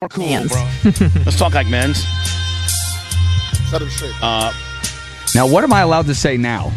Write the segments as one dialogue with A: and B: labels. A: We're cool,
B: Mans.
A: bro. Let's talk like men's.
C: Set him straight.
D: Now, what am I allowed to say now?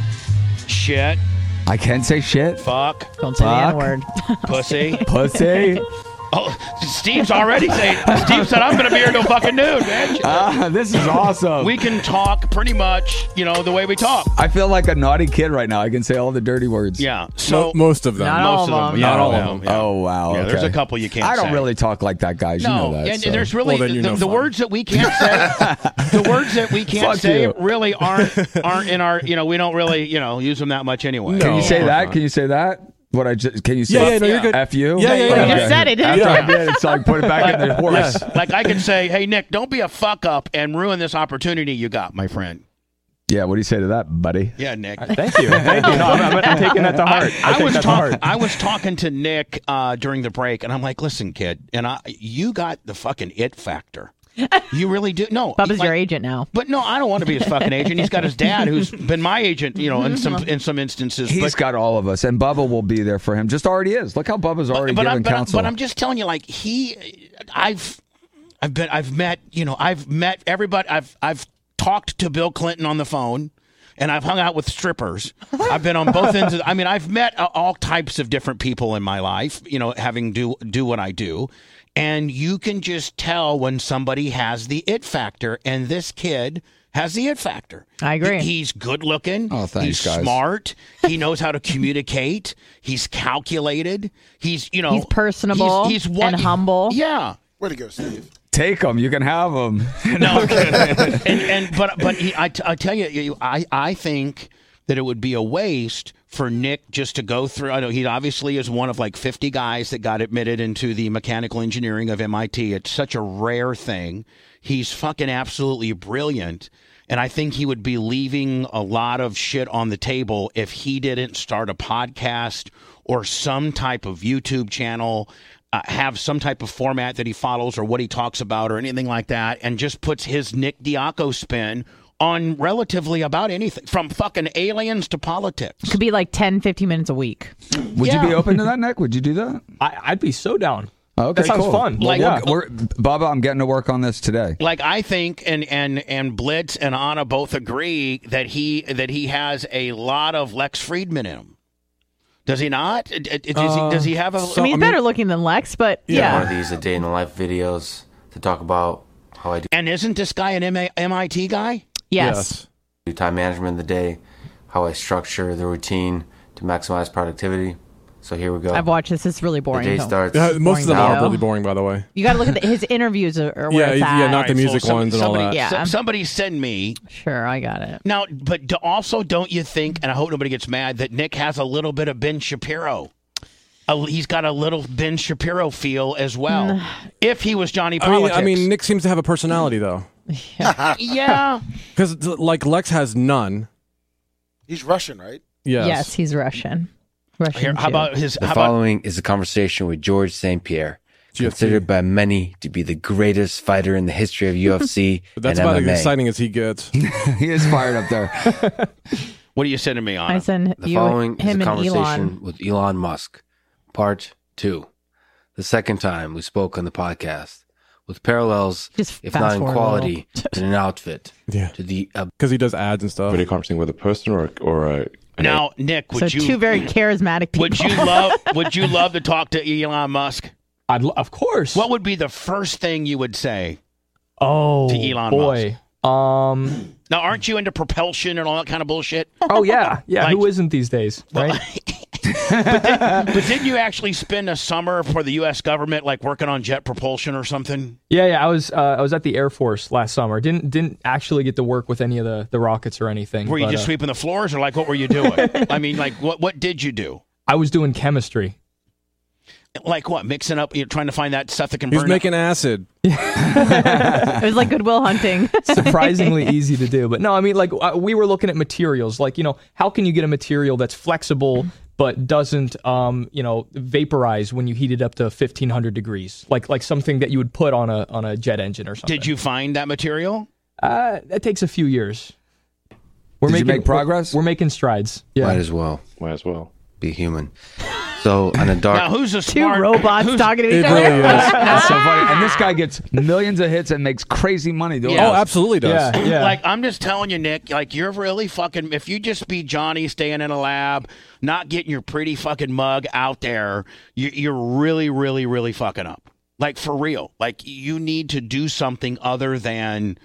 A: Shit,
D: I can say shit.
A: fuck,
B: Don't say the
D: Fuck.
B: N word.
A: pussy.
D: Pussy.
A: Oh, Steve's already saying. Steve said, "I'm gonna be here till fucking noon, bitch."
D: Ah, this is awesome.
A: we can talk pretty much, you know, the way we talk.
D: I feel like a naughty kid right now. I can say all the dirty words.
A: Yeah. So
E: Mo- most of them.
B: Not
A: most
B: all
A: of
B: of
A: them.
B: them.
A: Yeah,
E: Not all of them.
A: yeah.
D: Oh wow.
A: Yeah, there's
D: okay.
A: a couple you can't.
D: I don't
A: say.
D: really talk like that, guys.
A: No,
D: you know that.
A: and
D: so.
A: there's really
E: Well, then you
A: the,
E: know
A: the
E: fun.
A: words that we can't say. the words that we can't
D: Fuck
A: say
D: you.
A: really aren't aren't in our. You know, we don't really you know use them that much anyway.
E: No.
D: can you say
E: Oh,
D: that? Can you say that? What I just can you say?
E: Yeah, yeah, no, you're good.
D: F you.
E: Yeah, yeah, yeah,
B: You yeah. said it, didn't
D: After I
A: you?
D: did, it's like put it back in the horse.
A: Like I could say, "Hey Nick, don't be a fuck up and ruin this opportunity you got, my friend."
D: Yeah, what do you say to that, buddy?
A: Yeah, Nick.
F: Thank you. Thank you. No, I'm, I'm- I'm taking that to heart.
A: I,
F: take
A: was
F: that to
A: talking.
F: heart.
A: I was talking to Nick uh, during the break, and I'm like, "Listen, kid, and I, you got the fucking it factor. You really do. No,
B: Bubba's
A: like-
B: your agent now.
A: But no, I don't want to be his fucking agent. He's got his dad, who's been my agent, you know, in some in some instances.
D: He's
A: but,
D: got all of us, and Bubba will be there for him. Just already is. Look how Bubba's already
A: but,
D: given
A: I'm, but, I'm,
D: counsel.
A: but I'm just telling you, like he, I've, I've been, I've met, you know, I've met everybody. I've, I've talked to Bill Clinton on the phone, and I've hung out with strippers. I've been on both ends. Of, I mean, I've met uh, all types of different people in my life. You know, having do do what I do, and you can just tell when somebody has the it factor, and this kid. Has the it factor.
B: I agree.
A: He- he's good looking.
D: Oh, thanks,
A: he's
D: guys.
A: smart. He knows how to communicate. He's calculated. He's you know
B: He's personable and humble.
A: yeah.
C: Way to go, Steve.
D: Take him. You can have him.
A: No. and and but but he, I, t- I tell you, you, I I think that it would be a waste for Nick just to go through. I know he obviously is one of like 50 guys that got admitted into the mechanical engineering of MIT. It's such a rare thing. He's fucking absolutely brilliant. And I think he would be leaving a lot of shit on the table if he didn't start a podcast or some type of YouTube channel, uh, have some type of format that he follows or what he talks about or anything like that, and just puts his Nick Diaco spin on relatively about anything from fucking aliens to politics.
B: Could be like 10, 15 minutes a week.
D: Would
A: Yeah.
D: you be open to that, Nick? Would you do that?
F: I, I'd be so down.
D: Okay,
F: that sounds
D: cool.
F: fun.
D: Well,
A: Like-
D: we're- we're- Bubba, I'm getting to work on this today.
A: Like I think and and and Blitz and Anna both agree that he that he has a lot of Lex Friedman in him. Does he not? Uh, Does he, does he have a
B: I mean, he's better looking than Lex, but
G: One of
B: yeah.
G: these a day in the life videos to talk about how I do
A: And isn't this guy an MA MIT guy?
B: Yes.
G: time management of the day, how I structure the routine to maximize productivity. So here we go.
B: I've watched this. It's really
G: the
B: boring.
G: day
B: though.
G: starts.
E: Yeah, most of them
B: Boring
E: are
B: video.
E: really boring, by the way.
B: You got to look at the, his interviews or, or where
E: Yeah,
B: it's
E: yeah,
B: at.
E: not the
A: All right,
E: music
A: some-
E: ones and all
A: somebody,
E: that.
B: Yeah.
A: so- somebody send me
B: Sure, I got it.
A: now, but do, also don't you think? And I hope nobody gets mad that Nick has a little bit of Ben Shapiro. A- he's got a little Ben Shapiro feel as well. if he was Johnny
E: I mean,
A: Politics,
E: I mean, Nick seems to have a personality though,
A: yeah,
E: because like Lex has none.
C: He's Russian, right?
E: Yes.
B: Yes, he's Russian. Russian.
A: Here, how
B: Jew.
A: about his?
G: The
A: How about
G: following is a conversation with George St. Pierre,
E: GFP.
G: considered by many to be the greatest fighter in the history of UFC
E: But that's
G: and
E: about as
G: MMA.
E: exciting as he gets.
D: he is fired up there.
A: what are you sending me on?
B: I send
G: The
B: you
G: following is a
B: him and
G: conversation
B: Elon.
G: with Elon Musk, part two. The second time we spoke on the podcast, with parallels,
B: Just
G: if
B: fast
G: not in
B: forward a
G: quality,
B: little.
G: in an outfit,
E: Yeah.
G: to the uh,
E: Because he does ads and stuff.
H: video conferencing with a person or a, or a an
A: now, Nick,
B: So
A: would you
B: two very charismatic people.
A: would you love would you love to talk to Elon Musk?
F: I'd lo- of course.
A: What would be the first thing you would say?
F: oh,
A: To Elon
F: boy. Um.
A: Now, aren't you into propulsion and all that kind of bullshit?
F: Oh yeah, yeah.
A: Like-
F: who isn't these days, right?
A: But didn't you actually spend a summer for the U.S. government, like working on jet propulsion or something?
F: yeah, yeah. I was uh, I was at the Air Force last summer. Didn't didn't actually get to work with any of the, the rockets or anything.
A: Were you
F: but,
A: just
F: uh,
A: sweeping the floors, or like what were you doing? I mean, like what what did you do?
F: I was doing chemistry.
A: Like what? Mixing up, you're trying to find that stuff that can
E: He's
A: burn.
E: making acid.
B: It was like Goodwill Hunting.
F: surprisingly easy to do. But no, I mean, like uh, we were looking at materials, like you know, how can you get a material that's flexible but doesn't, um, you know, vaporize when you heat it up to fifteen hundred degrees, like like something that you would put on a on a jet engine or something.
A: Did you find that material?
F: Uh, that takes a few years. We're
D: Did you make progress?
F: We're, we're making strides. Yeah.
G: might as well
H: might as well.
G: be human. So on a
A: Now,
G: dark,
A: who's the
B: Two
A: smart
B: robots
A: who's-
B: talking to
E: It
B: each other.
E: really is.
D: That's so funny. And this guy gets millions of hits and makes crazy money. doing
A: Yeah.
E: Oh,
D: this.
E: absolutely does.
F: Yeah, yeah.
A: Like I'm just telling you, Nick. Like you're really fucking. If you just be Johnny, staying in a lab, not getting your pretty fucking mug out there, you, you're really, really, really fucking up. Like for real. Like you need to do something other than.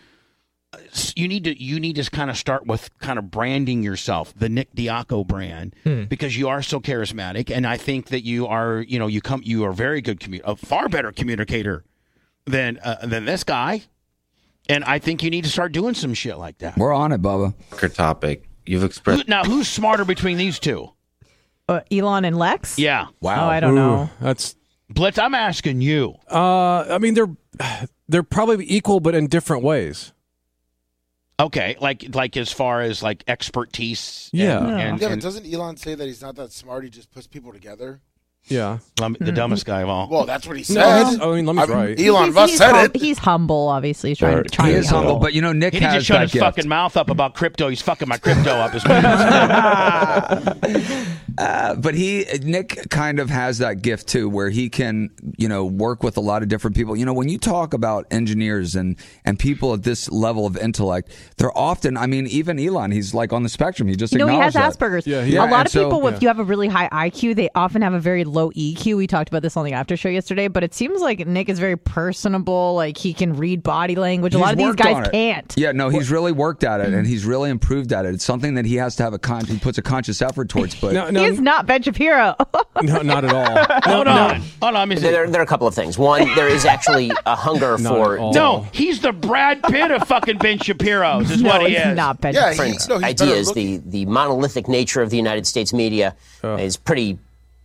A: You need to you need to kind of start with kind of branding yourself, the Nick Diaco brand, because you are so charismatic, and I think that you are you know you come you are a very good commu- a far better communicator than uh, than this guy. And I think you need to start doing some shit like that.
D: We're on it, Bubba.
G: darker topic, you've
A: Who-
G: expressed
A: Now, who's smarter between these two?
B: Uh, Elon and Lex?
A: Yeah,
B: Oh, I don't
E: Ooh,
B: know.
E: that's
A: Blitz. I'm asking you.
E: Uh, I mean, they're they're probably equal, but in different ways.
A: Okay, like like as far as like expertise. and-
E: Yeah.
A: and,
C: Yeah, but
A: and-
C: doesn't Elon say that he's not that smart? He just puts people together.
E: Yeah.
A: I'm the dumbest guy of all.
C: Well, that's what he said.
E: that's- I mean,
C: I
E: Lummy's
C: mean,
E: right.
C: Elon
B: he's,
C: Musk
B: he's
C: said
B: hum-
C: it.
B: He's humble, obviously. He's trying,
H: Alright,
D: He
B: trying to
D: is
B: be
D: humble, but you know Nick
A: he didn't just
D: has
A: shut
D: that
A: his
D: gift.
A: fucking mouth up about crypto. He's fucking my crypto up his mouth.
D: Uh, but he Nick kind of has that gift too, where he can you know work with a lot of different people. You know, when you talk about engineers and and people at this level of intellect, they're often. I mean, even Elon, he's like on the spectrum. He just
B: You know, he has
D: acknowledged that.
B: Asperger's.
E: Yeah, he-
B: a
D: Yeah,
B: lot
D: and
B: of
D: so-
B: people, if you have a really high IQ, they often have a very low EQ. We talked about this on the after show yesterday, but it seems like Nick is very personable. Like he can read body language. A lot
D: He's
B: of these
D: worked on
B: guys
D: it.
B: can't. Mm-hmm.
D: Yeah, no, he's really worked at it, and he's really improved at it. It's something that he has to have a con. He puts a conscious effort towards. But
E: No,
B: He
E: no,
B: is not Ben Shapiro.
E: no, not at all.
A: Hold on, hold on. let me see.
I: There, there are a couple of things. One, there is actually a hunger
E: Not
I: for
E: at all.
A: No, he's the Brad Pitt of fucking Ben Shapiro's. Is what
B: no,
A: he
B: he's
A: is.
B: not Ben
C: Yeah, he,
B: Shapiro.
C: no, he's
I: different
C: better
I: ideas.
C: looking.
I: The the monolithic nature of the United States media is pretty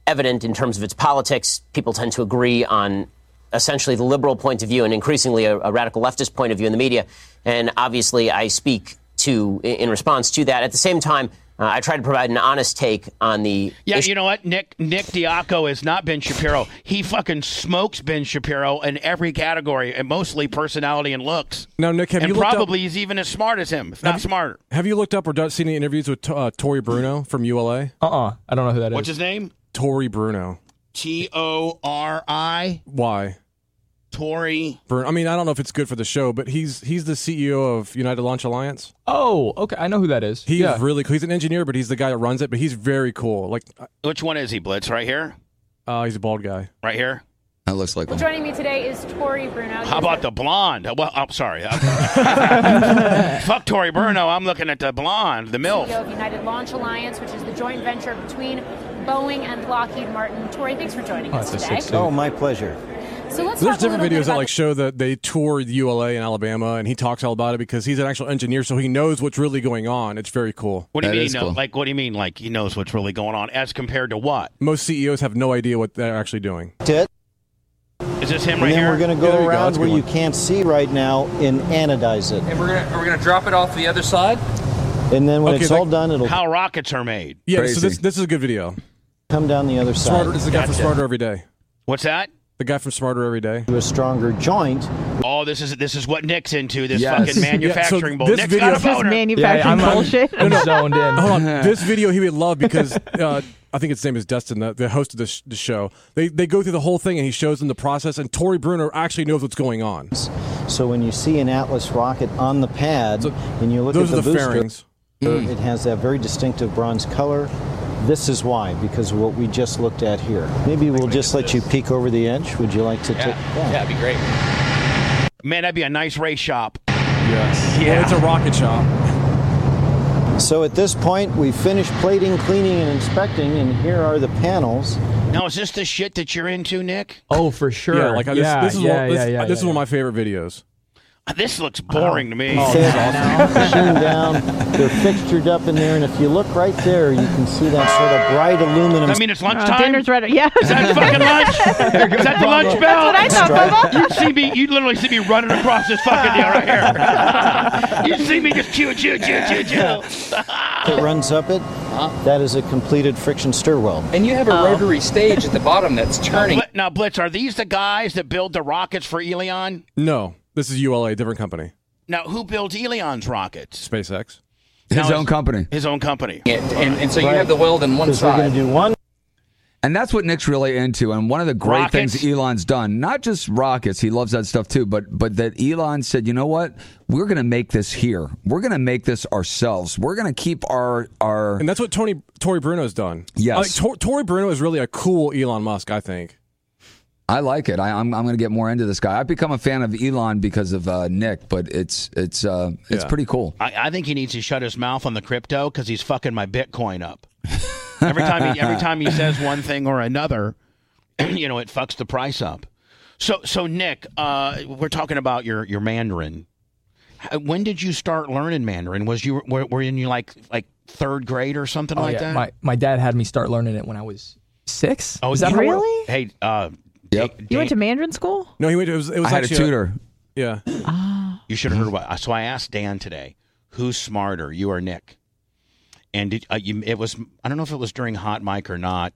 I: evident in terms of its politics. People tend to agree on essentially the liberal point of view and increasingly a, a radical leftist point of view in the media. And obviously, I speak to in response to that. At the same time, uh, I try to provide an honest take on the
A: Yeah,
I: issue.
A: you know what? Nick Nick Diaco is not Ben Shapiro. He fucking smokes Ben Shapiro in every category, and mostly personality and looks.
E: Now, Nick, have
A: and
E: you looked
A: probably he's even as smart as him, if not smarter.
E: up? Have you looked up or done, seen any interviews with uh, Tori Bruno from ULA?
F: Uh uh I don't know who that is.
A: What's his name?
E: Tori Bruno.
A: T O R I
E: Why?
A: Tory.
E: Bruno. I mean, I don't know if it's good for the show, but he's he's the CEO of United Launch Alliance.
F: oh, okay. I know who that is.
E: He's
F: yeah.
E: really cool. He's an engineer, but he's the guy that runs it. But he's very cool. Like,
A: Which one is he? Blitz right here,
E: uh, he's a bald guy.
A: right here.
D: that looks like. one.
J: Joining me today is Tori Bruno.
A: How about the blonde? Well, I'm sorry. Fuck Tory Bruno. I'm looking at the blonde, the milf.
J: CEO of United Launch Alliance, which is the joint venture between Boeing and Lockheed Martin. Tori, thanks for joining
F: Oh,
J: us
F: that's a
J: today.
F: sick dude.
I: my pleasure.
J: So let's
E: There's
J: talk a
E: different
J: little bit
E: videos that
J: about
E: like show that they toured ULA in Alabama, and he talks all about it because he's an actual engineer, so he knows what's really going on. It's very cool.
A: What do you
D: That
A: mean?
D: is
A: he know-
D: cool.
A: Like, what do you mean? Like, he knows what's really going on as compared to what?
E: Most CEOs have no idea what they're actually doing.
A: Is this him right here?
E: to go around where you
I: Can't see right now and anodize it.
K: And we're gonna we're gonna drop it off the other side.
I: And then
E: when Okay, it's like- all
I: done, it'll
A: How rockets are made.
E: Yeah,
D: Crazy.
E: so this this is a good video.
I: come down the other side.
E: Smarter this is the guy from Smarter Every Day.
A: What's that?
E: The guy from Smarter Every Day.
I: to a stronger joint.
A: Oh, this is this is what Nick's into. This
D: Yes.
A: fucking
D: Yeah, so
A: manufacturing bull.
E: this
A: Nick's
E: video-
A: got a
E: This is
B: Just
A: boner.
F: yeah,
B: manufacturing
F: I'm, I'm-
B: bullshit. Uh,
F: I'm zoned in.
E: Hold on. this video he would love because uh, I think his name is Dustin, the, the host of the, sh- the show. They they go through the whole thing and he shows them the process, and Tori Bruner actually knows what's going on.
I: So when you see an Atlas rocket on the pad and you look
E: Those
I: at
E: are
I: the,
E: the
I: booster,
E: fairings.
I: it has that very distinctive bronze color. This is why, because of what we just looked at here. Maybe we'll just let you peek over the edge. Would you like to take that?
K: be great.
A: Man, that'd be a nice race shop.
E: Yeah. it's a rocket shop.
I: So at this point, we finished plating, cleaning, and inspecting, and here are the panels.
A: Now, is this the shit that you're into, Nick?
F: Oh, for sure.
E: Yeah, like I- this,
F: yeah,
E: this is,
F: yeah,
E: one, this,
F: yeah, yeah,
E: this is
F: yeah.
E: one of my favorite videos.
A: Uh, This looks boring to me.
B: Oh.
I: Sit machine down. They're fixtured up in there, and if you look right there, you can see that sort of bright aluminum
A: I mean, it's
B: Uh,
A: lunchtime.
B: dinner's ready. Yeah.
A: Is that fucking lunch? Is that the lunch bell?
B: That's what I thought, Bubba.
A: You'd see me. You'd literally see me running across this fucking deal right here. You'd see me just chew, chew, chew, chew, chew.
I: that runs up it. That is a completed friction stir weld.
K: And you have
F: Oh.
K: a rotary stage at the bottom that's turning.
A: Bl- Now, Blitz, are these the guys that build the rockets for Elon?
E: No, this is ULA, different company,
A: Now, who builds Elon's rockets?
E: SpaceX.
D: his
A: Now,
D: own
A: is-
D: company.
A: His own company.
K: It, and, and so you have the weld in one
I: Because we're going
K: side.
I: to do one
D: And that's what Nick's really into. And one of the great
A: Rockets.
D: things Elon's done, not just rockets, he loves that stuff too, but but that Elon said, you know what? We're gonna make this here. We're gonna make this ourselves. We're gonna keep our our
E: And that's what Tony Tori Bruno's done.
D: Yes.
E: Like, Tor, Tori Bruno is really a cool Elon Musk, I think.
D: I like it. I, I'm I'm going to get more into this guy. I've become a fan of Elon because of uh, Nick, but it's it's uh, it's
A: Yeah.
D: pretty cool.
A: I, I think he needs to shut his mouth on the crypto because he's fucking my Bitcoin up. every time he every time he says one thing or another, you know, it fucks the price up. So so Nick, uh, we're talking about your your Mandarin. Uh, When did you start learning Mandarin? Was you were, were in you like like third grade or something
F: Oh,
A: like
F: yeah.
A: that?
F: My my dad had me start learning it when I was six.
A: oh,
F: Is that
A: you-
F: how it-
A: Hey, uh, da-
B: You
A: da-
B: went to Mandarin school?
E: No, he went. It was. It was
D: I had a
E: actually
D: tutor.
E: yeah.
A: You should have heard what. So I asked Dan today, "Who's smarter, you or Nick?" And it, uh, you, it was I don't know if it was during hot mic or not,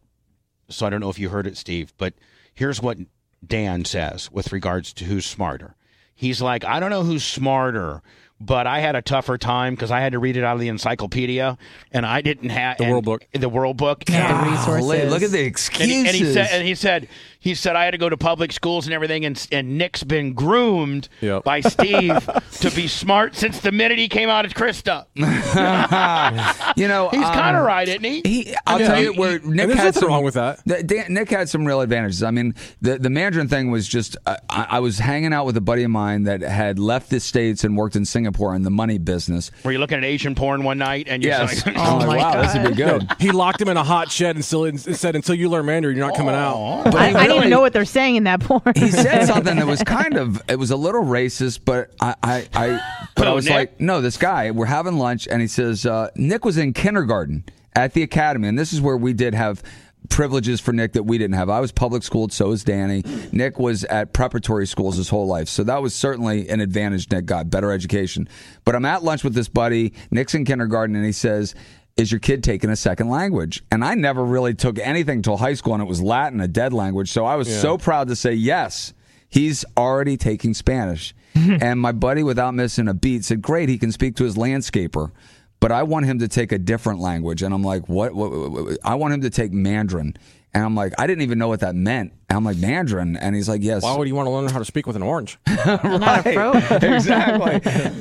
A: so I don't know if you heard it, Steve. But here's what Dan says with regards to who's smarter. He's like, I don't know who's smarter, but I had a tougher time because I had to read it out of the encyclopedia, and I didn't have the world book. The world book.
D: Golly,
A: resources.
D: Look at the
A: And he,
D: excuses.
A: and he said, and he said, he said, I had to go to public schools and everything, and and Nick's been groomed by Steve to be smart since the minute he came out of Krista.
D: you know,
A: He's kind of
D: um,
A: right, isn't he?
D: He, I'll tell you where Nick had some,
E: that.
D: Dan, Nick had some real advantages. I mean, the the Mandarin thing was just uh, I, I was hanging out with a buddy of mine that had left the states and worked in Singapore in the money business.
A: Were you looking at Asian porn one night and you're
D: Yes.
A: like, "Oh,
F: Oh
D: I'm like, wow, this would be good.
E: He locked him in a hot shed and still and said, "Until you learn Mandarin, you're not coming out." But
B: I, I didn't even know what they're saying in that porn.
D: he said something that was kind of it was a little racist, but I I, I but I
A: Who,
D: was
A: Nick?
D: like, no, this guy. We're having lunch, and he says uh, Nick was in kindergarten at the academy, and this is where we did have privileges for Nick that we didn't have. I was public schooled, so was Danny. Nick was at preparatory schools his whole life, so that was certainly an advantage Nick got, better education. But I'm at lunch with this buddy, Nick's in kindergarten, and he says. Is your kid taking a second language? And I never really took anything till high school, and it was Latin, a dead language. So I was
E: Yeah.
D: so proud to say yes. He's already taking Spanish. and my buddy, without missing a beat, said, Great, he can speak to his landscaper, but I want him to take a different language. And I'm like, What? what, what, what- I want him to take Mandarin. And I'm like, I didn't even know what that meant. And I'm like, Mandarin. And he's like, Yes.
E: Why would you want to learn how to speak with an orange?
D: exactly.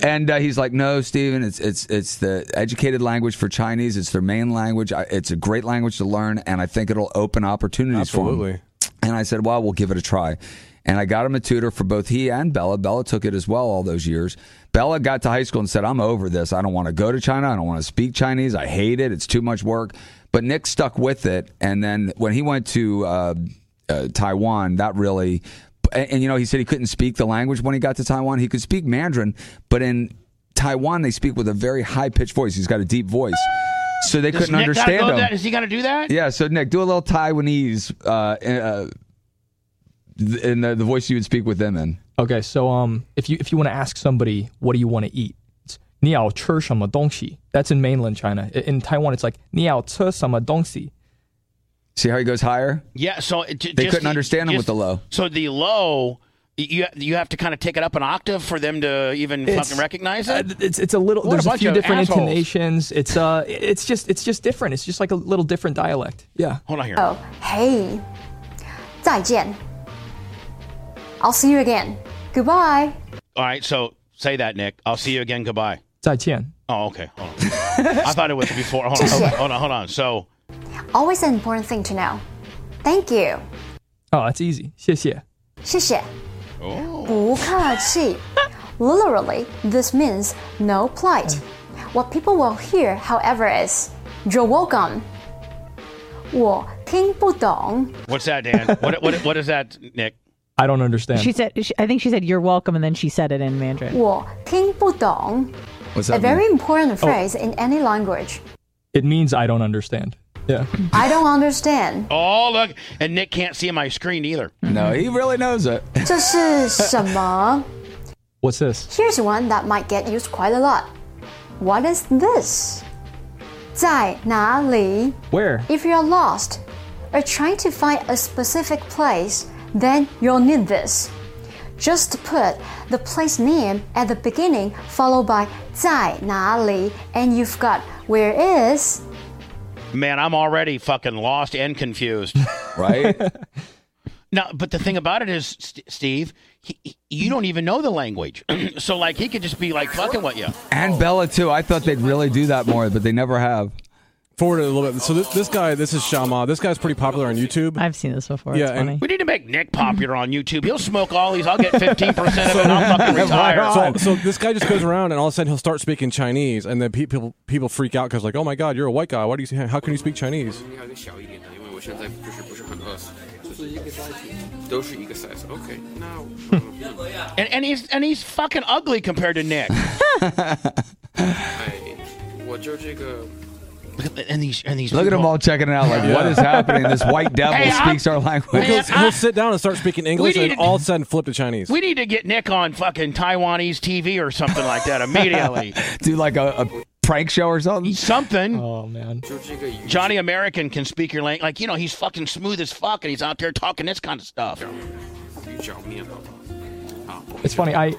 D: And uh, he's like, "No, Steven, it's it's it's the educated language for Chinese. It's their main language. I, it's a great language to learn, and I think it'll open opportunities for
E: Absolutely.
D: them." And I said, "Well, we'll give it a try." And I got him a tutor for both he and Bella. Bella took it as well all those years. Bella got to high school and said, "I'm over this. I don't want to go to China. I don't want to speak Chinese. I hate it. It's too much work." But Nick stuck with it, and then when he went to uh, uh, Taiwan, that really and, and, you know he said he couldn't speak the language when he got to Taiwan. He could speak Mandarin, but in Taiwan they speak with a very high pitched voice. He's got a deep voice, so they
A: Does
D: couldn't
A: Nick gotta
D: understand
A: go
D: him.
A: That? Is he going to do that?
D: yeah, so Nick, do a little Taiwanese uh, uh, th- in the, the voice you would speak with them in.
F: Okay, so um, if you if you want to ask somebody, what do you want to eat? It's 你要吃什么东西? That's in mainland China. I- In Taiwan, it's like 你要吃什么东西?
D: See how he goes higher?
A: Yeah. So it, j-
D: They
A: just
D: couldn't understand him
A: just-
D: with the low.
A: So the low, you you have to kind of take it up an octave for them to even
F: It's-
A: fucking recognize
F: Uh,
A: it.
F: th- It's it's a little.
A: What
F: there's
A: a
F: a,
A: bunch
F: few
A: of
F: different
A: assholes.
F: intonations. It's uh, it's just it's just different. It's just like a little different dialect. Yeah.
A: Hold on here.
L: Oh, hey. 再见. I'll see you again. Goodbye.
A: All right. So say that, Nick. I'll see you again. Goodbye.
F: 再见.
A: Oh, okay. Hold on. I thought it was before. Hold on. Hold on. Hold on. Hold on. So
L: Always an important thing to know. Thank you.
F: Oh, that's easy. 谢谢.
L: 谢谢. Oh. Literally, this means no plight. What people will hear, however, is you're welcome. 我听不懂.
A: what's that, Dan? what, what what is that, Nick?
F: I don't understand.
B: She said, she, I think she said, you're welcome, and then she said it in Mandarin.
L: 我听不懂.
F: What's
L: A very important
F: Oh.
L: phrase in any language.
F: It means I don't understand. Yeah.
L: I don't understand.
A: Oh, look. And Nick can't see my screen either.
D: No, he really knows it.
L: 这是什么?
F: What's this?
L: Here's one that might get used quite a lot. What is this? 在哪里?
F: Where?
L: If you're lost or trying to find a specific place, then you'll need this. Just put the place name at the beginning followed by 在哪里 and you've got where is
A: Man, I'm already fucking lost and confused.
D: Right?
A: No, but the thing about it is, St- Steve, he, he- you don't even know the language, so like he could just be like fucking with you.
D: And Bella too. I thought they'd really do that more, but they never have.
E: Forward it a little bit. So this, this guy, this is Shama. This guy's pretty popular on YouTube.
B: I've seen this before.
E: Yeah,
B: it's
E: and-
B: funny.
A: We need to make Nick popular on YouTube. He'll smoke all these. I'll get fifteen percent of it. and I'll fucking retire.
E: So, so this guy just goes around, and all of a sudden he'll start speaking Chinese, and then pe- people people freak out because like, oh my god, you're a white guy. Why do you how can you speak Chinese?
K: 都是一个 size. Okay, now
A: and, and he's and he's fucking ugly compared to Nick. and these and these
D: Look at them all checking it out. Like, what is happening? This white devil
A: Hey, I'm-
D: speaks our language.
E: He'll, he'll sit down and start speaking English,
A: need
E: and
A: to-
E: all of a sudden flip to Chinese.
A: We need to get Nick on fucking Taiwanese TV or something like that immediately.
D: Do like a, a prank show or something.
A: Something.
F: Oh man.
A: Johnny American can speak your language. Like you know, he's fucking smooth as fuck, and he's out there talking this kind of stuff.
F: It's funny. I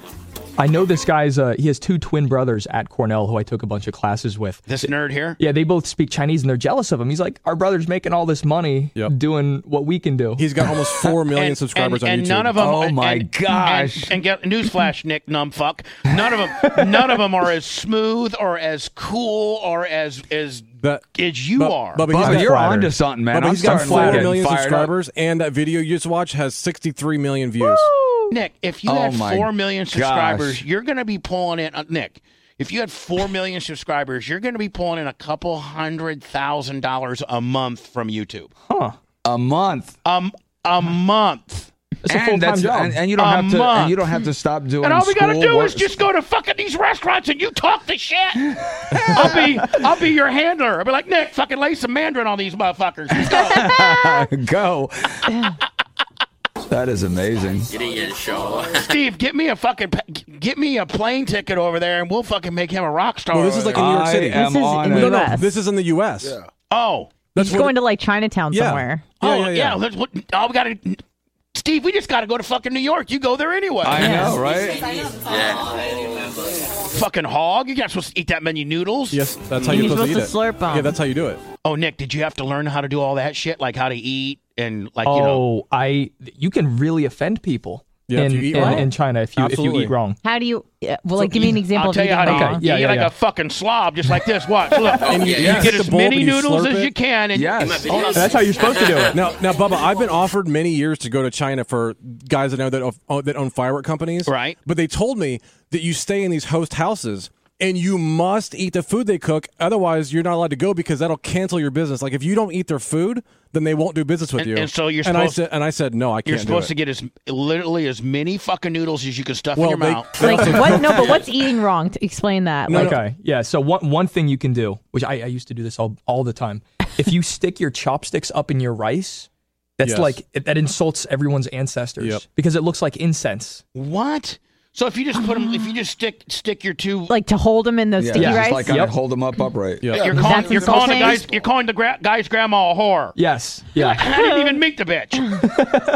F: I know this guy's. Uh, he has two twin brothers at Cornell who I took a bunch of classes with.
A: This nerd here.
F: Yeah, they both speak Chinese and they're jealous of him. He's like, our brother's making all this money doing what we can do.
E: He's got almost four million
A: And-
E: subscribers
A: and,
E: on
A: and
E: YouTube.
A: none of
D: Oh
A: them. and- and-
F: gosh.
A: And, and get newsflash, Nick numbfuck. None of them. none of them are as smooth or as cool or as as as you
E: Bu-
A: are.
E: Bubba, he's
D: Bubba,
E: got-
D: you're onto something, man.
E: Bubba,
D: I'm
E: he's got
D: starting to
E: four
D: get
E: million
D: fired up.
E: subscribers, and that video you just watched has 63 million views.
A: Nick, if you
E: Oh
A: had
E: my
A: four million
E: gosh.
A: subscribers, you're going to be pulling in. Uh, Nick, if you had four million subscribers, you're going to be pulling in a couple hundred thousand dollars a month from YouTube.
F: Huh?
D: A month.
A: Um, a month.
D: and, that's- and, and you don't
A: A
D: have to.
A: month.
D: And you don't have to stop doing.
A: And all we
D: school,
A: gotta do
D: work-
A: is just go to fucking these restaurants and you talk the shit. I'll be I'll be your handler. I'll be like Nick, fucking lay some Mandarin on these motherfuckers. Let's go."
D: go. that is amazing.
A: Steve, get me a fucking pa- get me a plane ticket over there, and we'll fucking make him a rock star.
E: Well, this is
A: over
E: like in New York
D: I
E: City.
D: am This is on in it. the
E: no, no,
D: US.
E: this is in the U.S.
A: there. Oh,
E: That's
B: He's
E: where the-
B: going to like Chinatown
E: Yeah.
B: somewhere.
E: Yeah,
A: oh
E: yeah,
A: yeah.
E: yeah.
A: let's- what- all we gotta, Steve, we just gotta go to fucking New York. You go there anyway.
D: I know, right?
A: Fucking hog. You're not supposed to eat that many noodles.
E: Yes, that's how you're,
B: You're
E: supposed to eat
B: supposed
E: it.
B: to slurp 'em.
E: Yeah, that's how you do it.
A: Oh, Nick, did you have to learn how to do all that shit, like how to eat and like
F: oh,
A: you know?
F: I. You can really offend people.
E: Yeah,
F: in,
E: if you eat
F: in,
E: wrong.
F: in China if you if
E: Absolutely.
F: you eat wrong.
B: How do you? yeah, Well, like, give me an example.
A: I'll tell
B: of
A: you how to
B: eating
A: eat.
B: wrong.
A: You
F: Yeah,
A: eat
F: yeah,
A: like
F: yeah.
A: a fucking slob, just like this. Watch, look.
E: And you-
A: you,
E: you get
A: get
E: the
A: as
E: bowl, but
A: many
E: you
A: noodles
E: slurp
A: as
E: it.
A: you can, and
D: Yes.
A: Hold on.
F: That's how you're supposed to do it.
E: Now, now, Bubba, I've been offered many years to go to China for guys I know that own, that own firework companies.
A: Right.
E: But they told me that you stay in these host houses and you must eat the food they cook. Otherwise, you're not allowed to go because that'll cancel your business. Like if you don't eat their food, then they won't do business with
A: And-
E: you.
A: and so you're
E: and I
A: supposed-
E: said, and I said, no, I can't.
A: You're
E: do
A: supposed
E: it."
A: to get as literally as many fucking noodles as you can stuff
E: Well,
A: in your
E: they-
A: mouth.
E: they also-
B: Like, what? No, but what's eating wrong? To explain that.
E: No,
B: like,
E: no.
F: Okay. uh, Yeah. So one one thing you can do, which I, I used to do this all all the time, if you stick your chopsticks up in your rice, that's
E: Yes.
F: like that insults everyone's ancestors
E: Yep.
F: because it looks like incense.
A: What? So if you just put them, if you just stick stick your two,
B: like to hold them in the
D: Yeah,
B: sticky
D: just
B: rice.
D: like I hold them up upright.
E: Yeah.
A: you're
B: That's
A: calling you're calling the
B: insulting.
A: guys you're calling the gra- guy's grandma a whore.
F: Yes. Yeah.
A: I didn't even meet the bitch.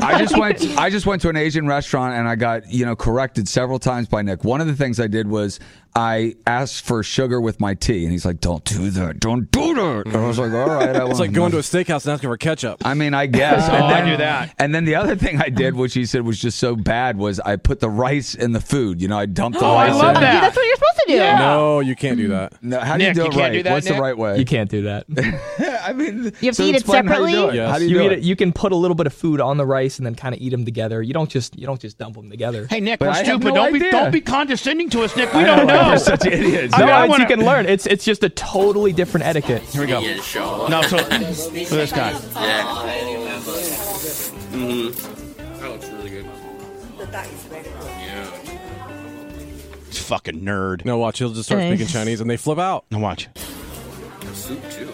D: I just went. I just went to an Asian restaurant and I got you know corrected several times by Nick. One of the things I did was I asked for sugar with my tea, and he's like, "Don't do that. Don't do that." And I was like, "All right, I
E: It's like going
D: won't."
E: to a steakhouse and asking for ketchup.
D: I mean, I guess.
A: Oh, I do that.
D: And then the other thing I did, which he said was just so bad, was I put the rice in the food. You know, I dumped the
A: Oh, I
D: rice.
A: love
D: in.
A: that.
B: Yeah, that's what you're supposed to do.
E: No, you can't do that.
D: No, how
A: Nick,
D: do you
A: you
D: do it
A: can't
D: right?
A: do that,
D: What's the
A: Nick?
D: right way?
F: You can't do that.
D: I mean, you
B: have to eat it
D: How do you
B: separately?
D: do it?
E: Yes.
D: How do you
F: You
D: do
F: eat
D: it?
F: it. You can put a little bit of food on the rice and then kind of eat them together. You don't just you don't just dump them together.
A: Hey Nick,
D: But
A: we're
D: I have
A: stupid.
D: no
A: don't be
D: idea.
A: don't be condescending to us, Nick. We don't know.
D: You're such idiots.
A: I
F: no,
A: mean, I
F: it's-
A: wanna-
F: you can learn. It's it's just a totally different etiquette.
A: Here we go. No, so so this guy.
K: that looks really good.
A: It's fucking nerd.
E: No, watch. He'll just start
B: Okay.
E: speaking Chinese and they flip out.
A: Now watch.
K: Soup too.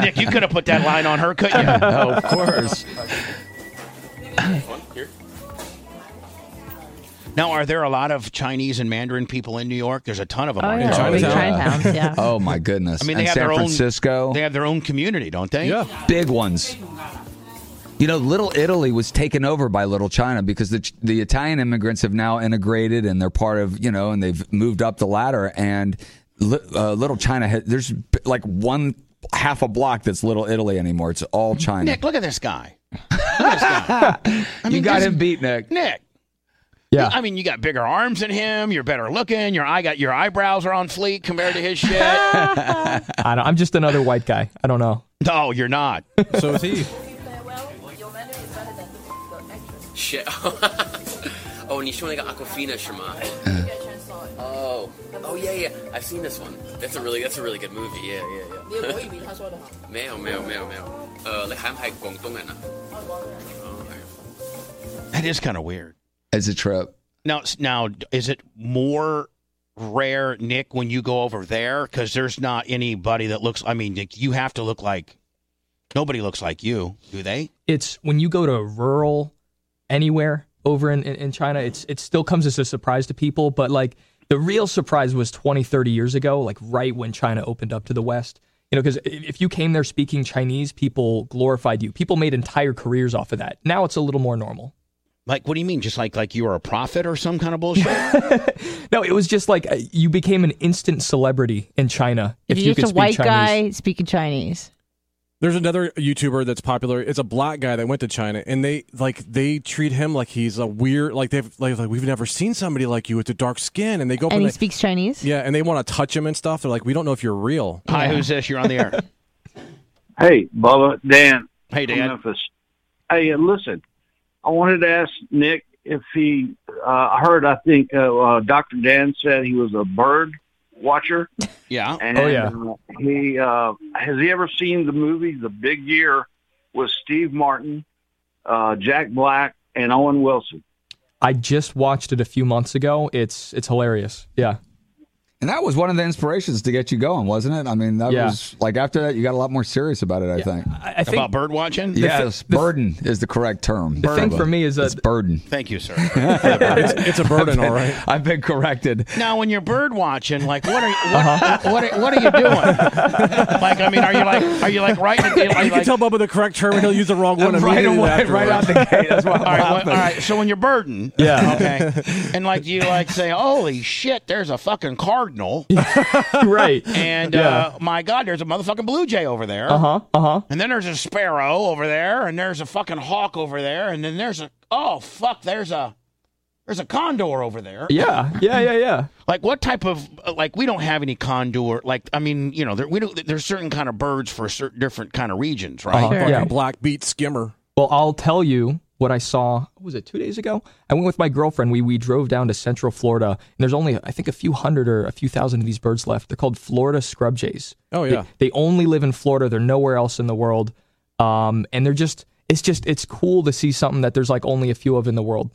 A: Nick, you could have put that line on her, couldn't you?
D: Oh, of course.
A: Now, are there a lot of Chinese and Mandarin people in New York? There's a ton of them.
B: Oh,
A: aren't
B: yeah.
A: there?
B: Big
E: Chinatown.
B: Chinatowns, yeah.
D: Oh my goodness.
A: I mean, they
D: and
A: have
D: San
A: their own.
D: Francisco.
A: They have their own community, don't they?
E: Yeah.
D: big ones. You know, Little Italy was taken over by Little China because the the Italian immigrants have now integrated and they're part of you know and they've moved up the ladder and li- uh, Little China ha- there's b- like one half a block that's Little Italy anymore. It's all China.
A: Nick, look at this guy.
D: you got him beat, Nick.
A: Nick.
D: Yeah.
A: I mean, you got bigger arms than him. You're better looking. Your eye got your eyebrows are on fleek compared to his shit.
F: I don't, I'm just another white guy. I don't know.
A: no, you're not.
E: So is he.
K: Shit. oh, and you showing like an Aquafina Shema. Oh. Oh yeah, yeah. I've seen this one. That's a really that's a really good movie. Yeah, yeah, yeah. Uh, 没有没有没有没有，呃，你係唔係廣東人啊？
A: That is kind of weird.
D: As a trip.
A: Now, now, is it more rare, Nick, when you go over there? Because there's not anybody that looks. I mean, Nick, you have to look like nobody looks like you, do they?
F: It's when you go to rural anywhere over in, in, in China, it's it still comes as a surprise to people. But like the real surprise was 20, 30 years ago, like right when China opened up to the West. You know, because if you came there speaking Chinese, people glorified you. People made entire careers off of that. Now it's a little more normal.
A: Like, what do you mean? Just like like you are a prophet or some kind of bullshit?
F: no, it was just like uh, you became an instant celebrity in China if
B: You're
F: you
B: just
F: could
B: a
F: speak
B: white
F: Chinese.
B: guy speaking Chinese.
E: There's another YouTuber that's popular. It's a black guy that went to China, and they like they treat him like he's a weird. Like they've like, like we've never seen somebody like you with the dark skin, and they go up
B: and he
E: they,
B: speaks Chinese?
E: yeah, and they want to touch him and stuff. They're like, we don't know if you're real.
A: Hi, who's this? You're on the air.
M: Hey, Bubba, Dan.
A: Hey,
M: Dan. Memphis. Hey, uh, listen, I wanted to ask Nick if he uh, I heard. I think uh, uh, Doctor Dan said he was a bird watcher.
A: Yeah.
M: And, uh, He uh, has he ever seen the movie The Big Year with Steve Martin, uh, Jack Black, and Owen Wilson?
F: I just watched it a few months ago. It's it's hilarious. Yeah.
D: And that was one of the inspirations to get you going, wasn't it? I mean, that
F: Yeah.
D: was like after that, you got a lot more serious about it. I think.
F: I think- About
A: bird watching.
D: Yes, burden is the correct term.
F: The thing for me is that-
D: it's burden.
A: Thank you, sir.
D: it's,
E: a burden,
D: all right. I've been corrected.
A: Now, when you're bird watching, like, what are you, what,
E: Uh-huh.
A: what, are- what are you doing? like, I mean, are you like, are you like right? Are you
E: you can
A: like,
E: tell Bubba the correct term, and he'll use the wrong one
A: Right
E: immediately
A: away,
E: afterwards.
A: right out
D: the gate. That's what
A: all right, what- all right. So when you're birding,
E: Yeah.
A: okay, and like you like say, "Holy shit, there's a fucking cardinal,"
F: right?
A: And
F: Yeah.
A: uh, my god, there's a motherfucking blue jay over there.
F: Uh huh. Uh huh.
A: And then there's a sparrow over there, and there's a fucking hawk over there, and then there's a oh fuck, there's a there's a condor over there.
F: Yeah. Yeah. Yeah. Yeah.
A: Like what type of like we don't have any condor like I mean you know there, we don't there's certain kind of birds for certain different kind of regions right
E: Fucking black beat skimmer.
F: Well, I'll tell you what I saw. What was it two days ago? I went with my girlfriend. We we drove down to Central Florida, and there's only I think a few hundred or a few thousand of these birds left. They're called Florida scrub jays.
E: Oh,
F: They-
E: yeah.
F: They, only live in Florida. They're nowhere else in the world. Um, and they're just it's just it's cool to see something that there's like only a few of in the world.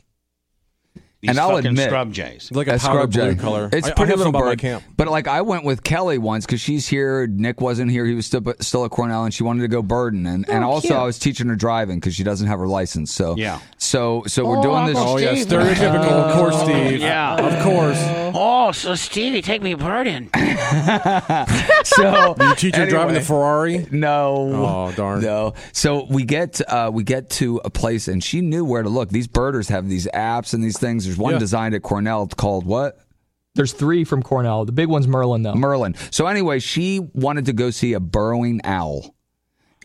A: These
D: and I'll
A: fucking
D: admit,
A: scrub jays.
E: Like a
D: a
E: powder
D: scrub
E: blue
D: jay.
E: color.
D: It's
E: I- I
D: pretty
E: have some
D: little
E: by my
D: bird.
E: camp.
D: But like I went with Kelly once because she's here. Nick wasn't here. He was still, still at Cornell, and she wanted to go burden. And, and
A: Oh,
D: also
A: cute.
D: I was teaching her driving because she doesn't have her license. So
A: Yeah.
D: So so we're doing this.
E: Oh, yeah, stereotypical, of course, Steve.
A: Yeah.
E: Of course.
A: Oh, so Stevie, take me birding.
D: so
E: You teach her driving the
D: Anyway.
E: Ferrari.
D: No.
E: Oh darn.
D: No. So we get uh, we get to a place, and she knew where to look. These birders have these apps and these things. There's one
F: Yeah.
D: designed at Cornell called what?
F: There's three from Cornell. The big one's Merlin though.
D: Merlin. So anyway, she wanted to go see a burrowing owl.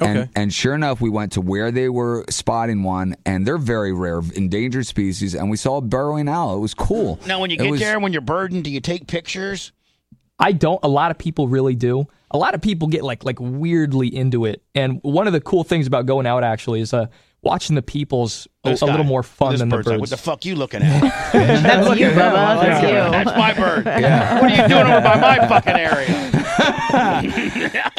E: Okay.
D: And, and sure enough, we went to where they were spotting one, and they're very rare, endangered species. And we saw a burrowing owl. It was cool.
A: Now, when you
D: It
A: get
D: was-
A: there, when you're burdened, do you take pictures?
F: I don't. A lot of people really do. A lot of people get like like weirdly into it. And one of the cool things about going out actually is uh, watching the people's a,
A: This
F: a
A: guy.
F: little more fun
A: This
F: than the
A: bird's
F: birds.
A: like, what the fuck you looking at?
B: That's you, Bubba. That's
A: Yeah.
B: you.
A: That's my bird.
D: Yeah.
A: What are you doing over by my fucking area?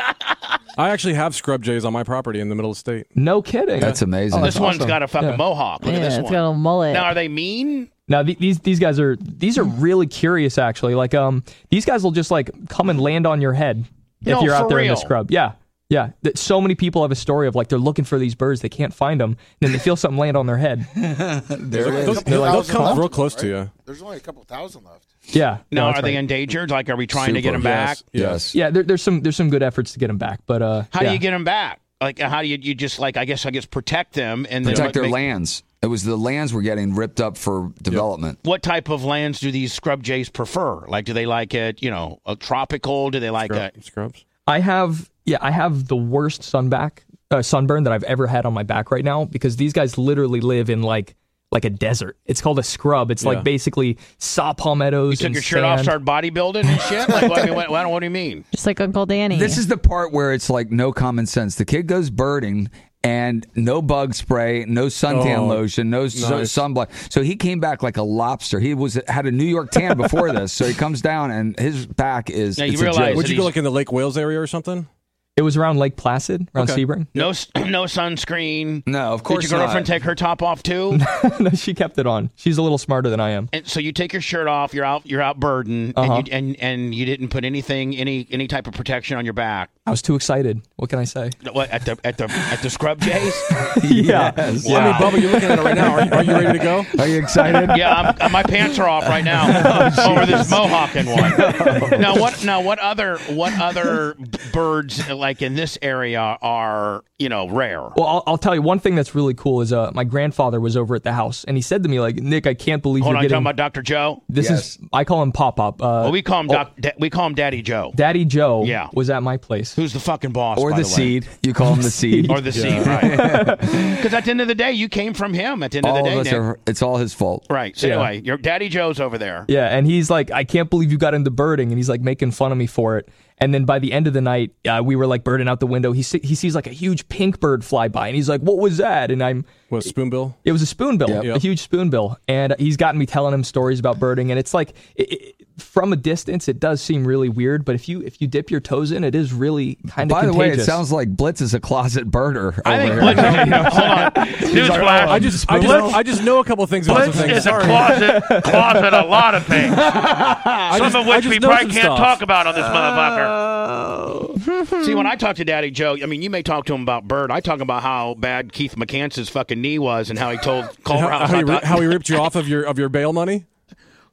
E: I actually have scrub jays on my property in the middle of state.
F: no kidding.
D: That's amazing.
A: uh, this one's
F: awesome.
A: got a fucking
F: Yeah.
A: mohawk. Look
B: Yeah,
A: at this
B: it's
A: one.
B: got a little mullet.
A: Now, are they mean?
F: Now the- these these guys are these are really curious actually. Like um these guys will just like come and land on your head if
A: No,
F: you're
A: for
F: out there in
A: real.
F: the scrub. Yeah. Yeah, that so many people have a story of like they're looking for these birds, they can't find them, then they feel something land on their head.
D: there it
E: They'll,
D: is.
E: they'll-
F: like,
E: they'll
F: "What's
E: come
F: left?"
E: real close to you.
C: There's only a couple thousand left.
F: Yeah.
A: Now,
F: that's
A: are they
F: right.
A: endangered? Like, are we trying to
D: Super.
A: get them back?
D: Yes.
F: Yeah, there, there's some there's some good efforts to get them back, but uh
A: How
F: yeah.
A: do you get them back? like how do you you just like I guess I guess protect them and then
D: protect their
A: make-
D: lands. It was the lands were getting ripped up for development.
A: What type of lands do these scrub jays prefer? Like, do they like it? You know, a tropical? Do they like a,
E: scrubs?
F: I have yeah, I have the worst sunback uh, sunburn that I've ever had on my back right now because these guys literally live in like like a desert. It's called a scrub. It's
A: Yeah.
F: like basically saw palmettos.
A: You took
F: and
A: your shirt off,
F: sand.
A: started bodybuilding and shit. Like, what, I mean, what, what, what do you mean?
B: Just like Uncle Danny.
D: This is the part where it's like no common sense. The kid goes birding and no bug spray, no suntan
E: Oh,
D: lotion, no su-
E: nice.
D: sunblock. So he came back like a lobster. He was had a New York tan before this. So he comes down and his back is.
A: Yeah, you
D: it's a
A: realize
D: joke.
A: Would that you go, he's-
E: Like in the Lake Wales area or something?
F: It was around Lake Placid, around
E: Okay.
F: Sebring.
A: No, s- no sunscreen.
D: No, of course
A: Did your girlfriend
F: not.
A: take her top off too?
F: no, she kept it on. She's a little smarter than I am.
A: and so you take your shirt off. You're out. You're out burdened,
F: Uh-huh.
A: and, you, and and you didn't put anything, any any type of protection on your back.
F: I was too excited. What can I say?
A: What at the at the at the scrub jays?
F: yeah.
A: Wow.
E: I mean, Bubba, you're looking at it right now. Are you, are you ready to go?
D: Are you excited?
A: yeah, I'm, uh, my pants are off right now
F: Oh,
A: over this mohawking one. Now what? Now what other what other b- birds like in this area are you know rare?
F: Well, I'll, I'll tell you one thing that's really cool is uh, my grandfather was over at the house and he said to me like, Nick, I can't believe
A: Hold
F: you're
A: on, you
F: getting
A: talking about Doctor Joe.
F: this is I call him Pop Pop. Uh,
A: Well, we call him
F: oh,
A: Doc, da- we call him Daddy Joe.
F: Daddy Joe.
A: Yeah.
F: was at my place.
A: Who's the fucking boss?
F: Or
A: by
F: the
A: way.
F: seed. You call him the seed.
A: or the seed, right? Because at the end of the day, you came from him. At the end
D: All
A: of the
D: of
A: day,
D: us
A: Nick.
D: are, it's all his fault.
A: right? So
F: Yeah.
A: anyway, your Daddy Joe's over there.
F: Yeah, and he's like, I can't believe you got into birding, and he's like making fun of me for it. And then by the end of the night, uh, we were like birding out the window. He see- he sees like a huge pink bird fly by, and he's like, "What was that?" And I'm
E: what spoonbill?
F: It was a spoonbill,
E: Yep.
F: a huge spoonbill, and he's gotten me telling him stories about birding, and it's like it, it, from a distance, it does seem really weird, but if you if you dip your toes in, it is really kind of.
D: By the
F: contagious.
D: way, it sounds like Blitz is a closet birder. Over
F: think
D: here.
F: Blitz-
A: Newsflash.
E: I just, I just, I just know a couple things about
D: Blitz
E: some things.
D: is a
E: Sorry.
D: closet-
N: closet a lot of things. Some
E: just-
N: of
E: I
N: which
E: just
N: we
E: know
N: probably
E: some
N: can't
E: stuff.
N: talk about on this
M: Uh,
N: motherfucker.
A: See, when I talk to Daddy Joe, I mean, you may talk to him about Bird. I talk about how bad Keith McCants' fucking knee was and how he told Cole
E: How,
A: Rouse
E: how, he,
A: not
E: ri-
A: to-
E: how he ripped you off of your of your bail money?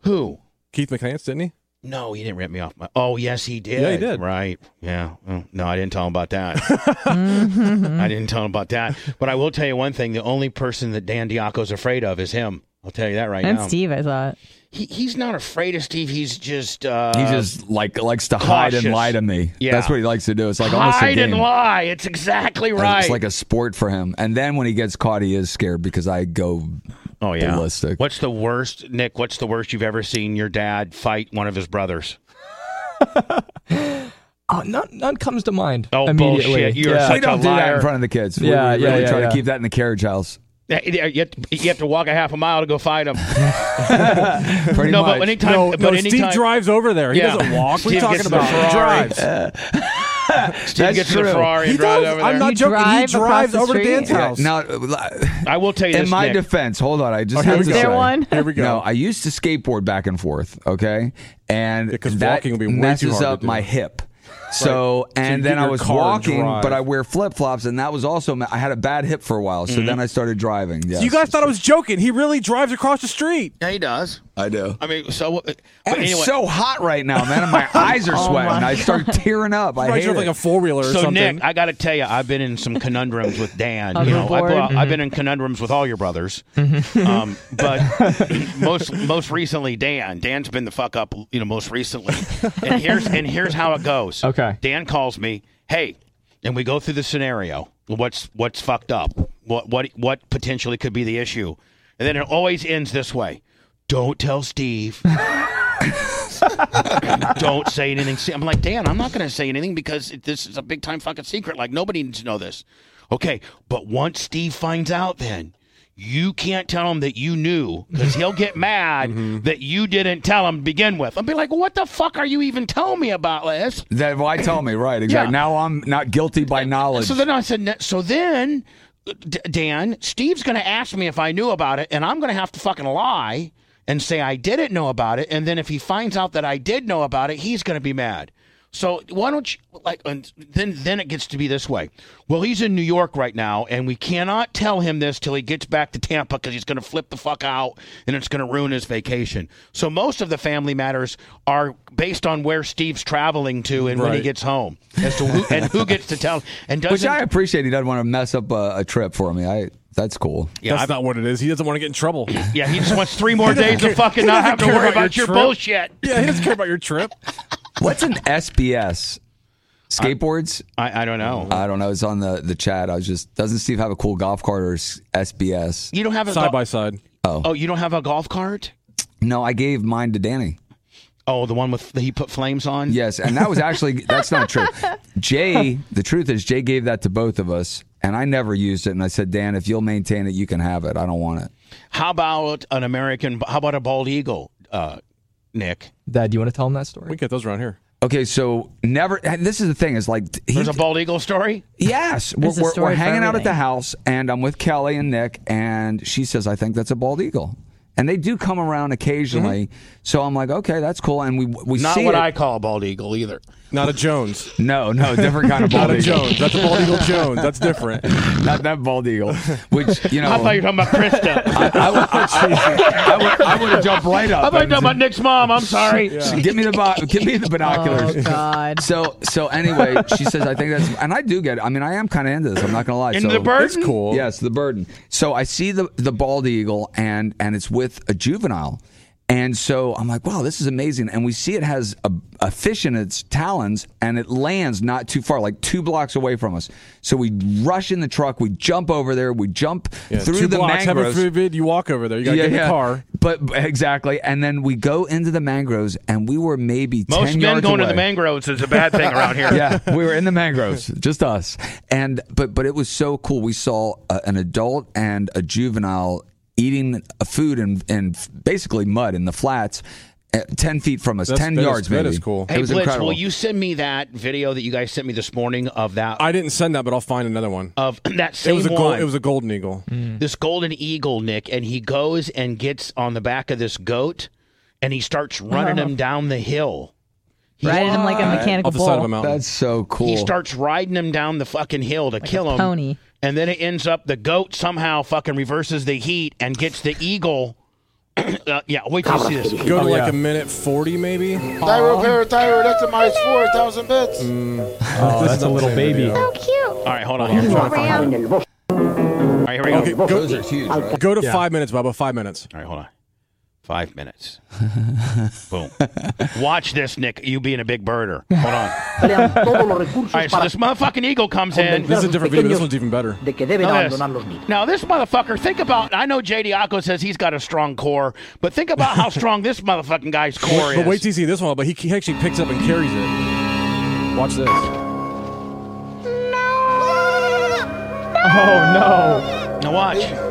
A: Who?
E: Keith McClance, didn't he?
A: No, he didn't rip me off. My, oh, yes, he did.
E: Yeah, he did.
A: Right. Yeah. Oh, No, I didn't tell him about that. I didn't tell him about that. But I will tell you one thing: the only person that Dan Diaco's afraid of is him. I'll tell you that right
B: and
A: now.
B: Steve, I thought.
A: He, he's not afraid of Steve. He's just uh,
D: he just like likes to hide and
A: cautious.
D: lie to me.
A: Yeah.
D: That's what he likes to do. It's like almost a
A: hide and
D: game.
A: lie. It's exactly right.
D: It's like a sport for him. And then when he gets caught, he is scared because I go
A: oh yeah.
D: ballistic.
A: What's the worst, Nick? What's the worst you've ever seen your dad fight one of his brothers?
F: Oh, none, none comes to mind.
A: Oh,
F: immediately.
A: bullshit. You are
F: yeah.
A: such
D: We don't
A: a
D: do that
A: liar.
D: in front of the kids. We-
F: Yeah,
D: we,
F: yeah,
D: really
F: yeah,
D: try
F: yeah.
D: to keep that in the carriage house.
A: Yeah, You you have, to, you have to walk a half a mile to go fight him.
D: Pretty
A: no,
D: much.
A: but anytime,
E: No,
A: but
E: no,
A: anytime,
E: Steve drives over there. He
A: Yeah.
E: doesn't walk. What are
A: Steve
E: you talking
A: gets in the
E: about? He
A: Ferrari.
E: drives.
A: Steve gets in the
D: true.
A: Ferrari
E: He
A: and drives
E: does.
A: over there.
E: I'm not joking. He drives over to Dan's
D: Yeah,
E: house.
D: now, uh,
A: I will tell you
D: in
A: this,
D: my
A: Nick.
D: defense, hold on. I just
E: here we
D: have to
E: go. Is there
D: say-
E: one? Here we go.
D: No, I used to skateboard back and forth. Okay, and that
E: walking would be way too
D: messes
E: hard to
D: up
E: do.
D: my hip. So
E: So you
D: and
E: get
D: then I
E: your
D: was
E: car and
D: walking,
E: drive.
D: but I wear flip flops, and that was also ma- I had a bad hip for a while. So
E: Mm-hmm.
D: then I started driving. Yes.
E: You guys thought I was joking. He really drives across the street.
A: Yeah, he does.
D: I do.
A: I mean, so. But
D: And
A: anyway,
D: it's so hot right now, man. And my eyes are
A: Oh
D: sweating.
A: my
D: I start tearing up. I
E: Drives
D: hate
E: you up
D: it.
E: like a four wheeler or
A: so
E: something.
A: Nick, I got to tell you, I've been in some conundrums with Dan. you know, I,
E: Hoverboard.
A: well, I've been in conundrums with all your brothers, um, but most most recently, Dan. Dan's been the fuck up, you know, most recently. And here's and here's how it goes.
F: Okay.
A: Dan calls me, hey, and we go through the scenario. What's what's fucked up? What what what potentially could be the issue? And then it always ends this way. Don't tell Steve. don't say anything. See, I'm like, Dan, I'm not going to say anything because it- this is a big time fucking secret. Like, nobody needs to know this. Okay, but once Steve finds out, then you can't tell him that you knew because he'll get mad that you didn't tell him to begin with. I'll be like, what the fuck are you even telling me about this?
D: That why tell me right exactly.
A: Yeah.
D: Now I'm not guilty by knowledge.
A: So then I said, "Ne- so then, uh, D- Dan, Steve's going to ask me if I knew about it, and I'm going to have to fucking lie and say I didn't know about it. And then if he finds out that I did know about it, he's going to be mad. So why don't you like? And then then it gets to be this way. Well, he's in New York right now, and we cannot tell him this till he gets back to Tampa because he's going to flip the fuck out, and it's going to ruin his vacation. So most of the family matters are based on where Steve's traveling to and when he
D: Right.
A: gets home, as to who, and who gets to tell. And doesn't
D: Which I appreciate. He doesn't want to mess up a, a trip for me. I that's cool.
A: Yeah,
E: That's not what it is. He doesn't want to get in trouble.
A: yeah, he just wants three more days of fucking not having to worry about your bullshit.
E: Yeah, he doesn't care about your trip.
D: What's an SBS? Skateboards?
A: I, I don't know.
D: I don't know. It's on the the chat. I was just doesn't Steve have a cool golf cart or s- SBS?
A: You don't have a Side gol- by
E: side.
D: Oh.
A: Oh, you don't have a golf cart?
D: No, I gave mine to Danny.
A: Oh, the one with he put flames on.
D: Yes, and that was actually that's not true. Jay, the truth is, Jay gave that to both of us, and I never used it. And I said, Dan, if you'll maintain it, you can have it. I don't want it.
A: How about an American? How about a bald eagle, uh, Nick?
F: Dad, do you want to tell him that story?
E: We get those around here.
D: Okay, so never. and This is the thing. Is like he,
A: There's a bald eagle story.
D: Yes, we're,
A: There's a
D: we're,
A: story
D: we're
A: for
D: hanging out at the
A: everything.
D: house, and I'm with Kelly and Nick, and she says, "I think that's a bald eagle," and they do come around occasionally. So I'm like, "Okay, that's cool." And we we
A: Mm-hmm. Not
D: see
A: what
D: it.
A: I call a bald eagle either.
E: Not a Jones.
D: No, no, different kind of
E: Not
D: bald
E: a
D: eagle.
E: Jones. That's a bald eagle Jones. That's different.
D: Not that bald eagle. Which you know,
A: I thought you were talking about Krista.
D: I, would, I would have jumped right up.
A: I thought you were
D: and-
A: talking about Nick's mom. I'm sorry.
D: Give me the bi- give me the binoculars.
A: Oh,
B: God.
D: So so anyway, she says I think that's and I do get. It. I mean, I am kind of into this. I'm not gonna lie.
A: Into
D: so,
A: the burden? It's
E: cool.
D: Yes, the burden. So I see the the bald eagle and and it's with a juvenile. And so I'm like, wow, this is amazing. And we see it has a, a fish in its talons and it lands not too far, like two blocks away from us. So we rush in the truck, we jump over there, we jump
E: Yeah,
D: through
E: two
D: the
E: blocks, have a
D: mangroves.
E: food vid, you walk over there. You gotta get in the car.
D: But but exactly, and then we go into the mangroves, and we were maybe
A: Most
D: 10
A: men
D: yards
A: going to
D: away.
A: the mangroves is a bad thing around here.
D: yeah, we were in the mangroves, just us. And but but it was so cool. We saw a, an adult and a juvenile eating a food and and basically mud in the flats, uh, ten feet from us,
E: That's-
D: ten
E: that is-
D: yards
E: that
D: maybe.
E: is cool.
D: It
A: Hey
D: was
A: Blitz,
D: incredible.
A: will you send me that video that you guys sent me this morning of that
E: I didn't send that, but I'll find another one.
A: of that
E: it
A: same
E: was a
A: one?
E: gold, It was a golden eagle.
B: Mm.
A: this golden eagle, Nick, and he goes and gets on the back of this goat, and he starts running
B: Uh-huh.
A: him down the hill.
B: Riding him like a mechanical bull.
D: That's so cool.
A: He starts riding him down the fucking hill to kill him.
B: pony.
A: And then it ends up the goat somehow fucking reverses the heat and gets the eagle. uh, yeah, wait till you see this.
E: Go to like a minute forty, maybe.
C: Thyroparathyroid ectomized 4,000 bits.
A: Mm.
E: Oh,
F: that's a little baby.
C: So
A: All right, hold on. Here. All right, here we go.
E: Okay, go,
A: Those
E: are huge. Go to
A: Yeah.
E: five minutes, Bubba. Five minutes.
A: All right, hold on. Five minutes. Boom. Watch this, Nick. You being a big birder. Hold on. All right, so this motherfucking eagle comes in.
E: This is a different video. This one's even better.
A: Now this. Now this motherfucker, think about. I know JD Acco says he's got a strong core, but think about how strong this motherfucking guy's core
E: But
A: is.
E: wait till you see this one. But he, he actually picks up and carries it. Watch this.
F: Oh
A: Now watch.
F: no!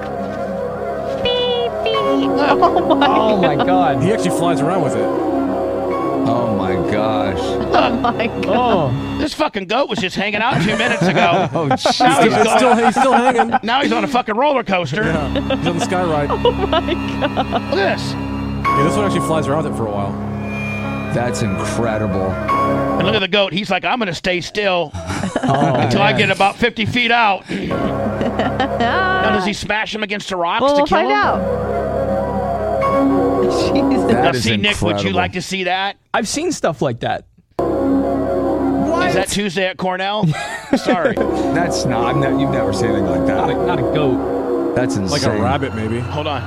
F: Oh my god!
E: He actually flies around with it.
D: oh my gosh!
B: Oh my god.
F: Oh.
A: This fucking goat was just hanging out two minutes ago.
D: Oh,
A: now
D: jeez.
A: he's,
E: It's
A: going-
E: still- he's still hanging.
A: Now he's on a fucking roller coaster.
E: He's on the sky ride.
A: Look at this.
E: Yeah, this one actually flies around with it for a while.
D: That's incredible.
A: And look at the goat. He's like, I'm gonna stay still until I
D: man.
A: get about 50 feet out. now does he smash him against the rocks
B: Well,
A: to
B: we'll
A: kill
B: find
A: him?
B: out. Jesus.
A: now
D: That is
A: see, Nick, would you
D: incredible.
A: like to see that?
F: I've seen stuff like that.
A: Is that Tuesday at Cornell? Sorry.
D: That's not. I've ne- you've never seen anything like
F: Not a,
D: that.
F: not a goat.
D: That's
E: Like
D: insane.
E: a rabbit, maybe.
A: Hold on.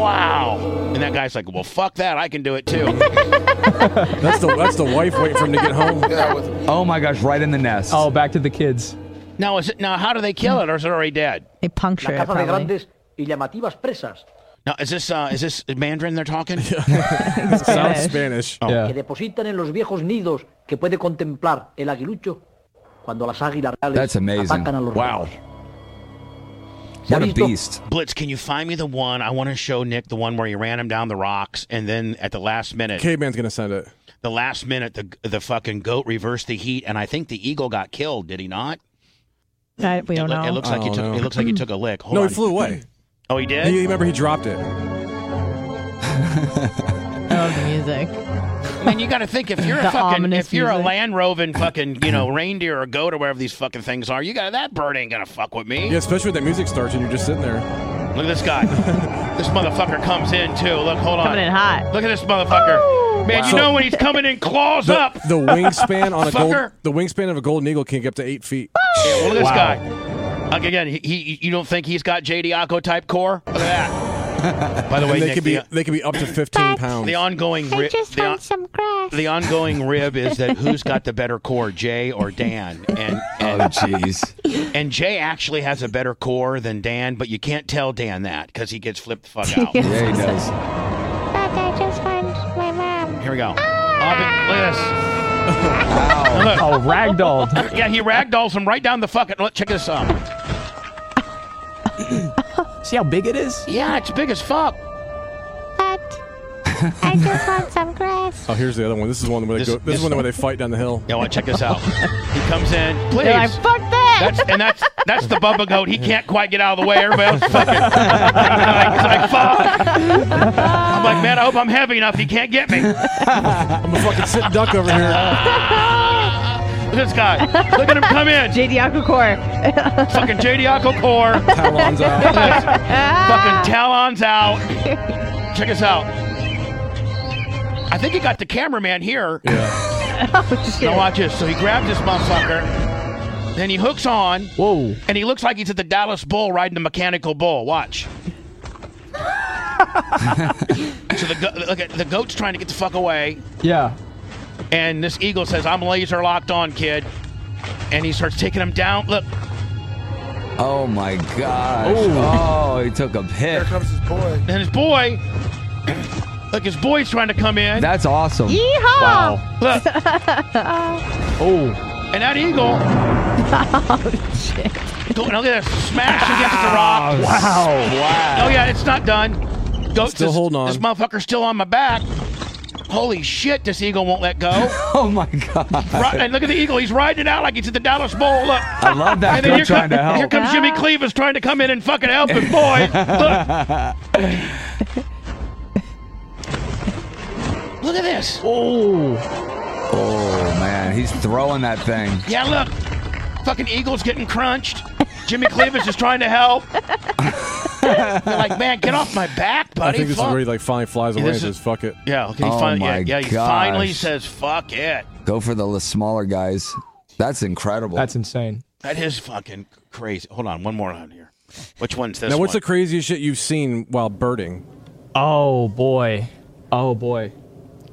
A: Wow. And that guy's like, well, fuck that. I can do it too.
E: That's the that's the wife waiting for him to get home.
D: Oh my gosh! Right in the nest.
F: Oh, back to the kids.
A: now, is it, now, how do they kill it or is it already dead?
B: They puncture it, probably.
A: Now, is this uh, is this Mandarin they're talking?
E: Sounds Spanish. Oh.
F: Yeah.
O: depositan en los viejos nidos que puede contemplar el aguilucho cuando las águilas
D: That's amazing. Wow. What a beast.
A: Blitz, can you find me the one? I want to show Nick the one where he ran him down the rocks and then at the last minute,
E: Caveman's gonna send it.
A: the last minute, the the fucking goat reversed the heat and I think the eagle got killed, did he not?
B: I, we don't
A: it, lo-
B: know.
A: it looks like he
E: I
A: took
E: don't know.
A: it looks like he took a lick. Hold
E: no,
A: on.
E: he flew away.
A: Oh, he did?
E: He, remember, he dropped it.
B: I love the music.
A: Man, you got to think if you're a
B: The
A: fucking
B: ominous
A: if you're a
B: music.
A: land roving fucking you know reindeer or goat or wherever these fucking things are, you got that bird ain't gonna fuck with me.
E: Yeah, especially when that music starts and you're just sitting there.
A: Look at this guy. this motherfucker comes in too. Look, hold on.
B: Coming in hot.
A: Look at this motherfucker. Man,
E: Wow.
A: you know when he's coming in claws
E: the,
A: up.
E: the wingspan on a gold,
A: Fucker.
E: the wingspan of a golden eagle can get up to eight feet.
A: Yeah, well, look at
E: Wow.
A: this guy. Look, Again, he, he you don't think he's got JD Acco type core? Look at that. By the way,
E: And they
A: Nick,
E: could be
A: the-
E: they could be up to fifteen pounds.
A: The ongoing rib. the, on- the ongoing rib is that who's got the better core, Jay or Dan? And, and
D: oh jeez.
A: And Jay actually has a better core than Dan, but you can't tell Dan that because he gets flipped the fuck out.
D: Yeah, he does.
A: Here we go. Obvi- look at this. Look.
F: Oh, ragdolled.
A: Yeah, he ragdolls him right down the fucking. Look, check this out.
F: See how big it is?
A: Yeah, it's big as fuck.
P: I just want some grass.
E: Oh, here's the other one. This is one where they
A: This-
E: go. This,
A: this-
E: is one where they fight down the hill.
A: Yeah, well, check this out. He comes in. Please.
B: They're like, fuck that.
A: That's and that's that's the Bubba Goat. He can't quite get out of the way. Everybody else is fucking. Like, it's like, fuck. I'm like, man, I hope I'm heavy enough. He can't get me.
E: I'm a fucking sitting duck over here.
A: Look at this guy. Look at him come in.
B: JD Aquacore.
A: Fucking JD Akokor.
E: Talons out.
A: fucking talons out. Check us out. I think he got the cameraman here.
E: Yeah.
A: Now watch this. So he grabs this motherfucker. Then he hooks on.
F: Whoa.
A: And he looks like he's at the Dallas Bull riding the mechanical bull. Watch. so the go- look at the goat's trying to get the fuck away,
F: Yeah.
A: and this eagle says, "I'm laser locked on, kid," and he starts taking him down. Look,
D: Oh my gosh.
F: Ooh.
D: Oh, he took a
C: Here
D: hit.
C: comes his boy.
A: and his boy, look, his boy's trying to come in.
D: That's awesome.
B: Yeehaw!
F: Wow.
A: Look,
F: Oh.
A: and that eagle. Go- Look at this smash against the rock.
F: Wow.
A: Oh yeah, it's not done. Goat
E: Still
A: this,
E: holding on.
A: This motherfucker's still on my back. Holy shit, this eagle won't let go.
D: Oh my god.
A: Right, and look at the eagle. He's riding it out like he's at the Dallas Bowl. Look.
D: I love that.
A: And then
D: They're
A: here,
D: trying
A: come,
D: to help.
A: here comes Jimmy Cleavis trying to come in and fucking help him, boy. Look. look at this.
F: Oh.
D: Oh man, he's throwing that thing.
A: Yeah, look. Fucking Eagles getting crunched. Jimmy Cleavis is trying to help. You're like, man, get off my back,
E: I
A: buddy.
E: think this is
A: Fuck."
E: where he like finally flies away
A: this
E: and
A: is-
E: says, "Fuck it."
A: Yeah, okay, he
D: Oh
A: finally,
D: my
A: yeah, yeah, he
D: gosh.
A: finally says, "Fuck it."
D: Go for the li- smaller guys. That's incredible.
F: That's insane.
A: That is fucking crazy. Hold on, one more on here. Which one's this?
E: Now, what's
A: one?
E: the craziest shit you've seen while birding?
F: Oh boy, oh boy.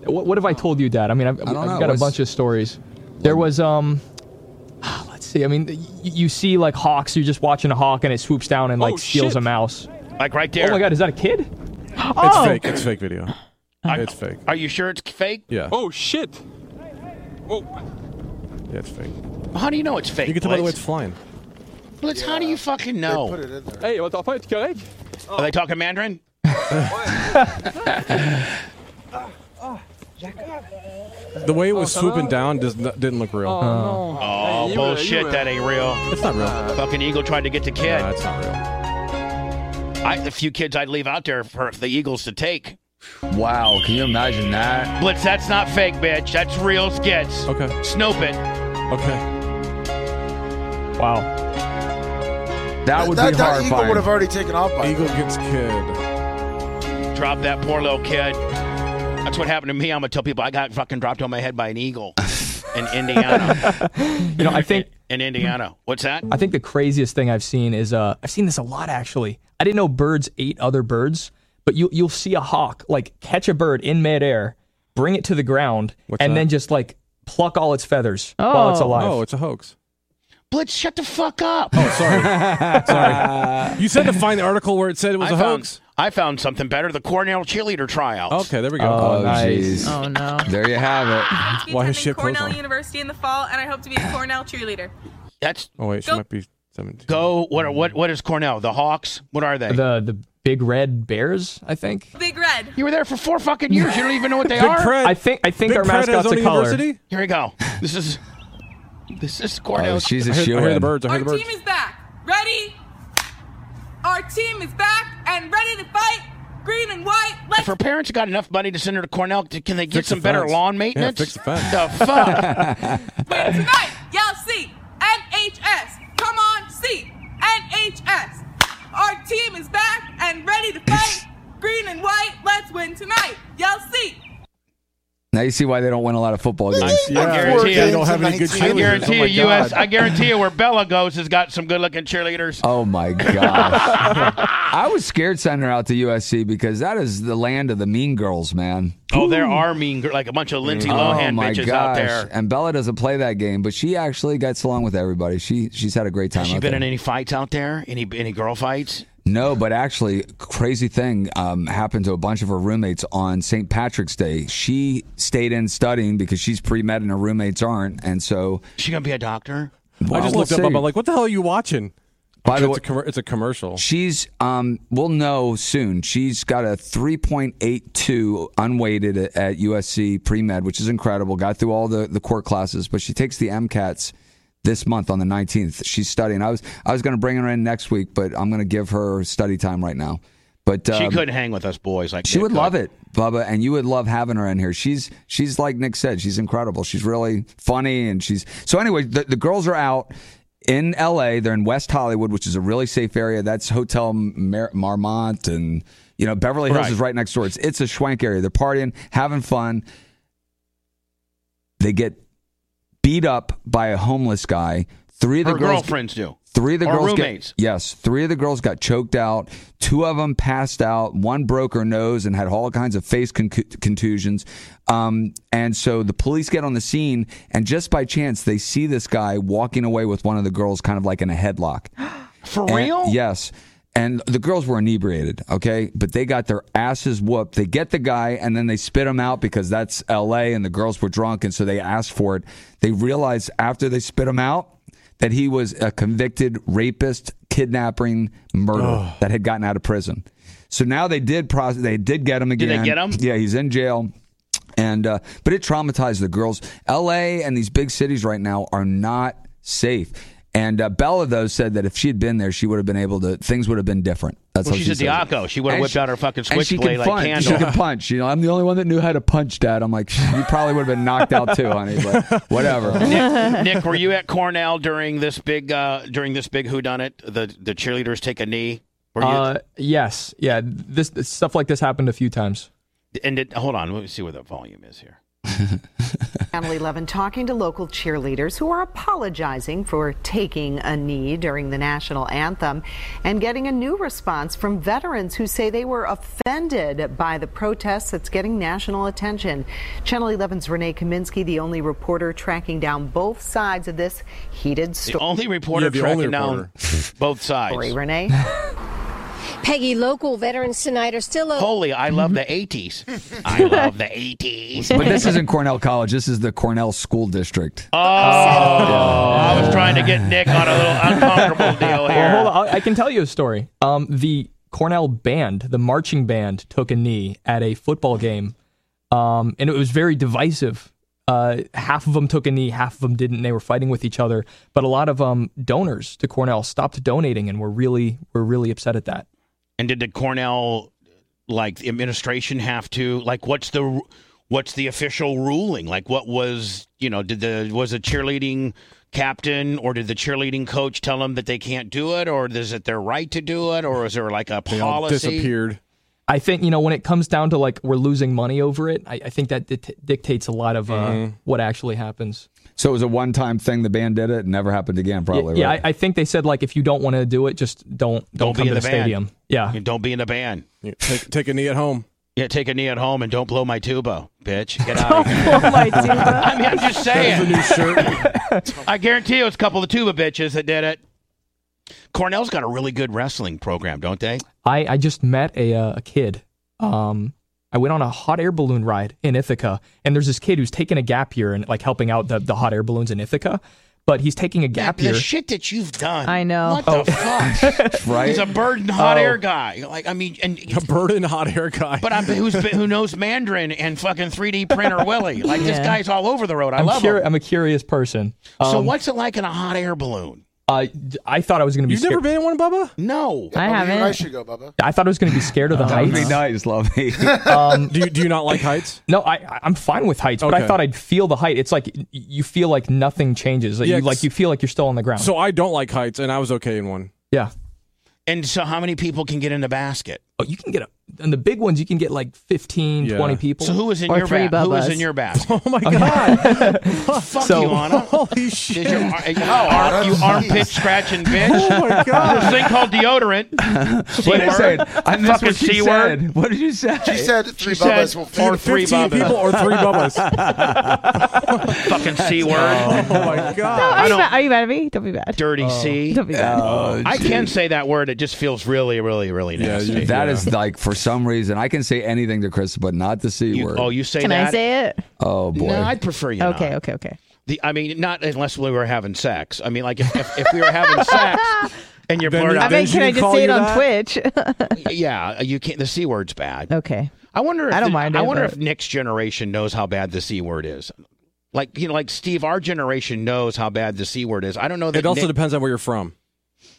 F: What, what have I told you, Dad? I mean, I've,
D: don't
F: I've
D: know.
F: got a
D: What's-
F: bunch of stories. There was um, let's see. I mean, y- you see like hawks. You're just watching a hawk and it swoops down and like
E: Oh,
F: steals
E: shit.
F: a mouse.
A: like right there?
F: Oh my God, is that a kid?
E: It's
A: Oh.
E: fake. It's fake video. It's fake.
A: Are you sure it's fake?
E: Yeah.
Q: Oh shit!
E: Yeah, it's fake.
A: How do you know it's fake?
E: You can tell by the way
A: Blitz?
E: it's flying.
A: Blitz, how do you fucking
C: They put
A: know?
C: it in there.
Q: Hey, on t'en pas être correct?
A: Are they talking Mandarin?
E: The way it was swooping down does not, didn't look real.
A: Oh, bullshit, that ain't real.
E: it's not real.
A: fucking eagle tried to get the kid.
E: no, it's not real.
A: I, the few kids I'd leave out there for the eagles to take.
D: Wow, can you imagine that?
A: Blitz, that's not fake, bitch. That's real skits.
E: Okay.
A: Snoop it.
E: Okay.
F: Wow.
D: That would
C: that,
D: be
C: that eagle would
D: horrifying.
C: have already taken off by
E: Eagle gets kid.
A: Drop that poor little kid. That's what happened to me. I'm gonna tell people I got fucking dropped on my head by an eagle in Indiana.
F: You know, I think
A: in Indiana. What's that?
F: I think the craziest thing I've seen is uh, I've seen this a lot actually. I didn't know birds ate other birds, but you you'll see a hawk like catch a bird in midair, bring it to the ground,
E: What's
F: and
E: that?
F: then just like pluck all its feathers while it's
B: Oh.
F: alive.
E: Oh, it's a hoax.
A: Blitz, shut the fuck up.
E: Oh, sorry. sorry. You said to find the article where it said it was a
A: I
E: hoax.
A: found, I found something better. The Cornell cheerleader tryouts.
E: Okay, there we go.
D: Oh,
F: nice.
D: jeez.
B: Oh no.
D: There you have it.
E: Why has
R: attending
E: shit clothes
R: Cornell
E: on?
R: University in the fall, and I hope to be a Cornell cheerleader.
A: That's
E: Oh wait, she
R: Go-
E: might be 17.
A: go. What are what? What is Cornell? The Hawks? What are they?
F: The the big red bears, I think.
R: Big Red.
A: you were there for four fucking years. You don't even know what they
E: Big
A: are.
E: Cred.
F: I think I think
E: Big
F: our
E: Cred has
F: mascot's
E: own
F: a color.
E: university?
A: Here we go. This is this is Cornell.
D: Oh, she's
E: I
D: a
E: hear,
D: shoe
E: I hear the
D: in.
E: birds. I
R: Our
E: hear the birds.
R: team is back. Ready? Our team is back and ready to fight green and white.
A: If her parents got enough money to send her to Cornell, t- can they get some better
E: fence.
A: lawn
E: Yeah,
A: maintenance?
E: fix the fence.
A: The fuck?
R: Tonight, y'all see NHS. Come on, see NHS. Our team is back and ready to fight. green and white, let's win tonight. Y'all see.
D: Now you see why they don't win a lot of football games.
A: I guarantee you,
E: they don't have any good
A: I
E: cheerleaders.
A: guarantee
E: Oh my
A: you, US.
E: God.
A: I guarantee you, where Bella goes has got some good-looking cheerleaders.
D: Oh my gosh. I was scared sending her out to USC because that is the land of the mean girls, man.
A: Oh, there are mean, gir- like a bunch of Lindsay Lohan
D: oh my
A: bitches
D: gosh.
A: out there.
D: And Bella doesn't play that game, but she actually gets along with everybody. She she's had a great time.
A: Has she
D: out
A: been
D: there.
A: in any fights out there? Any any girl fights?
D: No, but actually, crazy thing um, happened to a bunch of her roommates on St. Patrick's Day. She stayed in studying because she's pre med and her roommates aren't, and so
A: She gonna be a doctor?
D: Well,
E: I just
D: we'll
E: looked up. I'm
D: see.
E: like, what the hell are you watching?
D: By
E: it's
D: the way-
E: a commer- it's a commercial.
D: she's um, we'll know soon. She's got a 3.82 unweighted at, at USC pre med, which is incredible. Got through all the the core classes, but she takes the MCATs this month on the 19th. She's studying. I was I was going to bring her in next week, but I'm going to give her study time right now. But
A: She
D: um,
A: couldn't hang with us boys. Like
D: She
A: Nick
D: would
A: could.
D: love it, Bubba, and you would love having her in here. She's she's like Nick said, she's incredible. She's really funny, and she's so. Anyway, the, the girls are out in L.A. They're in West Hollywood, which is a really safe area. That's Hotel Mar- Marmont, and you know Beverly Hills
E: Right.
D: is right next door. It's it's a schwank area. They're partying, having fun. They get beat up by a homeless guy. Three of the
A: Her
D: girls
A: girlfriends do.
D: Three of the
A: Or
D: girls
A: roommates.
D: get yes. Three of the girls got choked out. Two of them passed out. One broke her nose and had all kinds of face con- contusions. Um, and so the police get on the scene, and just by chance, they see this guy walking away with one of the girls, kind of like in a headlock.
A: For
D: And-
A: real?
D: yes. And the girls were inebriated, okay? But they got their asses whooped. They get the guy and then they spit him out because that's LA and the girls were drunk and so they asked for it. They realized after they spit him out that he was a convicted rapist, kidnapping, murderer that had gotten out of prison. So now they did process, they did get him again.
A: Did they get him?
D: Yeah, he's in jail. And uh, but it traumatized the girls. L.A. and these big cities right now are not safe. And uh, Bella though said that if she had been there, she would have been able to. Things would have been different. That's
A: Well,
D: how
A: she's
D: she
A: a
D: says it.
A: Diaco. She would've
D: And
A: whipped out her fucking
D: and she
A: switchblade
D: can
A: like
D: punch. She
A: Candle.
D: can punch. You know, I'm the only one that knew how to punch, Dad. I'm like, you probably would have been knocked out too, honey. But whatever.
A: Nick, Nick, were you at Cornell during this big uh, during this big whodunit? The the cheerleaders take a knee. Were you?
F: Uh, yes, yeah. This, this stuff like this happened a few times.
A: and it, hold on, let me see where the volume is here.
Q: Emily Levin talking to local cheerleaders who are apologizing for taking a knee during the national anthem and getting a new response from veterans who say they were offended by the protest that's getting national attention. Channel 11's Renee Kaminsky, the only reporter tracking down both sides of this heated
A: The
Q: story.
A: only reporter
E: the
A: tracking
E: only
A: down both sides.
Q: Renee?
S: Peggy, local veterans tonight are still. o-
A: Holy, I love the eighties. I love the eighties.
D: but this isn't Cornell College. This is the Cornell School District.
A: Oh, I was trying to get Nick on a little uncomfortable deal
F: Well,
A: here.
F: Oh, hold on. I, I can tell you a story. Um, the Cornell band, the marching band, took a knee at a football game, um, and it was very divisive. Uh, half of them took a knee, half of them didn't. They were fighting with each other, but a lot of um, donors to Cornell stopped donating and were really were really upset at that.
A: And did the Cornell like the administration have to like what's the what's the official ruling? Like what was you know did the was a cheerleading captain or did the cheerleading coach tell them that they can't do it or is it their right to do it or is there like a
E: They all
A: policy?
E: disappeared.
F: I think you know when it comes down to like we're losing money over it. I, I think that dict- dictates a lot of uh,
A: Mm-hmm.
D: Mhm.
F: what actually happens.
D: So it was a one-time thing. The band did it. It never happened again. Probably.
F: yeah,
D: right?
F: I, I think they said like if you don't want to do it, just don't
A: Don't
F: don't, come
A: be
F: to
A: in
F: the,
A: the band.
F: stadium. Yeah,
A: And don't be in the band.
E: take, take a knee at home.
A: Yeah, take a knee at home and don't blow my tuba, bitch. Get out. of here.
E: my
A: tuba. I mean, I'm just saying.
E: shirt.
A: I guarantee you, it's a couple of tuba bitches that did it. Cornell's got a really good wrestling program, don't they?
F: I, I just met a, uh, a kid.
E: Oh.
F: Um, I went on a hot air balloon ride in Ithaca, and there's this kid who's taking a gap year and like helping out the, the hot air balloons in Ithaca, but he's taking a gap
A: The
F: year.
A: shit that you've done.
B: I know.
A: What the fuck? Oh. He's a burden hot
F: Oh.
A: air guy. Like I mean, and
E: A burden hot air guy.
A: but I'm, who's been- who knows Mandarin and fucking 3D printer Willie? Like this
F: Yeah.
A: guy's all over the road. I
F: I'm
A: love
F: curi-
A: him.
F: I'm a curious person.
A: so
F: Um,
A: what's it like in a hot air balloon?
F: Uh, I thought I was going to be.
E: You've
F: scared.
E: never been in one, Bubba?
A: No,
E: Oh,
F: I
E: you
F: haven't.
E: and I should go, Bubba.
F: I thought I was going to be scared of the
D: That would
F: heights.
D: be nice, lovey.
F: um,
E: do you do you not like heights?
F: No, I I- I'm fine with heights, but I
E: Okay.
F: thought I'd feel the height. It's like y- you feel like nothing changes. Like,
E: Yeah,
F: you, like
E: 'cause-
F: you feel like you're still on the ground.
E: So I don't like heights, and I was okay in one.
F: yeah.
A: And so, how many people can get in the basket?
F: Oh, you can get a, and the big ones you can get like 15,
E: Yeah.
F: 20 people.
A: So who was in your basket? Who was in your basket? Oh
E: my
A: god! Fuck
F: So-
A: you, Anna.
E: Holy shit!
A: Did your, ar- you, ar- you armpit scratching bitch.
E: Oh my God.
A: This thing called deodorant.
D: What did I
A: C-word.
D: say? I missed
A: Fucking
D: what she
A: C
D: said.
A: word.
D: What did you say?
C: She said three
A: She said,
C: Bubbas will
A: or three
E: 15
A: Bubbas.
E: people or three Bubbas.
A: Fucking C word.
E: Oh my god! Oh.
B: are, you mad, are you mad at me? Don't be bad.
A: Dirty C.
B: Don't be bad.
A: I can say that word. It just feels really, really, really nasty.
D: That is like for some reason I can say anything to Chris, but not the c word.
A: oh, you say
B: Can
A: that?
B: I say it?
D: Oh boy.
A: No, I'd prefer you.
B: Okay,
A: not.
B: okay, okay.
A: The, I mean, not unless we were having sex. I mean, like if, if, if we were having sex and you're
B: Then-
A: blurted
B: I
A: out.
B: mean, can I just say it on Twitch?
A: Yeah, you can't. The c word's bad.
B: okay.
A: I wonder. If
B: I don't
A: the-
B: mind
A: I
B: it,
A: wonder
B: but-
A: if Nick's generation knows how bad the c word is. Like you know, like Steve, our generation knows how bad the c word is. I don't know that.
E: It also
A: Nick-
E: depends on where you're from.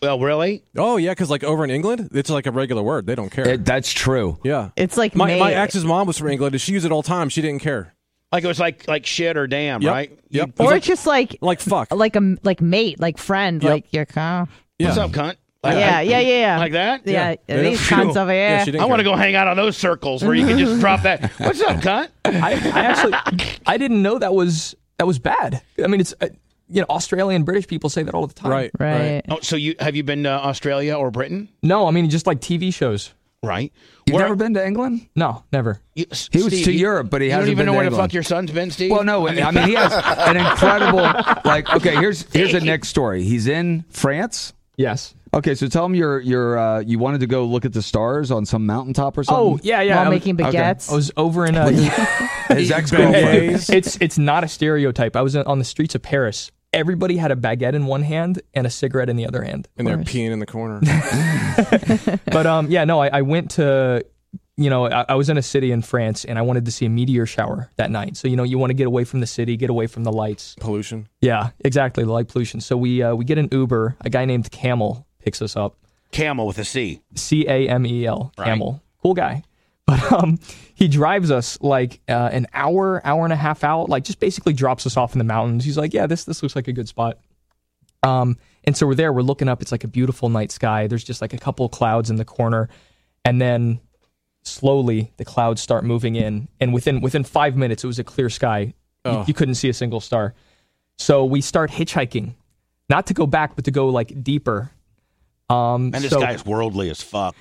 A: Well, really?
E: Oh yeah, because like over in England, it's like a regular word. They don't care.
D: that's true.
E: yeah,
B: it's like
E: my, my
B: May-
E: ex's mom was from England, and she used it all the time. She didn't care.
A: Like it was like like shit or damn,
E: Yep.
A: right?
E: Yep.
A: You-
B: Or it's just like
E: like fuck,
B: like a like mate, like friend, like your car.
A: What's up, cunt? Like-
B: Yeah, yeah, yeah, yeah.
A: Like that?
B: Yeah, Yeah. They these don't- cunts over Yeah, here. she didn't
A: I want to
F: care.
A: go hang out on those circles where you can just drop that. What's up, cunt?
F: I, I actually I didn't know that was that was bad. I mean, it's uh, you know Australian British people say that all the time.
E: Right, right.
A: Oh, so you have you been to Australia or Britain?
F: No, I mean just like TV shows.
A: Right.
D: You've never been to England?
F: No, never.
A: He
D: was to Europe, but he
A: you
D: hasn't
A: don't even
D: been
A: know
D: to
A: where the
D: England.
A: fuck your son's been, Steve.
D: Well, no, I mean he has an incredible like. Okay, here's here's the next story. He's in France.
F: Yes.
D: Okay, so tell him you're you're uh, you wanted to go look at the stars on some mountaintop or something.
F: Oh yeah, yeah.
B: While
F: I was-
B: making
F: okay.
B: baguettes.
F: I was over in a.
D: His ex girlfriend.
F: it's it's not a stereotype. I was on the streets of Paris. Everybody had a baguette in one hand and a cigarette in the other hand.
E: and they're peeing in the corner.
F: but um, yeah, no, I, I went to, you know, I, I was in a city in France and I wanted to see a meteor shower that night. So you know, you want to get away from the city, get away from the lights.
E: Pollution.
F: Yeah, exactly, the light pollution. So we uh, we get an Uber. A guy named Camel picks us up.
A: Camel with a C.
F: C A M E L. Camel. Cool guy. But um, he drives us like uh, an hour, hour and a half out. Like just basically drops us off in the mountains. He's like, yeah, this this looks like a good spot. Um, and so we're there. We're looking up. It's like a beautiful night sky. There's just like a couple clouds in the corner, and then slowly the clouds start moving in. And within within five minutes, it was a clear sky. You-
E: Oh.
F: you couldn't see a single star. So we start hitchhiking, not to go back, but to go like deeper. Um,
A: And this
F: so-
A: guy's worldly as fuck.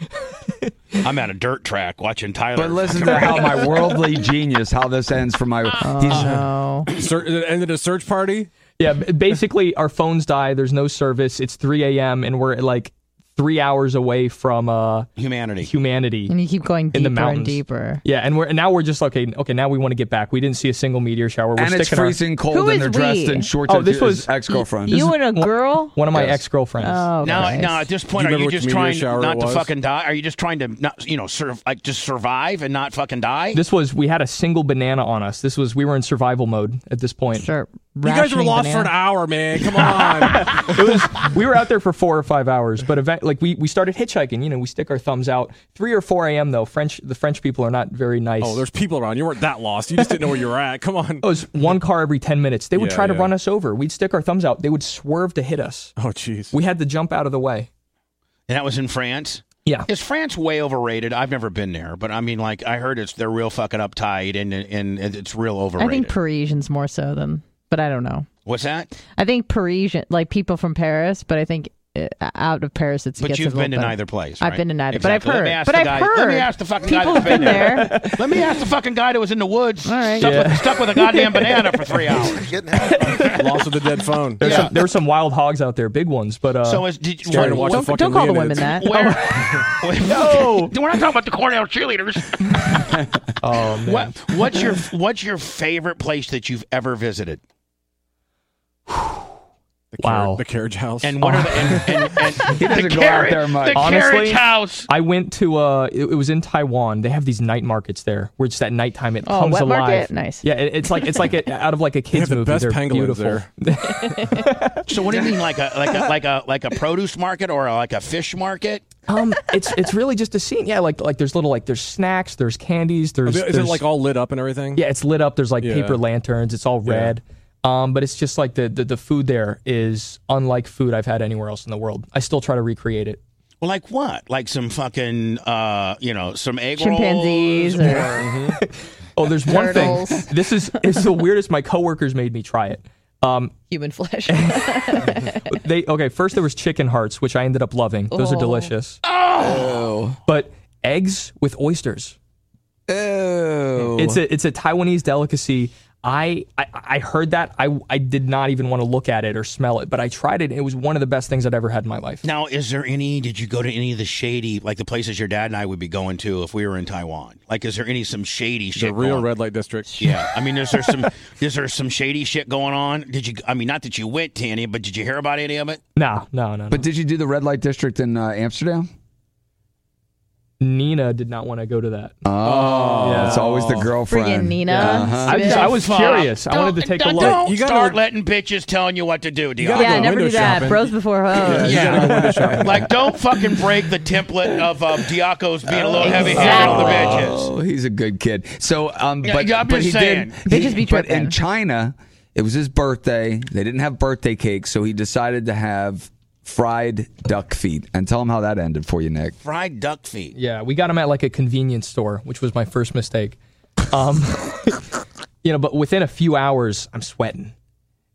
A: I'm at a dirt track watching Tyler.
D: But listen to how my worldly genius how this ends for my. he's,
B: Oh.
E: Ser- it ended a search party.
F: Yeah, b- basically our phones die. There's no service. It's 3 a.m. and we're like three hours away from uh,
A: humanity.
F: Humanity.
B: And you keep going
F: In
B: deeper
F: the
B: and
F: mountains.
B: deeper.
F: yeah, and we're and now we're just okay. Okay, now we want to get back. We didn't see a single meteor shower. We're
D: and it's
F: sticking our-
D: freezing cold,
B: Who
D: and they're
B: is
D: dressed
B: we?
D: in shorts.
F: Oh,
D: and
F: this
D: t- his
F: was-
D: ex-girlfriend.
F: This
B: You and a girl?
F: One of my
D: Yes.
F: ex girlfriends.
B: Oh,
A: Now,
B: Christ.
A: now at this point,
E: Do you
A: are you
E: remember
A: just
E: which meteor
A: trying
E: shower
A: not
E: it
A: to
E: was?
A: fucking die? Are you just trying to not, you know, serve like just survive and not fucking die?
F: This was we had a single banana on us. This was we were in survival mode at this point.
B: Start
E: You guys were
B: rationing
E: lost for an
B: banana.
E: hour, man. Come on.
F: it was we were out there for four or five hours, but event like we we started hitchhiking. You know, we stick our thumbs out. Three or four a.m. though. French the French people are not very nice.
E: oh, there's people around. You weren't that lost. You just didn't know where you were at. Come on.
F: It was one car every 10 minutes. They would
E: Yeah,
F: try to
E: yeah.
F: run us over. We'd stick our thumbs out. They would swerve to hit us.
E: Oh, jeez.
F: We had to jump out of the way.
A: and that was in France.
F: Yeah.
A: Is France way overrated? I've never been there, but I mean, like I heard it's they're real fucking uptight and and it's real
B: I
A: overrated.
B: think Parisians more so than, but I don't know.
A: What's that?
B: I think Parisian, like people from Paris, but I think uh, out of Paris, it's.
A: But
B: gets a
A: you've
B: little
A: been to
B: better.
A: neither place.
B: I've
A: right?
B: been to neither,
A: Exactly.
B: but I've
A: Let me
B: heard.
A: ask
B: But
A: the
B: I've
A: guy-
B: heard.
A: Let me ask the fucking
B: people
A: guy that's
B: have
A: been
B: been
A: there.
B: there.
A: Let me ask the fucking guy that was in the woods,
B: All right.
A: stuck,
F: Yeah.
A: with, stuck with a goddamn banana for three hours.
E: lost with a dead phone.
F: There's
A: Yeah.
F: some, there were some wild hogs out there, big ones, but uh,
A: So is did
E: Scared to watch
B: Don't,
E: the
B: don't
E: fucking
B: call the
E: reunion.
B: women that.
A: where? no, we're not talking about the Cornell cheerleaders.
F: oh, man.
A: What what's your what's your favorite place that you've ever visited?
E: The
F: Wow.
E: Carriage, the carriage house. Oh,
A: And what are the, and, and, and
F: He doesn't
A: the
F: go
A: carri-
F: out there
A: The
F: much.
A: carriage house.
F: I went to uh, it, it was in Taiwan. They have these night markets there, where just at nighttime it
B: Oh,
F: comes
B: wet
F: alive.
B: market. Nice.
F: Yeah, it, it's like it's like a, out of like a kids
E: the
F: movie.
E: best
F: They're
E: pangolins
F: beautiful.
E: there.
A: So what do you mean, like a like a like a like a produce market or a, like a fish market?
F: um, it's it's really just a scene. Yeah, like like there's little like there's snacks, there's candies, there's
E: Is it- is it
F: there's-
E: like all lit up and everything?
F: Yeah, it's lit up. There's like
E: Yeah.
F: paper lanterns. It's all
E: Yeah.
F: red. Um, but it's just like the, the the food there is unlike food I've had anywhere else in the world. I still try to recreate it.
A: Well, like what? Like some fucking uh, you know, some egg
B: Chimpanzees
A: rolls
B: or-
F: Oh, there's one thing.
B: Turtles.
F: This is it's the weirdest. My coworkers made me try it. Um,
B: Human flesh.
F: they okay. First there was chicken hearts, which I ended up loving. Those
B: Oh.
F: are delicious. Oh. But eggs with oysters.
D: Oh.
F: It's a it's a Taiwanese delicacy. I, I I heard that I I did not even want to look at it or smell it, but I tried it. and It was one of the best things I'd ever had in my life.
A: Now, is there any? Did you go to any of the shady, like the places your dad and I would be going to if we were in Taiwan? Like, is there any some shady shit?
E: The real
A: going-
E: red light district.
A: Yeah, I mean, is there some is there some shady shit going on? Did you? I mean, not that you went to any, but did you hear about any of it?
F: No, no, no.
D: But did you do the red light district in uh, Amsterdam?
F: Nina did not want to go to that.
D: Oh, it's always the girlfriend. Uh-huh.
B: Friggin' Nina.
F: I was- I was
A: Fuck.
F: curious. I wanted to
A: Don't-
F: take a
A: don't-
F: look.
A: Don't
F: You gotta-
A: start letting bitches telling you what to do, Dion.
B: yeah, never do that. Bros before hoes.
A: like don't fucking break the template of um, Diaco's being a little heavy-handed on the bitches.
D: Oh, he's a good kid. So, um,
A: Yeah,
D: but,
A: yeah, I'm
D: but
A: just
D: he
A: saying.
D: did.
A: Bitches
D: he-
A: be
D: but
A: tripping.
D: in China, it was his birthday. They didn't have birthday cake, so he decided to have fried duck feet. And tell him how that ended for you, Nick.
A: Fried duck feet.
F: Yeah, we got them at like a convenience store, which was my first mistake. Um, you know, but within a few hours, I'm sweating,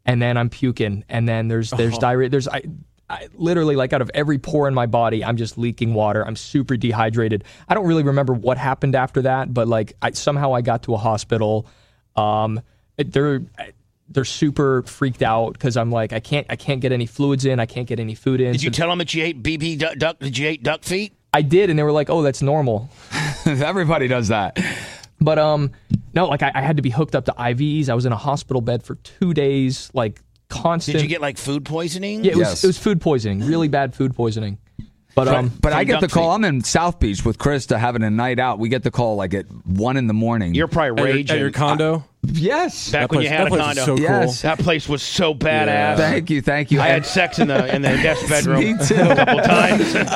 F: and then I'm puking, and then there's there's
K: Oh.
F: diarrhea. There's I, I literally like out of every pore in my body, I'm just leaking water. I'm super dehydrated. I don't really remember what happened after that, but like I, somehow I got to a hospital. Um, it- they're they're super freaked out because I'm like I can't I can't get any fluids in. I can't get any food in.
A: Did
F: so
A: you tell them that you ate BB duck? duck did you ate duck feet?
F: I did, and they were like, "Oh, that's normal."
D: Everybody does that.
F: But um, no, like I, I had to be hooked up to IVs. I was in a hospital bed for two days, like constant.
A: Did you get like food poisoning?
F: Yeah, it was it was food poisoning, really bad food poisoning. But um,
D: but I get the call. I'm in South Beach with Krista having a night out. We get the call like at one in the morning. You're
A: probably
E: At your, at your condo?
D: yes.
A: Back
E: That
A: when you
E: place-
A: had
E: that
A: a
E: place is
A: condo,
E: so cool.
D: Yes.
A: that place was so badass.
D: Thank you, thank you.
A: I had
D: And-
A: sex in the in the guest bedroom.
D: Me too.
A: A couple times.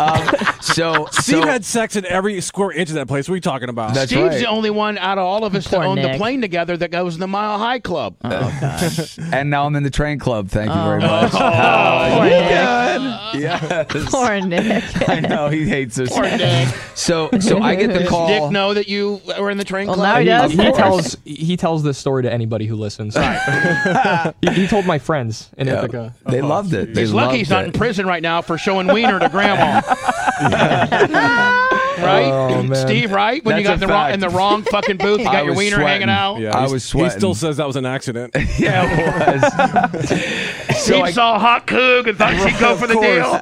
D: so
E: Steve
D: so-
E: had sex in every square inch of that place. What are you talking about?
D: That's
A: Steve's
D: right.
A: the only one out of all of us
E: Poor
A: that owned
E: Nick.
A: the plane together that goes in the Mile High Club.
D: and now I'm in the train club. Thank you
A: Oh.
D: very much.
B: Poor
D: Nick. Yes.
B: Poor Nick.
D: I know he hates us.
A: Poor Nick.
D: So so I get the
A: Does
D: call.
A: Dick know that you were in the train club?
F: Uh, He, he tells he tells this story to anybody who listens. he, he told my friends in Ithaca.
D: They loved it. They
A: He's lucky he's not in prison right now for showing wiener to grandma. right,
D: Oh, man.
A: Steve? Right when you got
E: That's
A: in the
E: a
A: wrong
E: fact.
A: in the wrong fucking booth, you
E: I
A: got your
E: was
A: wiener
E: sweating.
A: hanging out.
E: Yeah, he's- He still says that was an accident. yeah,
D: it was.
A: Steve saw a hot coog and thought she'd go for the deal.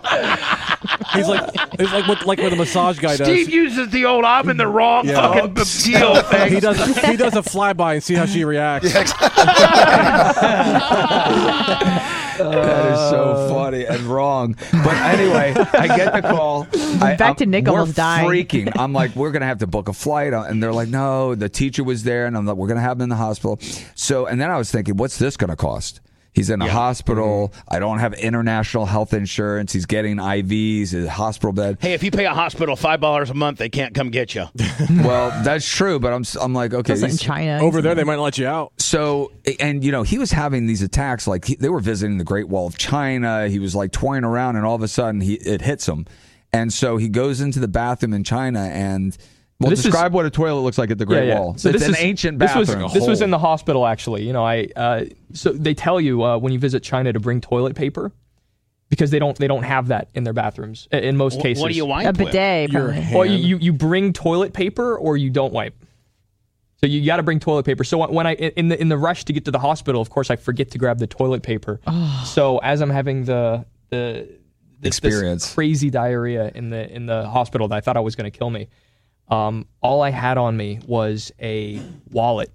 E: He's like, it's like what, like what a massage guy does.
A: Steve uses the old "I'm in the wrong
E: Yeah.
A: fucking b- deal" thing.
E: he does. He does a flyby and see how she reacts.
D: That is
B: Uh.
D: so funny and wrong. But anyway, I get the call. I,
B: Back to Nick
D: we're
B: almost dying.
D: Freaking. I'm like, we're gonna have to book a flight, and they're like, no. The teacher was there, and I'm like, we're gonna have him in the hospital. So, and then I was thinking, what's this gonna cost? He's in a hospital. I don't have international health insurance. He's getting IVs. His hospital bed.
A: Hey, if you pay a hospital five dollars a month, they can't come get you.
D: well, that's true, but I'm s- I'm like, okay,
E: That's in
D: these-
B: China.
E: Over there, they might not let you out.
D: So, and you know, he was having these attacks like he, they were visiting the Great Wall of China. He was like toying around, and all of a sudden, he it hits him, and so he goes into the bathroom in China and. Well,
F: This is-
D: describe what a toilet looks like at the Great Wall. it's an ancient bathroom.
F: This was, this was in the hospital, actually. You know, I uh, so they tell you uh, when you visit China to bring toilet paper because they don't they don't have that in their bathrooms i- in most
A: Wh- what
F: cases.
A: do you wipe A with? bidet, Your probably.
F: Well,
A: hand.
F: you you bring toilet paper or you don't wipe. So you got to bring toilet paper. So when I in the in the rush to get to the hospital, of course, I forget to grab the toilet paper. so as I'm having the the this, this
D: Experience.
F: crazy diarrhea in the in the hospital that I thought I was going to kill me. Um, all I had on me was a wallet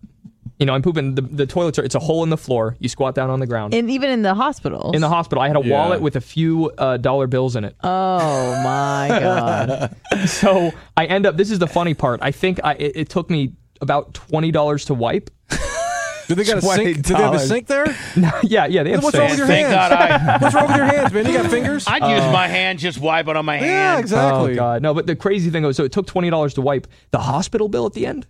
F: You know, I'm pooping. The, the toilets are, it's a hole in the floor. You squat down on the ground.
B: And even in the hospital.
F: in the hospital, I had a
B: Yeah.
F: wallet with a few uh, dollar bills in it.
B: Oh my god.
F: so I end up. This is the funny part. I think I it, it took me about twenty dollars to wipe.
E: Do they got a sink? Do they have a sink there?
F: yeah, yeah. They have
E: What's wrong with
F: sinks.
E: your hands? What's wrong with your hands, man? You got fingers?
A: I'd use my hand, just wipe it on my hand.
F: Oh god, no. But the crazy thing was, so it took twenty dollars to wipe. The hospital bill at the end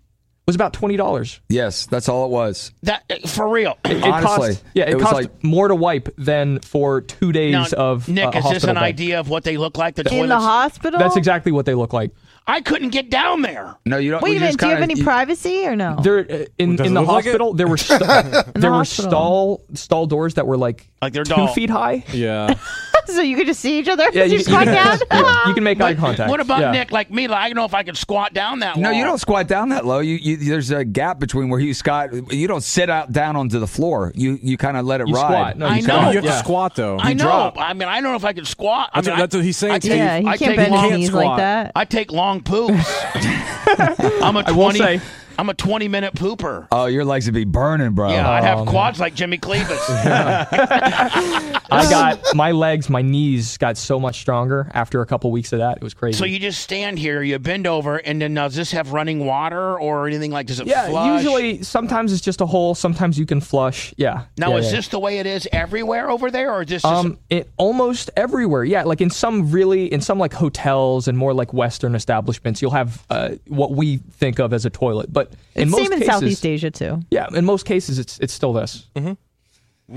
F: was about twenty dollars.
D: Yes, that's all it was.
A: That for real.
D: Honestly,
F: cost, yeah, it,
D: it was
F: cost
D: like-
F: more to wipe than for two days
A: Now,
F: of
A: Nick,
F: uh,
A: is this
F: hospital
A: an
F: bed.
A: idea of what they look like? The
B: In the
A: toilets?
B: hospital?
F: That's exactly what they look like.
A: I couldn't get down there.
D: No, you
B: Wait a minute. Do you have any privacy or no?
F: There uh, in
B: Oh. Does
F: in
B: it
F: the
B: look like it?
F: hospital there were st- there were
B: hospital.
F: stall stall doors that were like
A: like they're
F: two
A: doll.
F: feet high.
E: Yeah,
B: so you could just see each other.
F: yeah.
B: you,
F: You,
B: just
F: you
B: walk
F: can,
B: down.
F: yeah, you can make eye contact.
A: What about
D: Yeah.
A: Nick? Like me, like, I don't know if I could squat down that.
D: No,
A: long.
D: you don't squat down that low. You, you there's a gap between where you squat. You don't sit out down onto the floor. You you kind of let it
E: You
D: ride.
E: squat. No, you I squat. know. You have to squat, though.
A: I
D: You
A: know.
D: drop.
A: I mean, I don't know if I could squat. I
E: That's
A: mean,
E: what- that's what he's saying,
A: I take-
E: Yeah, he
A: I take
E: can't bend his
A: long-
E: knees like Squat. that.
A: I take long poops. I'm a
D: I will
A: twenty.
D: say-
A: I'm a twenty minute pooper.
D: Oh, your legs would be burning, bro.
A: Yeah, I'd have quads like Jimmy Clevis.
B: Um,
F: I got my legs, my knees got so much stronger after a couple weeks of that. It was crazy.
A: so you just stand here, you bend over, and then now, does this have running water or anything like? Does it
F: yeah,
A: flush?
F: usually sometimes it's just a hole. Sometimes you can flush. Yeah.
A: Now,
F: Yeah,
A: is
F: yeah.
A: this the way it is everywhere over there, or is this just
F: Um, it almost everywhere. Yeah, like in some really in some like hotels and more like Western establishments, you'll have uh, what we think of as a toilet. But in
B: It's
F: most
B: same in
F: cases,
B: Southeast Asia too.
F: Yeah, in most cases, it's it's still this.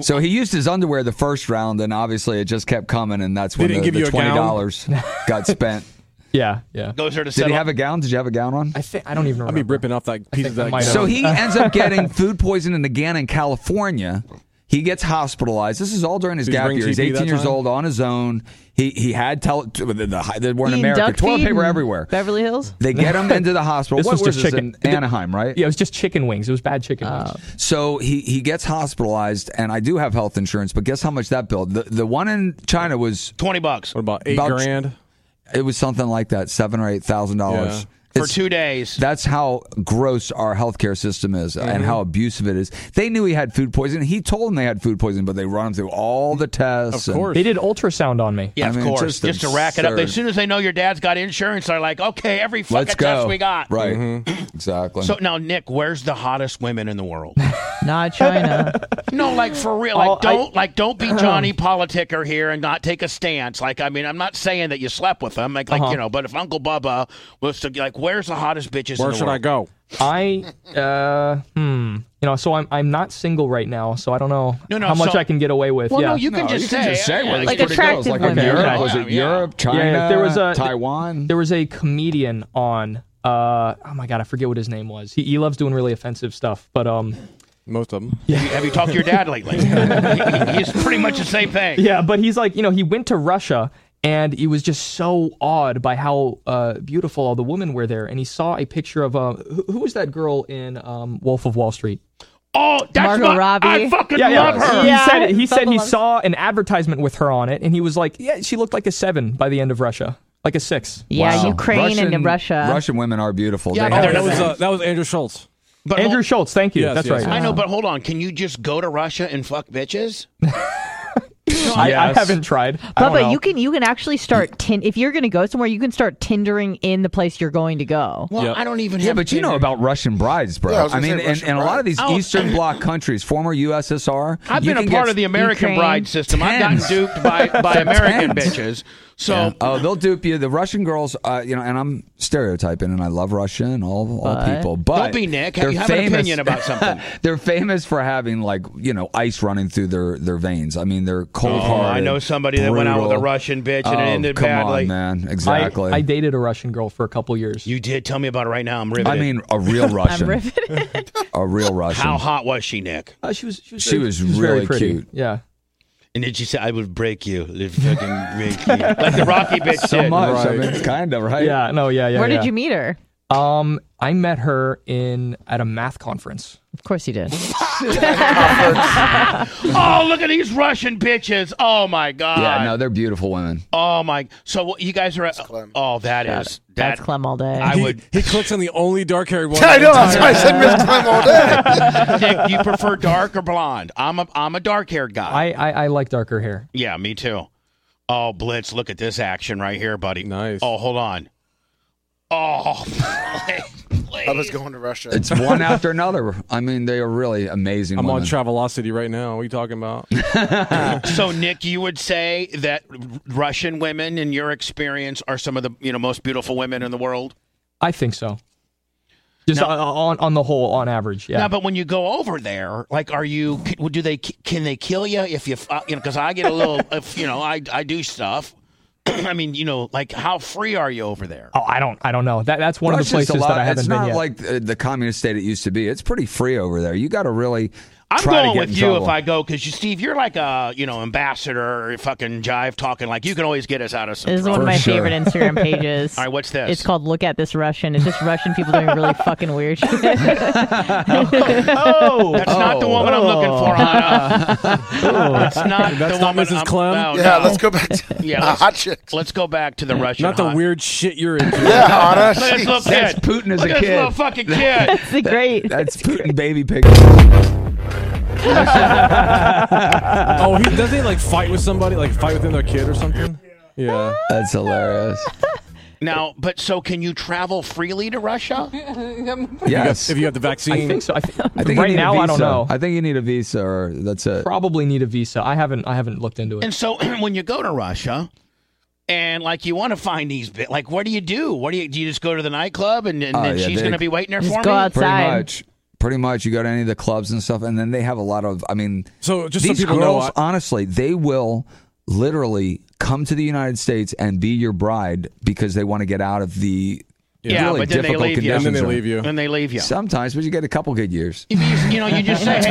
D: So he used his underwear the first round, and obviously it just kept coming, and that's when
F: They
D: the,
F: didn't give
D: the
F: you a
D: twenty
F: gown?
D: dollars got spent.
F: Yeah, yeah.
A: Goes there to
D: Did he
A: settle-
D: have a gown? Did you have a gown on?
F: I think I don't even.
E: I'd
F: remember.
E: be ripping off that piece of
F: I
E: that.
F: might
D: So he ends up getting food poisoning again in California. He gets hospitalized. This is all during his
E: Did you
D: gap
E: bring
D: year. He's
E: TP
D: 18
E: that
D: years
E: time?
D: old on his own. He he had tele- t- the, the, there weren't in
B: Eating
D: America.
B: duck
D: Toilet
B: feed
D: paper
B: in
D: everywhere.
B: Beverly Hills.
D: They get him into the hospital.
F: This
D: What
F: was
D: was
F: just
D: this,
F: chicken.
D: in Anaheim, right?
F: Yeah, it was just chicken wings. It was bad chicken
B: Uh,
F: wings.
D: So he, he gets hospitalized, and I do have health insurance, but guess how much that billed? The the one in China was
A: twenty bucks. What
E: about eight grand?
D: It was something like that, seven or eight thousand
A: Yeah.
D: dollars
A: For two days.
D: That's how gross our healthcare system is,
A: Mm-hmm.
D: and how abusive it is. They knew he had food poisoning. He told them they had food poisoning, but they run him through all the tests. and-
F: They did ultrasound on me.
D: Yeah, I of mean, course, just
A: just to rack it up?
D: absurd.
A: As soon as they know your dad's got insurance, they're like, okay, every fucking
D: Let's go.
A: test we got.
D: Right.
A: Mm-hmm.
D: Exactly.
A: So now, Nick, where's the hottest women in the world?
B: Not China.
A: no, like for real. Like don't like don't be Johnny Politicker here and not take a stance. Like I mean, I'm not saying that you slept with them. Like like
F: Uh-huh.
A: you know, but if Uncle Bubba was to like, where's the hottest bitches? in
E: Where
A: the
E: should
A: world?
E: I go?
F: I uh hmm. You know, so I'm I'm not single right now, so I don't know
A: No, no,
F: how much
A: so-
F: I can get away with.
A: Well,
F: yeah.
A: no, you can No, just you can say, just say yeah, where these like pretty girls, attractive like in women. Europe, was it Europe,
D: China,
F: there was a,
D: Taiwan?
F: There was a comedian on. Uh, oh my god, I forget what his name was. He, he loves doing really offensive stuff, but um,
E: most of them.
A: Have you- Have you talked to your dad lately? He- He's pretty much the same thing.
F: Yeah, but he's like, you know, he went to Russia and he was just so awed by how uh, beautiful all the women were there. And he saw a picture of uh, who, who was that girl in um, Wolf of Wall Street?
A: Oh, that's
B: Margot
A: my,
B: Robbie.
A: I fucking
F: Yeah, yeah.
A: love her.
F: He said it- he said he saw an advertisement with her on it, and he was like, "Yeah, she looked like a seven by the end of Russia, like a six.
D: Wow. Russian- Russian women are beautiful.
F: Yeah,
D: They
F: but
D: have-
F: that was,
E: Uh, that was Andrew Schultz.
A: But
F: Andrew Schultz, thank you.
E: Yes,
F: That's
E: yes,
F: right.
D: Um,
A: I know, but hold on. Can you just go to Russia and fuck bitches?
F: I, I
A: Yes.
F: haven't tried. I don't know.
B: Bubba, you can you can actually start tin if you're gonna go somewhere, you can start tindering in the place you're going to go.
A: Well, I don't even
D: Yeah,
A: have.
D: but you know
A: Tinder.
D: about Russian brides, bro.
A: Yeah, I was
D: I,
A: gonna
D: mean,
A: say
D: in,
A: Russian
D: in a lot of these
A: brides. Oh.
D: Eastern Bloc countries, former USSR.
A: I've
D: you
A: been a
D: can
A: part
D: get
A: of the American
D: Ukraine.
A: bride system. I've gotten
D: Tens.
A: duped by, by American bitches. So uh,
D: Yeah. oh, they'll dupe you. The Russian girls, uh, you know, and I'm stereotyping, and I love Russia and all, all
A: But-
D: people. But
A: Don't be Nick.
D: they're
A: You have an
D: famous-
A: opinion about something.
D: they're famous for having like you know ice running through their their veins. I mean, they're cold
A: Oh,
D: hard.
A: I know somebody that went out with a Russian bitch and it ended
D: come
A: badly.
D: On, man, exactly.
F: I, I dated a Russian girl for a couple years.
A: You did. Tell me about it right now. I'm riveted.
D: I mean, a real Russian. a real Russian.
A: How hot was she, Nick?
F: Uh, she was. She was,
D: She
F: very-
D: was
F: she was very
D: really
F: pretty.
D: cute.
F: Yeah.
A: And did she say, "I would break you, if fucking break you," like the Rocky bitch
D: so
A: did?
D: much. I mean, it's kind of right.
F: Yeah. No. Yeah. Yeah.
B: Where
F: yeah.
B: did you meet her?
F: Um, I met her in at a math conference.
B: Of course, you did.
A: oh, look at these Russian bitches. Oh my god.
D: Yeah, no, they're beautiful women.
A: Oh my. So you guys are. At, oh, that
B: Shout
A: is that.
B: That's Clem all day.
A: I would.
E: He clicks on the only dark haired one.
A: I know,
E: That's
A: that's why I said Miss
E: Clem
A: Nick, you prefer dark or blonde? I'm a I'm a dark haired guy.
F: I, I I like darker hair.
A: Yeah, me too. Oh, Blitz, look at this action right here, buddy. Nice. Oh, hold on. Oh,
C: I was going to Russia.
D: It's one after another. I mean, they are really amazing.
E: I'm on
D: women.
E: Travelocity right now. What are you talking about?
A: so Nick, you would say that R- Russian women, in your experience, are some of the you know most beautiful women in the world.
F: I think so. Just on, on on the whole, on average, yeah.
A: Now, but when you go over there, like, are you? c- Do they? Can they kill you if you? uh, You know, because I get a little. if you know, I I do stuff. I mean, you know, like, how free are you over there?
F: oh, I don't I don't know. That that's one
D: Russia's
F: of the
D: a
F: places
D: lot-
F: that I haven't
D: It's
F: been
D: not
F: yet.
D: like uh, the communist state it used to be. It's pretty free over there. You got to really.
A: I'm
D: try to
A: going
D: get
A: with
D: in
A: you
D: trouble.
A: if I go because you, Steve, you're like a you know ambassador, or fucking jive talking. Like you can always get us out of some.
B: This is one of
A: trouble.
B: my favorite Instagram pages.
A: All right, what's this?
B: It's called "Look at this Russian." It's just Russian people doing really fucking weird shit.
A: oh, that's not the woman I'm looking for, Hannah.
B: Oh.
A: That's not
E: That's
A: the
E: not
A: woman
E: Mrs.
A: I'm-
E: Clem?
A: no,
E: Yeah,
A: Oh, no.
E: let's go
C: back to
A: yeah,
C: the
A: let's,
C: hot chicks.
A: Let's go back to the Russian.
E: Not the
A: hot-
E: weird shit you're into.
A: Yeah, Look at this little
D: That's
A: kid.
D: Putin as
A: Look
D: a
A: at this
D: kid.
A: little fucking kid.
B: That's great.
D: That's Putin baby picture.
E: oh, he doesn't he like fight with somebody, like fight within their kid or something. Yeah,
D: that's hilarious.
A: Now, but so can you travel freely to Russia?
D: Yes.
E: if you have the vaccine.
F: I think so. I, think
D: I think you
F: right
D: need a
F: now I don't
D: visa.
F: know.
D: I think you need a visa, or that's it.
F: probably need a visa. I haven't I haven't looked into it.
A: And so when you go to Russia and like you want to find these bit like what do you do? What do you do you just go to the nightclub and, and,
D: Oh,
A: then
D: yeah,
A: she's
D: they-
A: going to be waiting there for me?
D: Pretty much. Pretty much, you go to any of the clubs and stuff, and then they have a lot of. I mean,
E: So, just so
D: these
E: people know,
D: girls,
E: I-
D: honestly, they will literally come to the United States and be your bride because they want to get out of the
A: Yeah,
D: really
A: but then they
D: difficult
A: leave you. And
D: conditions.
A: then they
D: they're in.
A: leave you. Then they leave you.
D: Sometimes, but you get a couple good years.
A: You know, you just say, hey,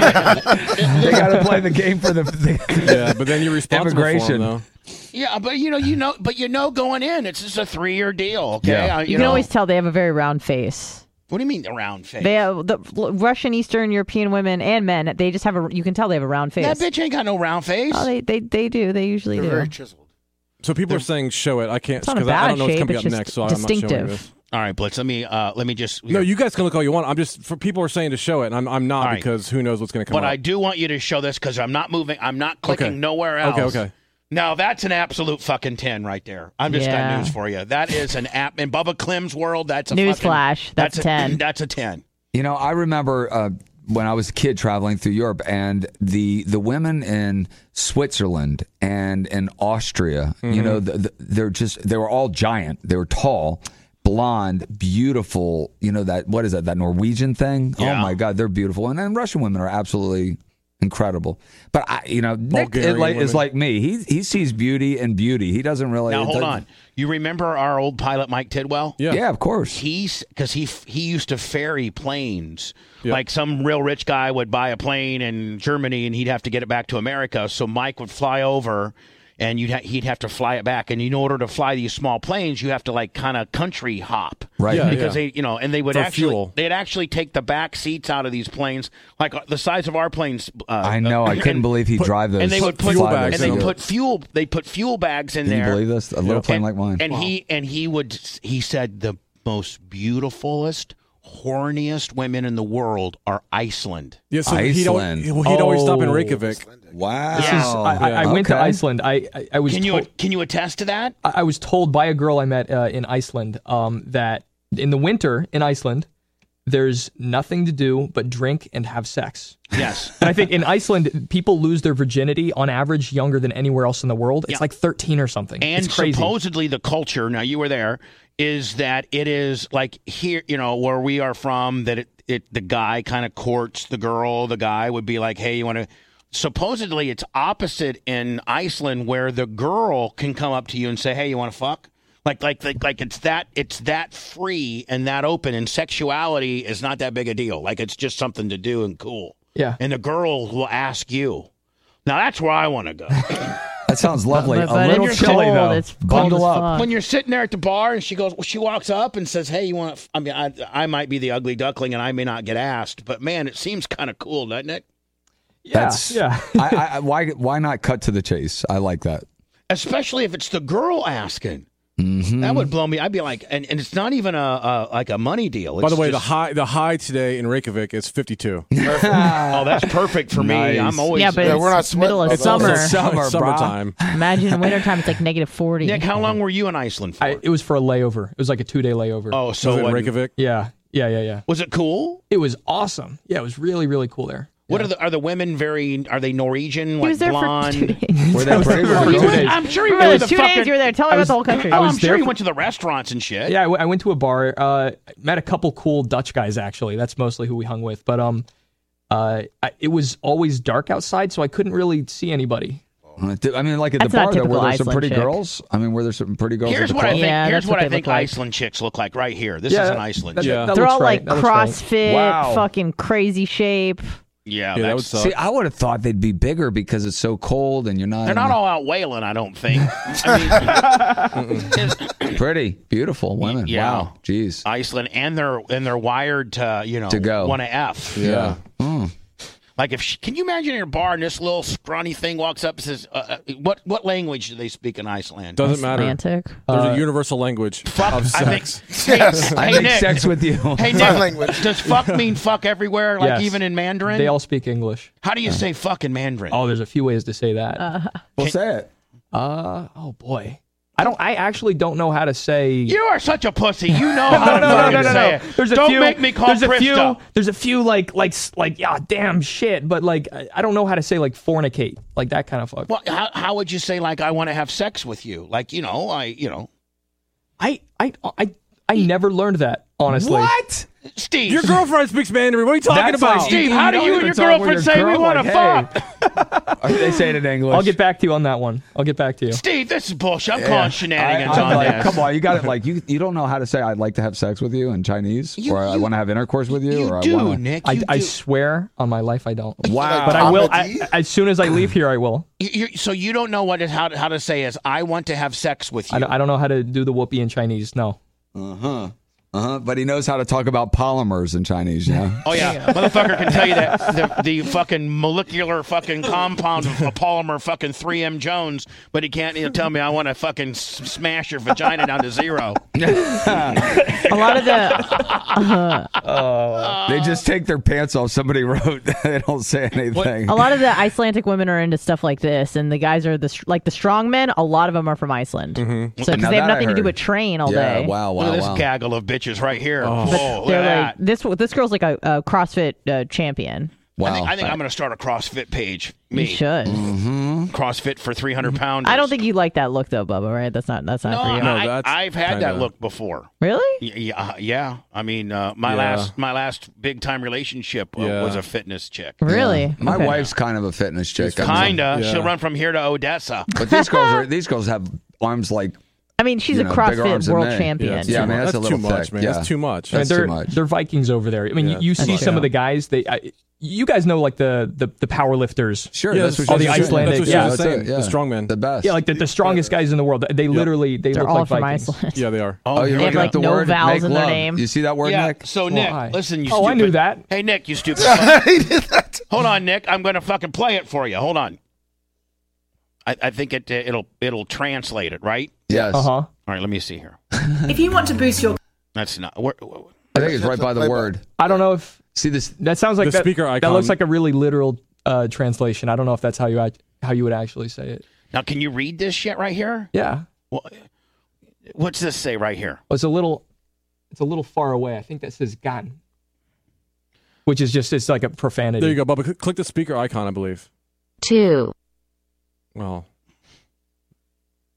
D: they got to play the game for the, the
E: yeah, but then you're responsible for
D: immigration.
E: them, though.
A: yeah, but you know, you know, but you know going in, it's just a 3-year deal, okay?
D: Yeah.
A: Uh,
B: you,
A: you
B: can
A: know,
B: always tell they have a very round face.
A: What do you mean around face?
B: They have the Russian, Eastern European women and men. They just have a. You can tell they have a round face.
A: that bitch ain't got no round face.
B: Oh, they, they they do. They usually do.
C: chiseled.
E: So people are saying show it. I can't
B: It's not a
E: because I
B: bad
E: don't know what's
B: shape,
E: coming up
B: it's just
E: next, so I'm not showing
B: distinctive.
E: this.
A: All right, Blitz, let me uh let me just
E: No, you guys can look all you want. I'm just for people are saying to show it, and I'm I'm not
A: All right.
E: because who knows what's going to come
A: But
E: up.
A: I do want you to show this cuz I'm not moving. I'm not clicking
E: Okay.
A: nowhere else.
E: Okay, okay.
A: Now that's an absolute fucking ten right there. I'm just
B: Yeah.
A: got news for you. That is an app in Bubba Clem's world. That's a fucking,
B: Newsflash, that's
A: a
B: 10.
A: That's a ten.
D: You know, I remember uh, when I was a kid traveling through Europe, and the the women in Switzerland and in Austria, you know,
A: Mm-hmm.
D: th th they're just they were all giant. They were tall, blonde, beautiful. You know that what is that that Norwegian thing? Oh
A: Yeah.
D: my God, they're beautiful. And then Russian women are absolutely. Incredible, but I, you know, Nick is
E: Bulgarian
D: like, is
E: women.
D: like me. He he sees beauty and beauty. He doesn't really.
A: Now
D: it
A: hold
D: doesn't-
A: on. You remember our old pilot Mike Tidwell?
D: Yeah. of course.
A: He's because he f- he used to ferry planes. Like some real rich guy would buy a plane in Germany and he'd have to get it back to America. So Mike would fly over, and you'd ha- he'd have to fly it back. And in order to fly these small planes, you have to like kind of country hop,
D: Right. Yeah,
A: because
E: yeah.
A: they you know and they would
E: For
A: actually
E: fuel.
A: they'd actually take the back seats out of these planes, like uh, the size of our planes. Uh,
D: I know. I couldn't believe he drive those.
A: and they would put
D: fly
A: and
D: those
A: they
D: things.
A: put fuel they put fuel bags in
D: Can you
A: there.
D: believe this? A little plane
A: and,
D: like mine.
A: And he and he would he said the most beautifulest, horniest women in the world are Iceland.
E: yeah, so he'd al-
D: Iceland.
E: He'd, always stop in
F: Oh.
E: Reykjavik.
D: Wow.
F: This is, I, I, I went to Iceland. I I, I was
A: Can you
F: told-
A: can you attest to that?
F: I I was told by a girl I met uh, in Iceland um, that in the winter in Iceland, there's nothing to do but drink and have sex.
A: Yes.
F: And I think in Iceland, people lose their virginity on average younger than anywhere else in the world. It's
A: Yeah.
F: like 13 or something.
A: And
F: it's crazy.
A: supposedly the culture, now you were there, is that it is like here, you know, where we are from, that it, it the guy kind of courts the girl, the guy would be like, "Hey, you want to Supposedly it's opposite in Iceland where the girl can come up to you and say, "Hey, you want to fuck?" Like like like like it's that it's that free and that open and sexuality is not that big a deal. Like it's just something to do and cool.
F: Yeah.
A: And the girl will ask you. Now that's where I want to go.
D: That sounds lovely.
A: But-
D: a
A: but
D: little
A: it's
D: chilly
A: cold.
D: though.
A: It's cold
D: Bundle
A: as
D: up.
A: When you're sitting there at the bar and she goes, well, she walks up and says, "Hey, you want?" f-" I mean, I, I might be the ugly duckling and I may not get asked, but man, it seems kind of cool, doesn't it?
D: That's, yeah. I, I- I, why why not cut to the chase? I like that.
A: Especially if it's the girl asking. That would blow me. I'd be like, and, and it's not even a, a like a money deal.
E: By the
A: It's
E: way,
A: just-
E: the high the high today in Reykjavik is 52.
A: oh, that's perfect for me. I'm always
B: yeah, but it's middle of
E: It's
B: summer.
E: also summer, summertime.
B: Imagine in wintertime, it's like negative 40.
A: Nick, how long were you in Iceland for?
F: I, it was for a layover. It was like a two day layover.
A: Oh, so Was it in when- Reykjavik?
F: Yeah, yeah, yeah, yeah.
A: Was it cool?
F: It was awesome. Yeah, it was really, really cool there.
A: What are the are the women very? Are they Norwegian? Like
F: was there for
A: blonde?
F: two days.
A: Were
F: Were they I was brave there for or two not? days.
A: I'm sure he
F: I
A: went
F: was-
A: to the
F: two days
A: fucking-
F: you were there. Tell me I about was- the whole country.
A: Oh,
F: I
A: I'm
F: was
A: sure
F: there
A: he
F: for-
A: went to the restaurants and shit.
F: Yeah, I w- I went to a bar. Uh, met a couple cool Dutch guys actually. That's mostly who we hung with. But um, uh, I, it was always dark outside, so I couldn't really see anybody.
D: I mean, like at
F: That's
D: the bar, though, were
F: not typical
D: there some
F: Iceland
D: pretty
F: chick.
D: girls? I mean, were there some pretty girls?
A: Here's
D: at the
A: what I
D: club?
A: think. here's what, I think Iceland chicks look like right here. This
D: Yeah,
A: is an Iceland.
D: that-
A: chick.
D: that- that
B: They're
D: looks
B: all
D: right.
B: like
D: That looks right.
B: CrossFit,
D: Wow.
B: fucking crazy shape.
A: yeah,
D: that
A: that's-
D: would See, I would have thought they'd be bigger because it's so cold and you're not.
A: They're
D: in
A: not
D: the-
A: all out whaling, I don't think. I mean,
D: pretty, beautiful women.
A: yeah.
D: Wow, jeez.
A: Iceland, and they're and they're wired to you know
D: To go.
A: one to f.
D: Yeah.
A: Like if she, can you imagine in a bar and this little scrawny thing walks up and says, uh, uh, "What what language do they speak in Iceland?"
E: Doesn't matter. There's
A: Uh,
E: a universal language of
A: I think-
E: sex.
A: Hey, hey, Nick. Hey, Nick,
E: language.
A: does fuck mean fuck everywhere? Like
F: Yes.
A: even in Mandarin?
F: They all speak English.
A: How do you say fuck in Mandarin?
F: Oh, there's a few ways to say that.
B: Uh-huh.
D: well, say it.
F: Uh, oh boy, I don't. I actually don't know how to say.
A: You are such a pussy. You know
F: Oh,
A: how to fucking say it.
F: There's a
A: Don't
F: few,
A: make me call
F: There's a
A: Krista.
F: few. There's a few like like s- like yeah, damn shit. But like I, I don't know how to say like fornicate, like that kind of fuck.
A: Well, how, how would you say like I want to have sex with you? Like you know, I you know,
F: I I I I never learned that honestly.
E: What?
A: Steve,
E: your girlfriend speaks Mandarin. What are you talking
F: That's
E: about?
F: like- Steve, how do you and your girlfriend say we wanna
D: they say it in English.
F: I'll get back to you on that one. I'll get back to you.
A: Steve, this is bullshit. I'm
D: Yeah.
A: calling shenanigans
D: I- I'm
A: on this.
D: like, Come on, you got it. Like you, you don't know how to say I'd like to have sex with you in Chinese, or I want to have intercourse with you, or I want to.
F: I, I swear on my life, I don't.
D: Wow.
F: But I will. I,
A: Comedy?
F: as soon as I leave here, I will.
A: You, you, so you don't know what is how to, how to say is I want to have sex with you.
F: I don't, I don't know how to do the whoopee in Chinese. No.
D: Uh huh. Uh huh. But he knows how to talk about polymers in Chinese. You know?
A: Oh yeah, motherfucker can tell you that the, the fucking molecular fucking compound of a polymer fucking 3M Jones, but he can't he'll tell me I want to fucking s- smash your vagina down to zero.
B: A lot of the.
D: they just take their pants off. Somebody wrote. they don't say anything.
B: A lot of the Icelandic women are into stuff like this, and the guys are the str- like the strong men. A lot of them are from Iceland,
D: Mm-hmm.
B: so because
A: Now
B: they have
A: that I
B: nothing to do but
A: heard.
B: train all day.
A: Look at this gaggle of bitches right here. Whoa, Oh, look
B: They're
A: at that.
B: like this. This girl's like a, a CrossFit uh, champion.
A: I think, I think I'm going to start a CrossFit page.
B: You
A: Me
B: should.
D: Mm.
B: Mm-hmm.
A: CrossFit for 300 pounds.
B: I don't think you like that look though, Bubba. Right? That's not. That's
A: No,
B: not for you.
A: Oh, I, have had that look before.
B: Really?
A: Y- Yeah, yeah. I mean, uh, my
D: Yeah.
A: last my last big time relationship uh,
D: Yeah.
A: was a fitness chick.
D: Yeah. My wife's kind of a fitness chick. I mean,
A: Kinda. She'll run from here to Odessa.
D: But these girls are. These girls have arms like.
B: I mean, she's
D: you
B: a
D: know, bigger arms
B: CrossFit
D: than
B: world
D: men.
B: champion.
D: Yeah, I mean, that's, a little thick. Yeah.
F: I mean,
D: That's
F: they're,
D: too much.
F: They're Vikings over there. I mean,
D: Yeah.
F: you, you
D: That's
F: see
D: much.
F: some
D: Yeah.
F: of the guys. They, I, you guys know, like the the, the power lifters.
D: Sure, Yeah, that's that's what
F: all
D: what she she was
F: the
D: was saying. saying.
F: Icelandic.
D: That's what she
F: yeah,
D: was saying. Yeah. The strongmen. The best.
F: Yeah, like the, the strongest guys in the world. They literally they
D: They're
F: look
D: all
F: like
D: from
F: Vikings.
D: Iceland.
E: Yeah, they are.
D: Oh, you're looking at the word make love. You see that word,
A: yeah.
D: Nick?
A: So Nick, listen. You
F: oh,
A: stupid.
F: I knew that.
A: Hey Nick, you stupid. fuck. Hold on, Nick. I'm going to fucking play it for you. Hold on. I, I think it uh, it'll it'll translate it right.
D: Yes. Uh-huh.
A: All right. Let me see here.
T: If you want to boost your
A: That's not. Where, where-
D: I think it's right by the word.
F: I don't know if
D: see this.
F: That sounds like
D: the
F: that,
D: speaker
F: That
D: icon.
F: looks like a really literal uh, translation. I don't know if that's how you act, how you would actually say it.
A: now, can you read this shit right here?
F: Yeah.
A: Well, what's this say right here?
F: Oh, it's a little, it's a little far away. I think that says "gan," which is just it's like a profanity.
E: There you go, Bubba. Cl- Click the speaker icon, I believe.
F: Two.
E: Well,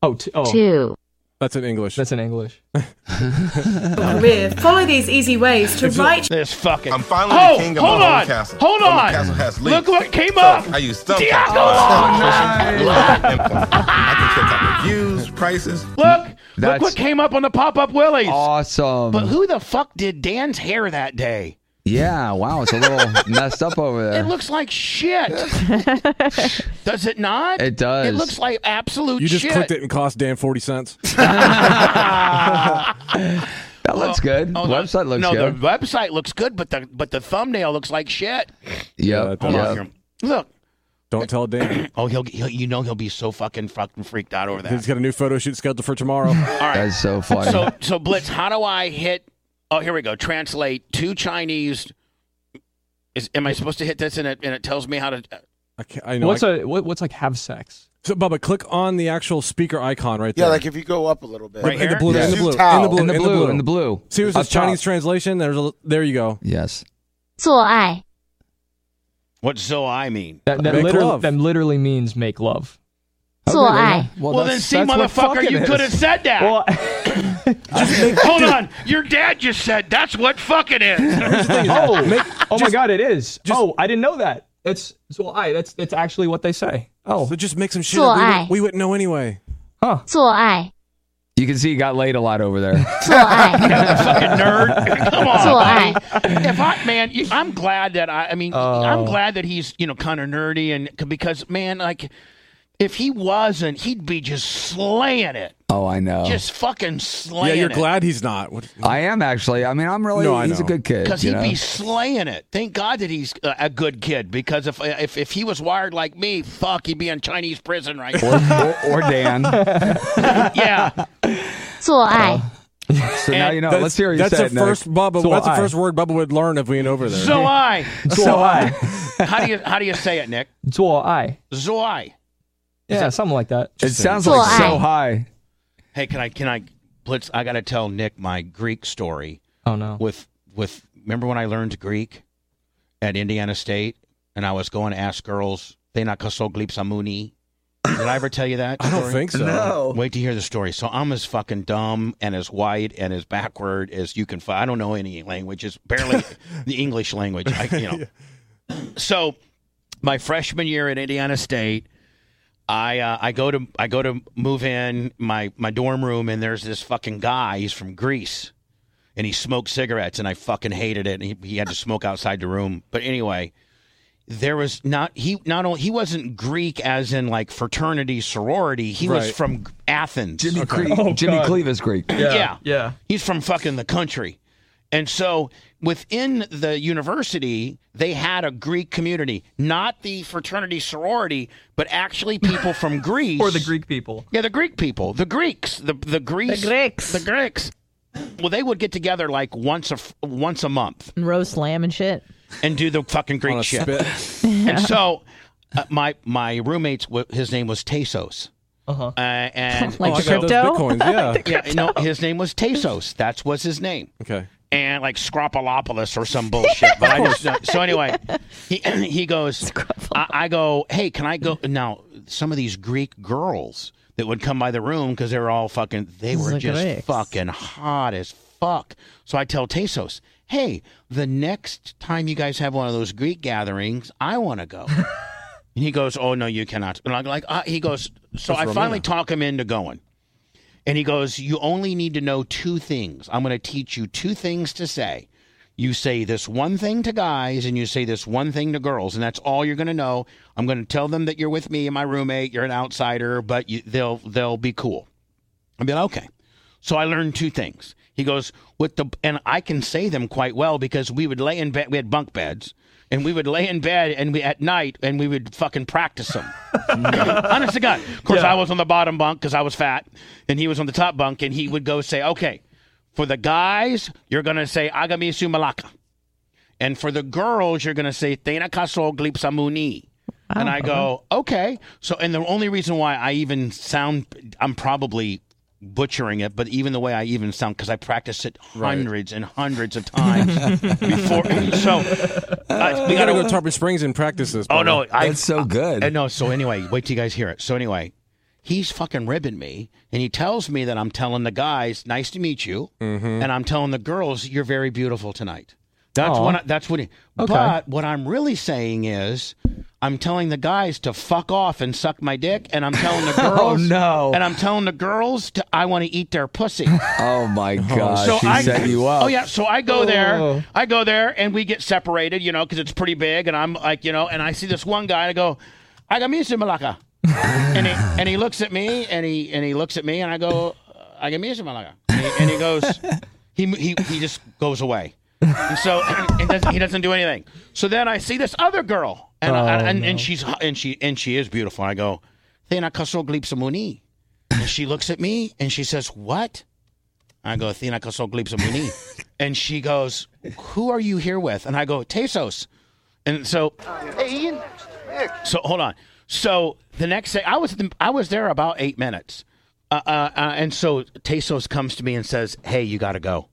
F: Oh, t- oh.
E: Two. That's in English.
F: That's in English.
T: career, follow these easy ways to write.
A: This fucking. I'm
T: finally
A: oh, hold on. Hold on. Look what came up.
U: I use thumbs.
A: Diablo!
U: I can check out reviews, prices.
A: Look. Look
D: That's-
A: what came up on the pop up Willies.
D: Awesome.
A: But who the fuck did Dan's hair that day?
D: Yeah, wow, it's a little messed up over there.
A: It looks like shit. does it not?
D: It does.
A: It looks like absolute
E: You just
A: shit.
E: clicked it and cost Dan forty cents.
D: That looks good.
A: Oh, the-
D: Website looks
A: no,
D: good.
A: the website looks good, but the but the thumbnail looks like shit.
D: Yeah,
A: Hold on here. Look.
E: Don't tell Dan.
A: oh, he'll, he'll you know he'll be so fucking fucking freaked out over that.
E: He's got a new photo shoot scheduled for tomorrow. All
A: right.
D: That's so funny.
A: So so Blitz, how do I hit? Oh, here we go. Translate to Chinese. Is am I supposed to hit this and it and it tells me how to?
E: I, can't, I know.
F: What's
E: I,
F: a what, what's like have sex?
E: so, Bubba, click on the actual speaker icon right
C: Yeah,
E: there.
C: like if you go up a little bit.
E: In- in, the blue, in, the blue, in
C: Tao.
E: the blue,
D: In the
E: in the
D: blue,
E: blue,
D: in the blue.
E: See, it was
D: Up
E: this Chinese
D: top.
E: translation. There's a, there you go.
D: Yes.
P: 做爱。
A: What so I mean?
F: That that,
E: Make
F: literally,
E: love.
F: that literally means make love.
P: Well, I-
A: Well, then, see, motherfucker, you could have said that. Hold on, your dad just said that's what fucking is.
F: oh, oh my God, it is. oh, I didn't know that. It's so I. That's that's actually what they say. Oh,
E: so just make some shit.
P: Cool
E: up. We,
P: eye.
E: wouldn't- we wouldn't know anyway.
P: 做爱，
D: You can see he got laid a lot over there.
P: 做爱，
A: Come on,
P: 做爱，
A: if I man, you- I'm glad that I. I mean,
D: Oh.
A: I'm glad that he's you know kind of nerdy and c- because man, like if he wasn't, he'd be just slaying it,
D: Oh, I know.
A: just fucking
E: yeah,
A: slaying
E: you're
A: it.
E: glad he's not. What-
D: I am actually. I mean, I'm really.
E: No, I
D: he's a
E: know.
D: good kid.
A: Because
D: you
A: he'd
D: know?
A: be slaying it. Thank God that he's a, a good kid. Because if, if if he was wired like me, fuck, he'd be in Chinese prison right now.
D: or, or Dan.
A: yeah,
P: 做爱，
D: So now you know.
E: That's-
D: Let's hear you
E: That's
D: say
E: the
D: it, Nick.
E: first Bubba.
D: So
E: that's the
D: I.
E: first word Bubba would learn if we went over there.
A: so I.
F: so I.
A: How do you how do you say it, Nick?
F: So I.
A: Zoi.
F: Yeah, something like that.
D: It sounds
P: So
D: like so
P: I.
D: high.
A: Hey, can I can I blitz? I got to tell Nick my Greek story.
F: Oh no.
A: with with remember when I learned Greek at Indiana State and I was going to ask girls they not glipsamuni. Did I ever tell you that?
E: I don't
A: story?
E: think so.
A: Wait to hear the story. So I'm as fucking dumb and as white and as backward as you can find. I don't know any languages, barely the English language. I, you know. So my freshman year at Indiana State, I uh, I go to I go to move in my my dorm room and there's this fucking guy. He's from Greece, and he smoked cigarettes and I fucking hated it. And he, he had to smoke outside the room. But anyway, there was not he not only he wasn't Greek as in like fraternity sorority. He was
E: Right.
A: from Athens.
D: Jimmy, Cleve,
F: Oh,
D: Jimmy
F: God.
D: Cleve is Greek.
A: Yeah.
F: Yeah.
A: He's from fucking the country. And so within the university, they had a Greek community, not the fraternity sorority, but actually people from Greece.
F: Or the Greek people.
A: Yeah, the Greek people, the Greeks, the the Greece,
B: The Greeks.
A: the Greeks. Well, they would get together like once a f- once a month
B: And roast lamb and shit.
A: and do the fucking Greek
E: On a
A: shit.
E: spit.
A: And so, uh, my my roommate's w- his name was Tesos,
F: Uh-huh.
A: uh, and
B: Like
E: Oh, I got those
B: crypto?
E: bitcoins. Yeah.
A: yeah, no, his name was Tesos. That was his name
E: Okay.
A: and like Scropolopolis or some bullshit. But I just so anyway, he he goes. I, I go, hey, can I go now? Some of these Greek girls that would come by the room because they were all fucking. They were
B: The
A: just
B: Greeks.
A: fucking hot as fuck. So I tell Tesos, hey, the next time you guys have one of those Greek gatherings, I want to go. And he goes, "Oh no, you cannot." And I'm like, uh, he goes, so I
E: Romina.
A: finally talk him into going. And he goes, "You only need to know two things. I'm going to teach you two things to say. You say this one thing to guys, and you say this one thing to girls, and that's all you're going to know. I'm going to tell them that you're with me and my roommate. You're an outsider, but you, they'll they'll be cool." I'd be like, "Okay." So I learned two things. He goes with the, and I can say them quite well because we would lay in bed. We had bunk beds, and we would lay in bed, and we at night, and we would fucking practice them. Honest to God. Of course, I was on the bottom bunk because I was fat, and he was on the top bunk, and he would go say, "Okay, for the guys, you're gonna say agamisu malaka, and for the girls, you're gonna say tena kaso glipsamuni." And I go, okay. So, and the only reason why I even sound, I'm probably butchering it, but even the way I even sound, because I practiced it hundreds and hundreds of times before. So, uh,
E: We gotta go to Tarpon Springs and practice this.
A: Oh
E: Bubba.
A: no, I,
D: That's so good.
A: I, no, so anyway, wait till you guys hear it. So anyway, he's fucking ribbing me, and he tells me that I'm telling the guys, "Nice to meet you," and I'm telling the girls, "You're very beautiful tonight." That's
F: Aw.
A: what. I, that's what. He, But what I'm really saying is, I'm telling the guys to fuck off and suck my dick, and I'm telling the girls.
D: no.
A: And I'm telling the girls to I want to eat their pussy.
D: Oh my gosh,
A: so
D: he
A: I
D: set you up.
A: Oh yeah, so I go
D: Oh.
A: there. I go there, and we get separated, you know, because it's pretty big, and I'm like, you know, and I see this one guy, and I go, I got me some malaka, and he and he looks at me, and he and he looks at me, and I go, I got me some malaka, and he, and he goes, he he he just goes away, and so and, doesn't, he doesn't do anything. So then I see this other girl, and I-
G: Oh,
A: and, and she's and she and she is beautiful. And I go, Thena kasro glipsa muni, and she looks at me, and she says, what? I go, Athena Kasol Glipsa Muni. and she goes, Who are you here with? And I go, Tesos. And so
V: Hey, Ian. Nick.
A: so hold on. So the next day, I was I was there about eight minutes, uh, uh, uh, and so Tesos comes to me and says, "Hey, you got to go."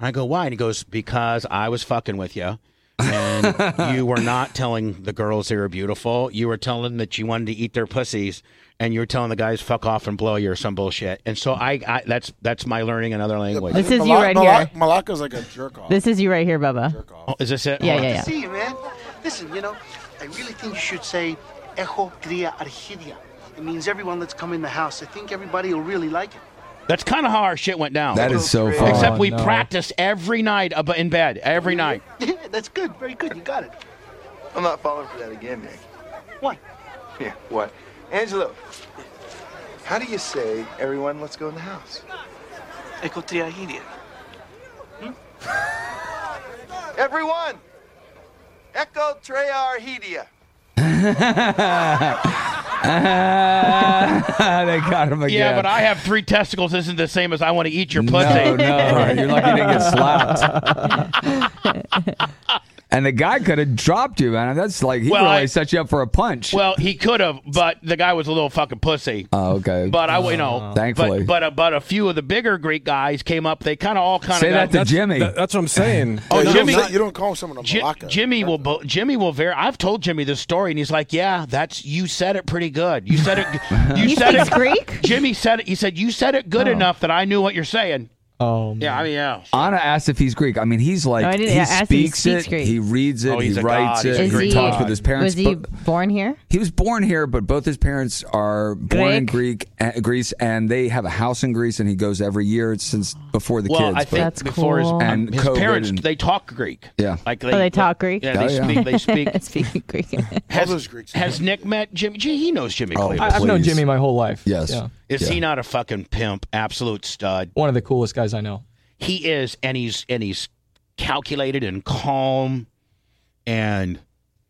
A: I go, "Why?" And he goes, "Because I was fucking with you, and you were not telling the girls they were beautiful. You were telling them that you wanted to eat their pussies, and you were telling the guys fuck off and blow you or some bullshit." And so I, I that's that's my learning another language.
B: This is you right here.
C: Malaka's like a jerk off.
B: This is you right here, Bubba.
A: Oh, is this it?
B: Yeah,
A: Hold on.
B: yeah,
V: See you, man. Listen, you know, I really think you should say Echo Gria Archidia. It means everyone that's come in the house. I think everybody will really like it.
A: That's kind of how our shit went down.
D: That is so Oh, fun.
A: Except we
D: no.
A: practiced every night ab- in bed, every night.
V: Yeah, that's good. Very good. You got it.
W: I'm not falling for that again, Nick.
V: What?
W: Yeah, what? Angelo, how do you say, everyone, let's go in the house?
V: Echo Triahidia.
W: Everyone! Echo Treyarhedia.
D: they got him again.
A: Yeah, but I have three testicles. Isn't the same as I want to eat your pussy.
D: No, no, you're lucky you didn't get slapped. and the guy could have dropped you, man. That's like he
A: Well,
D: really
A: I-
D: set you up for a punch.
A: Well, he could have, but the guy was a little fucking pussy.
D: oh, okay.
A: But I, you know, but-
D: thankfully.
A: but a, but a few of the bigger Greek guys came up. They kind of all kind of
D: Say that to Jimmy.
E: that's what I'm saying.
A: Oh,
C: you
A: Jimmy-
C: Don't, say- you don't call someone a
A: Ji-
C: malaka.
A: Jimmy will. bo- Jimmy will. Ver- I've told Jimmy this story, and he's like, "Yeah, that's you said it pretty good. You said it. You
B: He
A: said
B: speaks
A: it.
B: Greek?
A: Jimmy said it. He said you said it good
D: Oh.
A: enough that I knew what you're saying.
F: Um,
D: Oh,
A: Yeah, I mean, yeah.
D: Anna asked if he's Greek. I mean, he's like
B: No, I didn't
D: he
B: ask if he
D: speaks
B: speaks
D: it,
B: Greek.
D: he reads it,
A: Oh, he's
D: he
A: a
D: writes
A: god.
D: it,
A: He's a
D: he
A: Greek
D: talks
A: god.
D: with his parents.
B: Was he
D: but-
B: born here?
D: He was born here, but both his parents are born in Greek, uh, Greece, and they have a house in Greece, and he goes every year since before the
A: well,
D: kids.
A: I
D: but-
A: think before his,
D: and
A: his
D: COVID
A: parents,
D: and-
A: they talk Greek.
D: yeah.
A: Like
B: oh, they talk Greek.
A: Yeah, they
D: Oh, yeah.
A: speak. They speak.
B: speak Greek.
A: Has, has Nick met Jimmy? Gee, he knows Jimmy
F: Oh,
A: Cleveland.
F: I- I've known Jimmy my whole life.
D: Yes.
F: Yeah.
A: Is he not a fucking pimp? Absolute stud.
F: One of the coolest guys I know.
A: He is, and he's and he's calculated and calm. And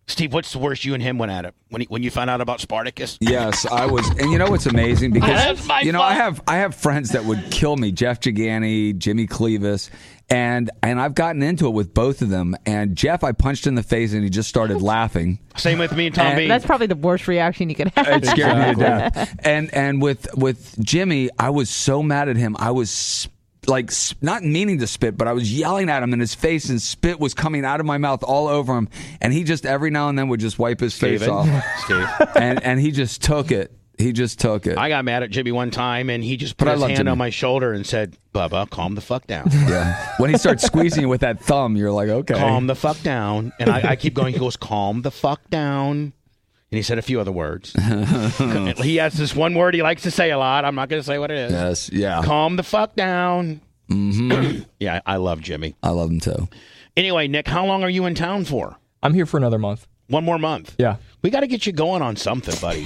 A: Steve, what's the worst you and him went at it when he, when you found out about Spartacus?
D: Yes, I was, and you know what's amazing because
A: That's my
D: you know I
A: fault.
D: have I have friends that would kill me, Jeff Gigani, Jimmy Clevis, and and I've gotten into it with both of them. And Jeff, I punched in the face, and he just started laughing.
A: Same with me and Tom B.
B: That's probably the worst reaction you could have.
D: It scared me to death. And and with with Jimmy, I was so mad at him. I was sp- like s- not meaning to spit, but I was yelling at him in his face, and spit was coming out of my mouth all over him. And he just every now and then would just wipe his face
A: Steven.
D: off,
A: Steve.
D: and and he just took it. He just took it.
A: I got mad at Jimmy one time, and he just put
D: But I
A: his
D: love
A: hand
D: Jimmy.
A: on my shoulder and said, "Bubba, calm the fuck down."
D: Yeah. When he starts squeezing you with that thumb, you're like, okay.
A: calm the fuck down. And I, I keep going. He goes, calm the fuck down. And he said a few other words. he has this one word he likes to say a lot. I'm not going to say what it is.
D: Yes. Yeah.
A: Calm the fuck down.
D: Mhm.
A: yeah, I love Jimmy.
D: I love him too.
A: Anyway, Nick, how long are you in town for?
F: I'm here for another month.
A: One more month.
F: Yeah.
A: We got to get you going on something, buddy.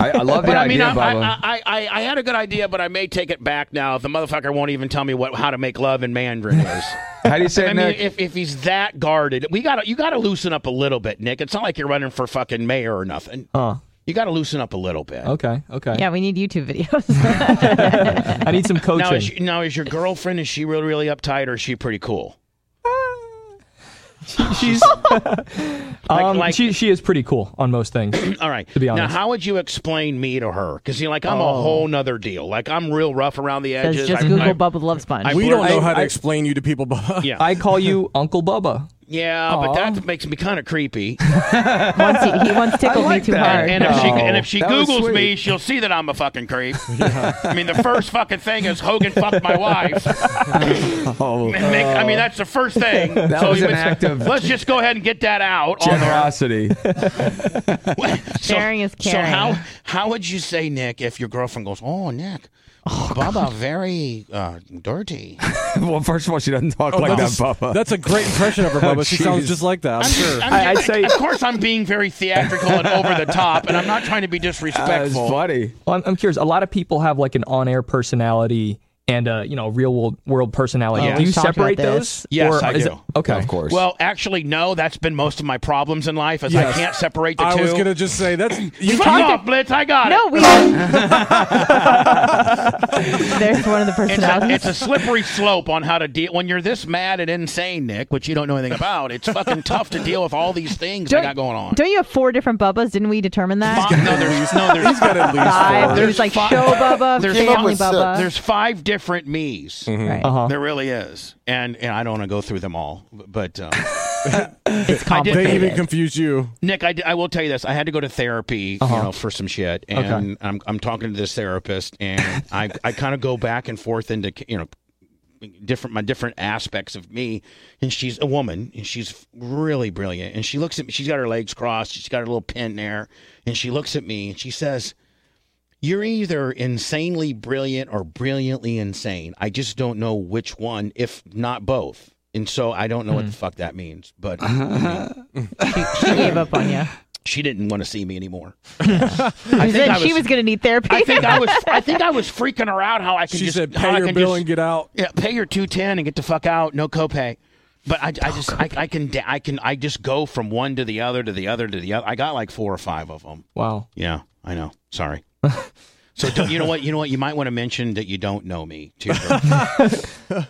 D: I, I love
A: but
D: the
A: I mean,
D: idea,
A: I,
D: Bubba.
A: I, I, I, I had a good idea, but I may take it back now. if The motherfucker won't even tell me what how to make love in Mandarin is.
D: How do you say
A: I
D: it,
A: mean,
D: Nick?
A: if, if he's that guarded, we got to you got to loosen up a little bit, Nick. It's not like you're running for fucking mayor or nothing.
F: Huh.
A: You got to loosen up a little bit.
F: Okay. Okay.
B: Yeah, we need YouTube videos.
F: I need some coaching.
A: Now is, she- now, is your girlfriend is she really really uptight or is she pretty cool?
F: she's um,
A: like-
F: she she is pretty cool on most things.
A: All right.
F: To be honest.
A: Now, how would you explain me to her? Because you're like I'm
F: Oh.
A: a whole nother deal. Like I'm real rough around the edges.
B: just
A: I-
B: Google
A: I-
B: Bubba the Love Sponge.
A: I
E: we
A: blur-
E: don't know
A: I-
E: how to
A: I-
E: explain you to people, but
A: Yeah.
F: I call you Uncle Bubba.
A: Yeah, but that makes me kind of creepy.
B: once he, he once tickled me too hard.
A: And, uh, if she and if she
B: That was
A: Googles me,
B: sweet.
A: she'll see that I'm a fucking creep. I mean, the first fucking thing is Hogan fucked my wife.
D: Oh,
A: And make- I mean, that's the first thing.
D: That was an
A: let's,
D: act of-
A: let's just go ahead and get that out. on there.
D: generosity.
B: Sharing is caring.
A: So how how would you say, Nick, if your girlfriend goes, "Oh, Nick, Baba very uh, dirty."
D: well, first of all, she doesn't talk
A: Oh,
D: like that,
A: that's-
D: Bubba.
E: that's a great impression of her, Bubba. She sounds just like that, I'm sure.
A: I, would say, of course, I'm being very theatrical and over the top, and I'm not trying to be disrespectful.
D: funny.
F: Well, I'm, I'm curious. A lot of people have like an on-air personality and a you know real world world personality.
A: Yeah.
F: Do you
A: We've talked Oh, about
F: separate
A: this.
F: those?
A: Yes,
F: Or
A: I
F: is
A: do.
F: it- okay, of
D: course.
A: Well, actually, no. That's been most of my problems in life, as I
E: Yes.
A: can't separate the
E: I
A: two.
E: was gonna just say that's
A: you
E: you
A: fuck
E: talked-
A: off, Blitz. I got
B: No,
A: it.
B: we. There's one of the
A: It's a, it's
B: personalities.
A: a slippery slope on how to deal when you're this mad and insane, Nick, which you don't know anything about. It's fucking tough to deal with all these things I got going on.
B: Don't you have four different Bubbas? Didn't we determine that?
A: No, there's no, there's
B: He's got at least Five. four. There's like show Bubba, family Bubba.
A: There's five different me's.
E: Mm-hmm.
B: Right. Uh-huh.
A: There really is, and and I don't want to go through them all, but um,
E: it's They even confuse you.
A: Nick, I, d- I will tell you this. I had to go to therapy, you
E: Uh-huh.
A: know, for some shit, and
E: Okay.
A: I'm I'm talking to this therapist, and I I kind of go back and forth into you know different my different aspects of me, and she's a woman, and she's really brilliant, and she looks at me. She's got her legs crossed. She's got her little pin there, and she looks at me, and she says. You're either insanely brilliant or brilliantly insane. I just don't know which one, if not both. And so I don't know
E: Hmm.
A: what the fuck that means. But
B: she gave up on you.
A: she didn't want to see me anymore.
B: I
A: think I
B: she
A: was-
B: was going to need therapy.
A: I think I was. I think I was freaking her out. How I can
E: She
A: just
E: said,
A: how
E: "Pay
A: I
E: your
A: can
E: bill
A: just-
E: and get out."
A: Yeah, pay your two ten and get the fuck out. No copay. But I, I just I, I can da- I can I just go from one to the other to the other to the other. I got like four or five of them.
F: Wow.
A: Yeah, I know. Sorry. So don't, you know what? You know what? You might want to mention that you don't know me too.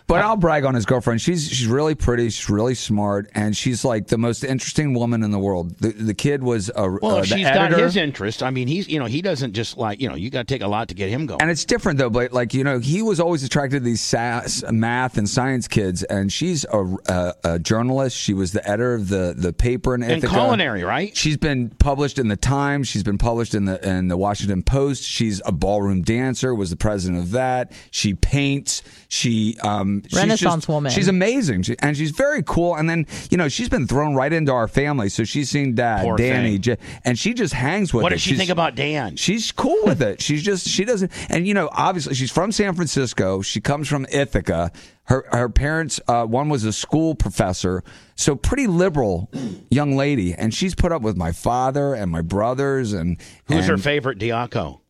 D: But I'll brag on his girlfriend. She's she's really pretty. She's really smart, and she's like the most interesting woman in the world. The, the kid was a
A: Well,
D: uh,
A: if
D: the
A: she's
D: editor.
A: got his interest. I mean, he's you know he doesn't just like you know you got to take a lot to get him going.
D: and it's different though, but like you know, he was always attracted to these sass, math and science kids, and she's a, a, a journalist. She was the editor of the the paper in
A: And
D: Ithaca.
A: culinary, right?
D: She's been published in the Times. She's been published in the in the Washington Post. She's a ballroom dancer. Was the president of that. She paints. She um she's just-
B: Renaissance woman.
D: She's amazing, she, and she's very cool. And then you know she's been thrown right into our family, so she's seen Dad,
A: Poor
D: Danny,
A: thing.
D: J- and she just hangs with.
A: What
D: it.
A: does she
D: She's-
A: think about Dan?
D: She's cool with it. She's just she doesn't. And you know, obviously, she's from San Francisco. She comes from Ithaca. Her her parents, uh, one was a school professor, so pretty liberal young lady, and she's put up with my father and my brothers and
A: Who's her
D: and
A: favorite Diaco?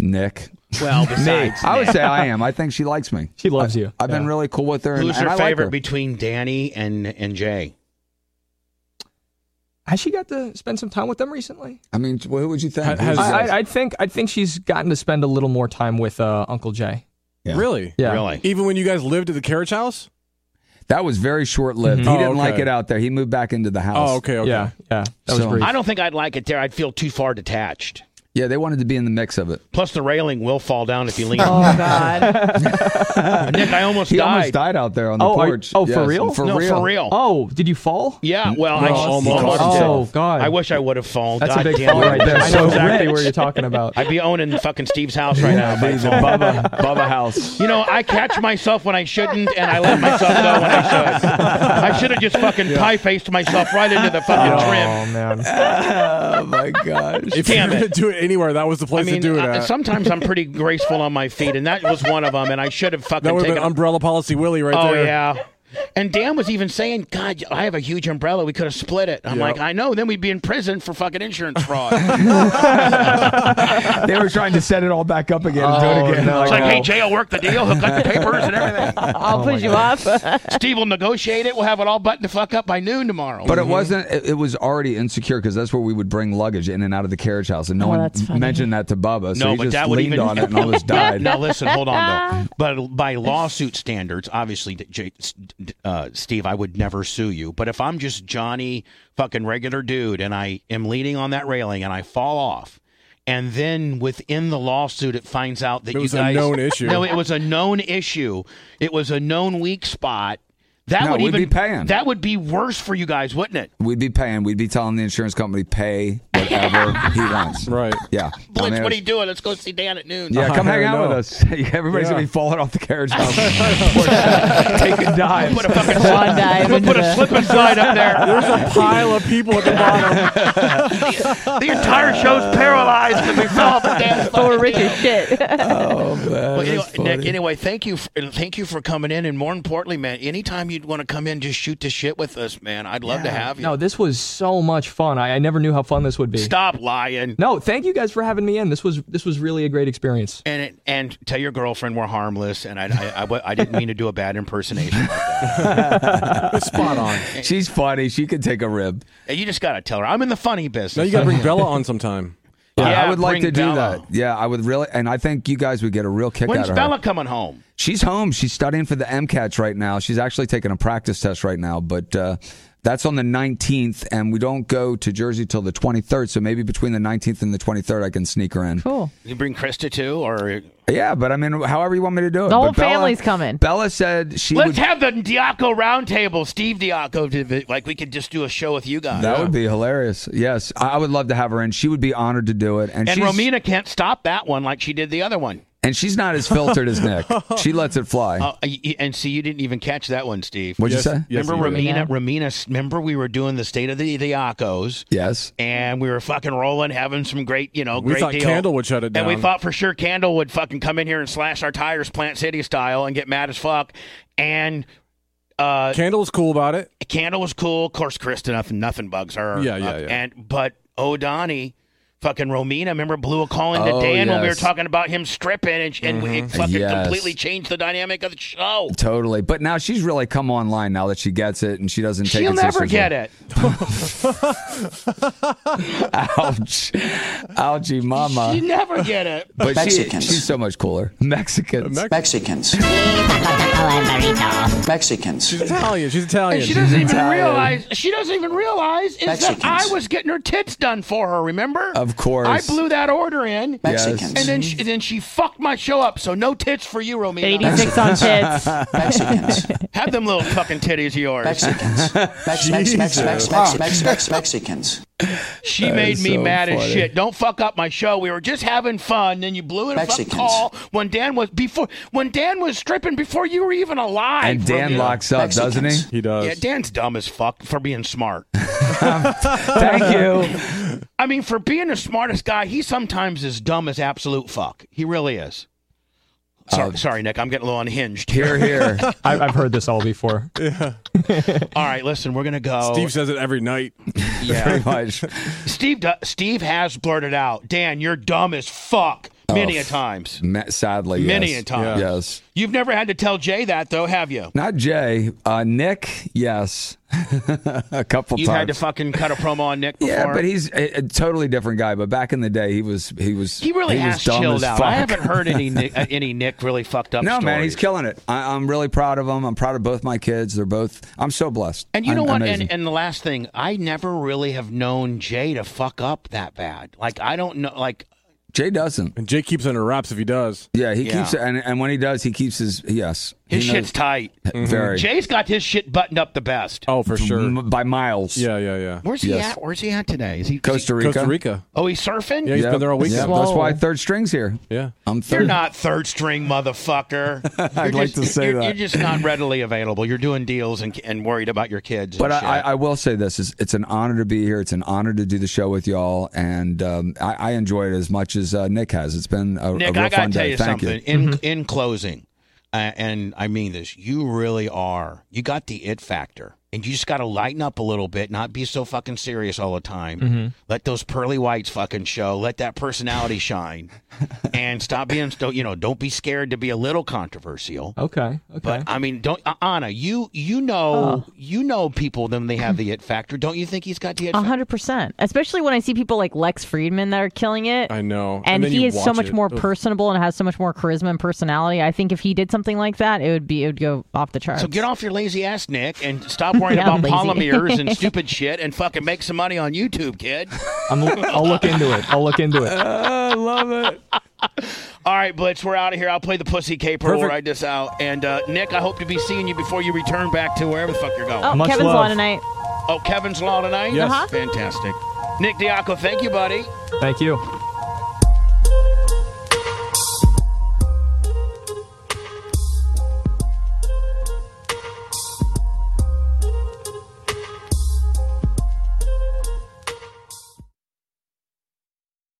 D: Nick.
A: Well,
D: Me.
A: besides,
D: I would
A: Nick.
D: say I am. I think she likes me. She
F: loves
D: I,
F: you.
D: I've been
F: Yeah.
D: really cool with her. and-
A: Who's
D: and
A: your
D: I like
A: favorite
D: her.
A: between Danny and and Jay?
F: Has she got to spend some time with them recently?
D: I mean, who would you think?
F: I, I, I think I think she's gotten to spend a little more time with uh, Uncle Jay.
E: Really?
F: Yeah.
E: Even when you guys lived at the carriage house?
D: that was very short lived.
F: Mm-hmm.
E: Mhm.
D: He
E: Oh,
D: didn't like
E: okay.
D: it out there. He moved back into the house.
E: Oh, okay, okay.
F: Yeah, yeah. That was
D: So-
F: brief.
A: I don't think I'd like it there. I'd feel too far detached.
D: Yeah, they wanted to be in the mix of it.
A: Plus, the railing will fall down if you lean.
B: Oh God!
A: Nick, I almost
D: He
A: died.
D: almost died out there on the
F: oh, are-
D: porch.
F: oh, for
D: Yes,
F: real?
D: For
A: No,
D: real.
A: for real.
F: Oh, did you fall?
A: Yeah, well, I
F: No,
A: almost.
F: almost. Oh, God.
A: I wish I would have fallen.
F: That's
A: God
F: a big
A: damn
F: fall
A: it.
F: right there.
A: I
F: I know
A: know
F: exactly what you're talking about.
A: I'd be owning fucking Steve's house right now. if I'd fallen.
D: Bubba, Bubba House.
A: You know, I catch myself when I shouldn't, and I let myself go when I should. I should have just fucking pie faced myself right into the fucking trim.
F: Oh, man.
D: Oh my gosh.
E: If
A: Damn
E: you were
A: it.
E: to do it anywhere, that was the
A: I
E: place
A: mean, uh,
E: to do it uh,
A: I-
E: at.
A: sometimes I'm pretty graceful on my feet, and that was one of them. And I should have fucking
E: that would have
A: taken.
E: been umbrella policy Willie right
A: oh
E: there.
A: yeah. And Dan was even saying, "God, I have a huge umbrella. We could have split it." I'm
E: Yeah.
A: like, "I know." Then we'd be in prison for fucking insurance fraud.
D: they were trying to set it all back up again and do
F: Oh,
D: it again.
F: no.
A: It's like, hey, Jay will work the deal. He'll cut the papers and everything.
E: Oh
B: I'll push you up.
A: Steve will negotiate it. We'll have it all buttoned the fuck up by noon tomorrow.
D: But it wasn't. It, it was already insecure because that's where we would bring luggage in and out of the carriage house, and no
B: Oh,
D: one
B: that's funny.
D: mentioned that to Bubba. So
A: no,
D: he
A: but
D: just
A: that would
D: leaned
A: even
D: on it and almost died.
A: now listen, hold on though. But by lawsuit standards, obviously, that Jay, uh, Steve, I would never sue you. But if I'm just Johnny, fucking regular dude, and I am leaning on that railing and I fall off. And then within the lawsuit, it finds out that
E: It was
A: you
E: a
A: guys
E: known issue.
A: No, it was a known issue. It was a known weak spot That
D: No,
A: would
D: we'd
A: even
D: be paying.
A: That would be worse for you guys, wouldn't it?
D: We'd be paying. We'd be telling the insurance company pay whatever he wants. Right. Yeah. I
A: Blitz,
D: mean,
A: what are you doing? Let's go see Dan at noon.
D: Yeah, come hang out with us. Everybody's
A: Yeah.
D: gonna be falling off the carriage. house.
E: Take a dive. Put a fucking
A: slide. We'll put a slip and slide up there.
E: There's a pile of people at the bottom.
A: the entire show's paralyzed because we saw the dance.
B: Oh, Richard, shit.
D: oh man.
A: Well, anyway, Nick, anyway, thank you, for, thank you for coming in, and more importantly, man, anytime you'd want to come in, just shoot the shit with us, man. I'd love to have you.
F: No, this was so much fun. I, I never knew how fun this would be.
A: Stop lying.
F: No, thank you guys for having me in. This was this was really a great experience.
A: And it, and tell your girlfriend we're harmless, and I I, I, wa- I didn't mean to do a bad impersonation.
D: Spot on. She's funny. She could take a rib.
A: And you just gotta tell her I'm in the funny business.
D: No, you gotta bring Bella
E: on sometime.
D: Yeah,
A: Yeah,
D: I would like
A: bring
D: to do
A: Bella.
D: that. Yeah, I would really, and I think you guys would get a real kick
A: When's
D: out of
A: Bella
D: her.
A: coming home?
D: She's home. She's studying for the MCAT right now. She's actually taking a practice test right now, but uh, that's on the 19th, and we don't go to Jersey till the 23rd. So maybe between the 19th and the 23rd, I can sneak her in.
B: Cool.
A: You bring Krista too, or
D: Yeah, but I mean, however you want me to do it.
A: The whole
D: But Bella-
A: family's
B: coming.
D: Bella said she
A: let's
D: would.
A: have the Diaco roundtable. Steve Diaco, did it. like we could just do a show with you guys.
D: that would be hilarious. Yes, I I would love to have her in. She would be honored to do it. And,
A: And
D: she's,
A: Romina can't stop that one like she did the other one.
D: and she's not as filtered as Nick. She lets it fly.
A: Uh, y- y- and see, you didn't even catch that one, Steve.
D: What'd you Yes, say? yes,
A: Remember
D: he did.
A: Ramina? Ramina. Remember we were doing the state of the Diacos.
D: Yes.
A: And we were fucking rolling, having some great, you know,
E: We
A: great
E: thought
A: deal.
E: Candle would shut it
A: And we
E: down.
A: thought for sure Candle would fucking come in here and slash our tires, Plant City style, and get mad as fuck. And uh,
E: Candle was cool about it.
A: Candle was cool. Of course, Krista, nothing, nothing bugs her.
E: Yeah, yeah,
A: Uh,
E: yeah.
A: And but O'Donnell. Fucking Romina, remember blew a call into
D: Oh,
A: Dan when we were
D: yes. Mm-hmm.
A: talking about him stripping, and, and it fucking
D: Yes.
A: completely changed the dynamic of the show.
D: Totally. But now she's really come online now that she gets it and she doesn't take
A: She'll
D: it.
A: never get it.
D: Ouch. Ouchie mama.
A: She never get it.
D: But She, she's so much cooler. Mexicans.
G: Mexicans. Mexicans. She's
E: Italian. She's Italian.
A: And she doesn't even realize. She doesn't even realize is that
G: Mexicans.
A: I was getting her tits done for her. Remember?
D: Of course. Mm-hmm.
A: I blew that order in.
G: Mexicans.
A: And then she, then she fucked my show up. So no tits for you, Romeo.
G: 86 on tits. Mexicans.
A: Have them little fucking titties of yours.
G: Mexicans. Mex, Mex, Mex, Mex, Mex, Mex, Mex, Mexicans.
A: She
G: That
A: made
G: is
A: me
G: so
A: mad as
G: funny.
A: shit. Don't fuck up my show. We were just having fun. Then you blew it a fucking
G: Mexicans.
A: call when Dan was before when Dan was stripping before you were even alive.
D: And Dan
A: Romeo.
D: locks up, doesn't he?
E: He does.
A: Yeah, Dan's dumb as fuck for being smart.
D: Thank you.
A: I mean, for being the smartest guy, he sometimes is dumb as absolute fuck. He really is. Sorry, sorry Nick. I'm getting a little unhinged.
D: Here, here.
F: I, I've heard this all before.
A: All right, listen, we're gonna go.
E: Steve says it every night.
A: Yeah.
D: Pretty much.
A: Steve, do- Steve has blurted out, "Dan, you're dumb as fuck." Many
D: Oh,
A: a times.
D: Ma- Sadly,
A: Many
D: yes.
A: a time.
D: Yes.
A: You've never had to tell Jay that though, have you?
D: Not Jay. Uh, Nick, yes. a couple
A: You've
D: times.
A: had to fucking cut a promo on Nick before.
D: yeah, but he's a, a totally different guy. But back in the day, he was he was
A: he really
D: was
A: has
D: dumb
A: chilled
D: as
A: out.
D: Fuck.
A: I haven't heard any Nick, uh, any Nick really fucked up.
D: No, man,
A: stories.
D: he's killing it. I, I'm really proud of him. I'm proud of both my kids. They're both. I'm so blessed.
A: And you
D: I'm
A: know what?
D: amazing.
A: And, and the last thing, I never really have known Jay to fuck up that bad. Like I don't know. Like
D: Jay doesn't.
E: And Jay keeps under wraps if he does.
D: yeah, he
A: Yeah.
D: keeps it. And, and when he does, he keeps his yes.
A: his
D: He knows-
A: shit's Mhm. tight.
D: Very.
A: Jay's got his shit buttoned up the best.
E: Oh, for sure.
D: M- by miles.
E: Yeah, yeah, yeah.
A: Where's he at? Where's he at today? Is he is he-
D: Costa Rica.
E: Costa Rica.
A: Oh, he's surfing.
E: Yeah, he's
D: Yep.
E: been there all weekend.
D: Yep, That's why third string's here.
E: Yeah.
D: I'm
A: You're
D: third.
A: not third string, motherfucker.
D: I'd
A: You're
D: like to say
A: you're,
D: that.
A: You're just not readily available. You're doing deals and, and worried about your kids. and
D: But I,
A: shit.
D: I I will say this: is it's an honor to be here. It's an honor to do the show with y'all, and um, I, I enjoy it as much as uh, Nick has. It's been a, a
A: Nick,
D: real
A: I gotta
D: fun
A: tell
D: day.
A: you
D: Thank
A: something.
D: you. Mm-hmm.
A: In in closing, uh, and I mean this, you really are. You got the it factor, and you just got to lighten up a little bit, not be so fucking serious all the time.
D: Mm-hmm.
F: Mhm.
A: Let those pearly whites fucking show. Let that personality shine, and stop being so. You know, don't be scared to be a little controversial.
F: Okay. Okay.
A: But I mean, don't uh, Anna. You you
B: Oh.
A: know you know people then they have the it factor. Don't you think he's got the it?
B: A
A: factor?
B: hundred percent. Especially when I see people like Lex Friedman that are killing it.
E: I know.
B: And,
E: then
B: he
E: you
B: is so
E: watch
B: much
E: it.
B: more
E: Ugh.
B: personable and has so much more charisma and personality. I think if he did something like that, it would be it would go off the charts.
A: So get off your lazy ass, Nick, and stop worrying
B: Yeah,
A: about
B: I'm lazy.
A: polymers and stupid shit, and fucking make some money on YouTube, kid.
F: I'm, I'll look into it. I'll look into it.
D: I love it.
A: All right, Blitz, we're out of here. I'll play the pussy caper. We'll
B: Perfect.
A: ride this out. And uh, Nick, I hope to be seeing you before you return back to wherever the fuck you're going.
B: Oh, Kevin's law tonight.
A: Oh, Kevin's Law tonight?
B: Yes. Uh-huh.
A: Fantastic. Nick Diaco, thank you, buddy.
F: Thank you.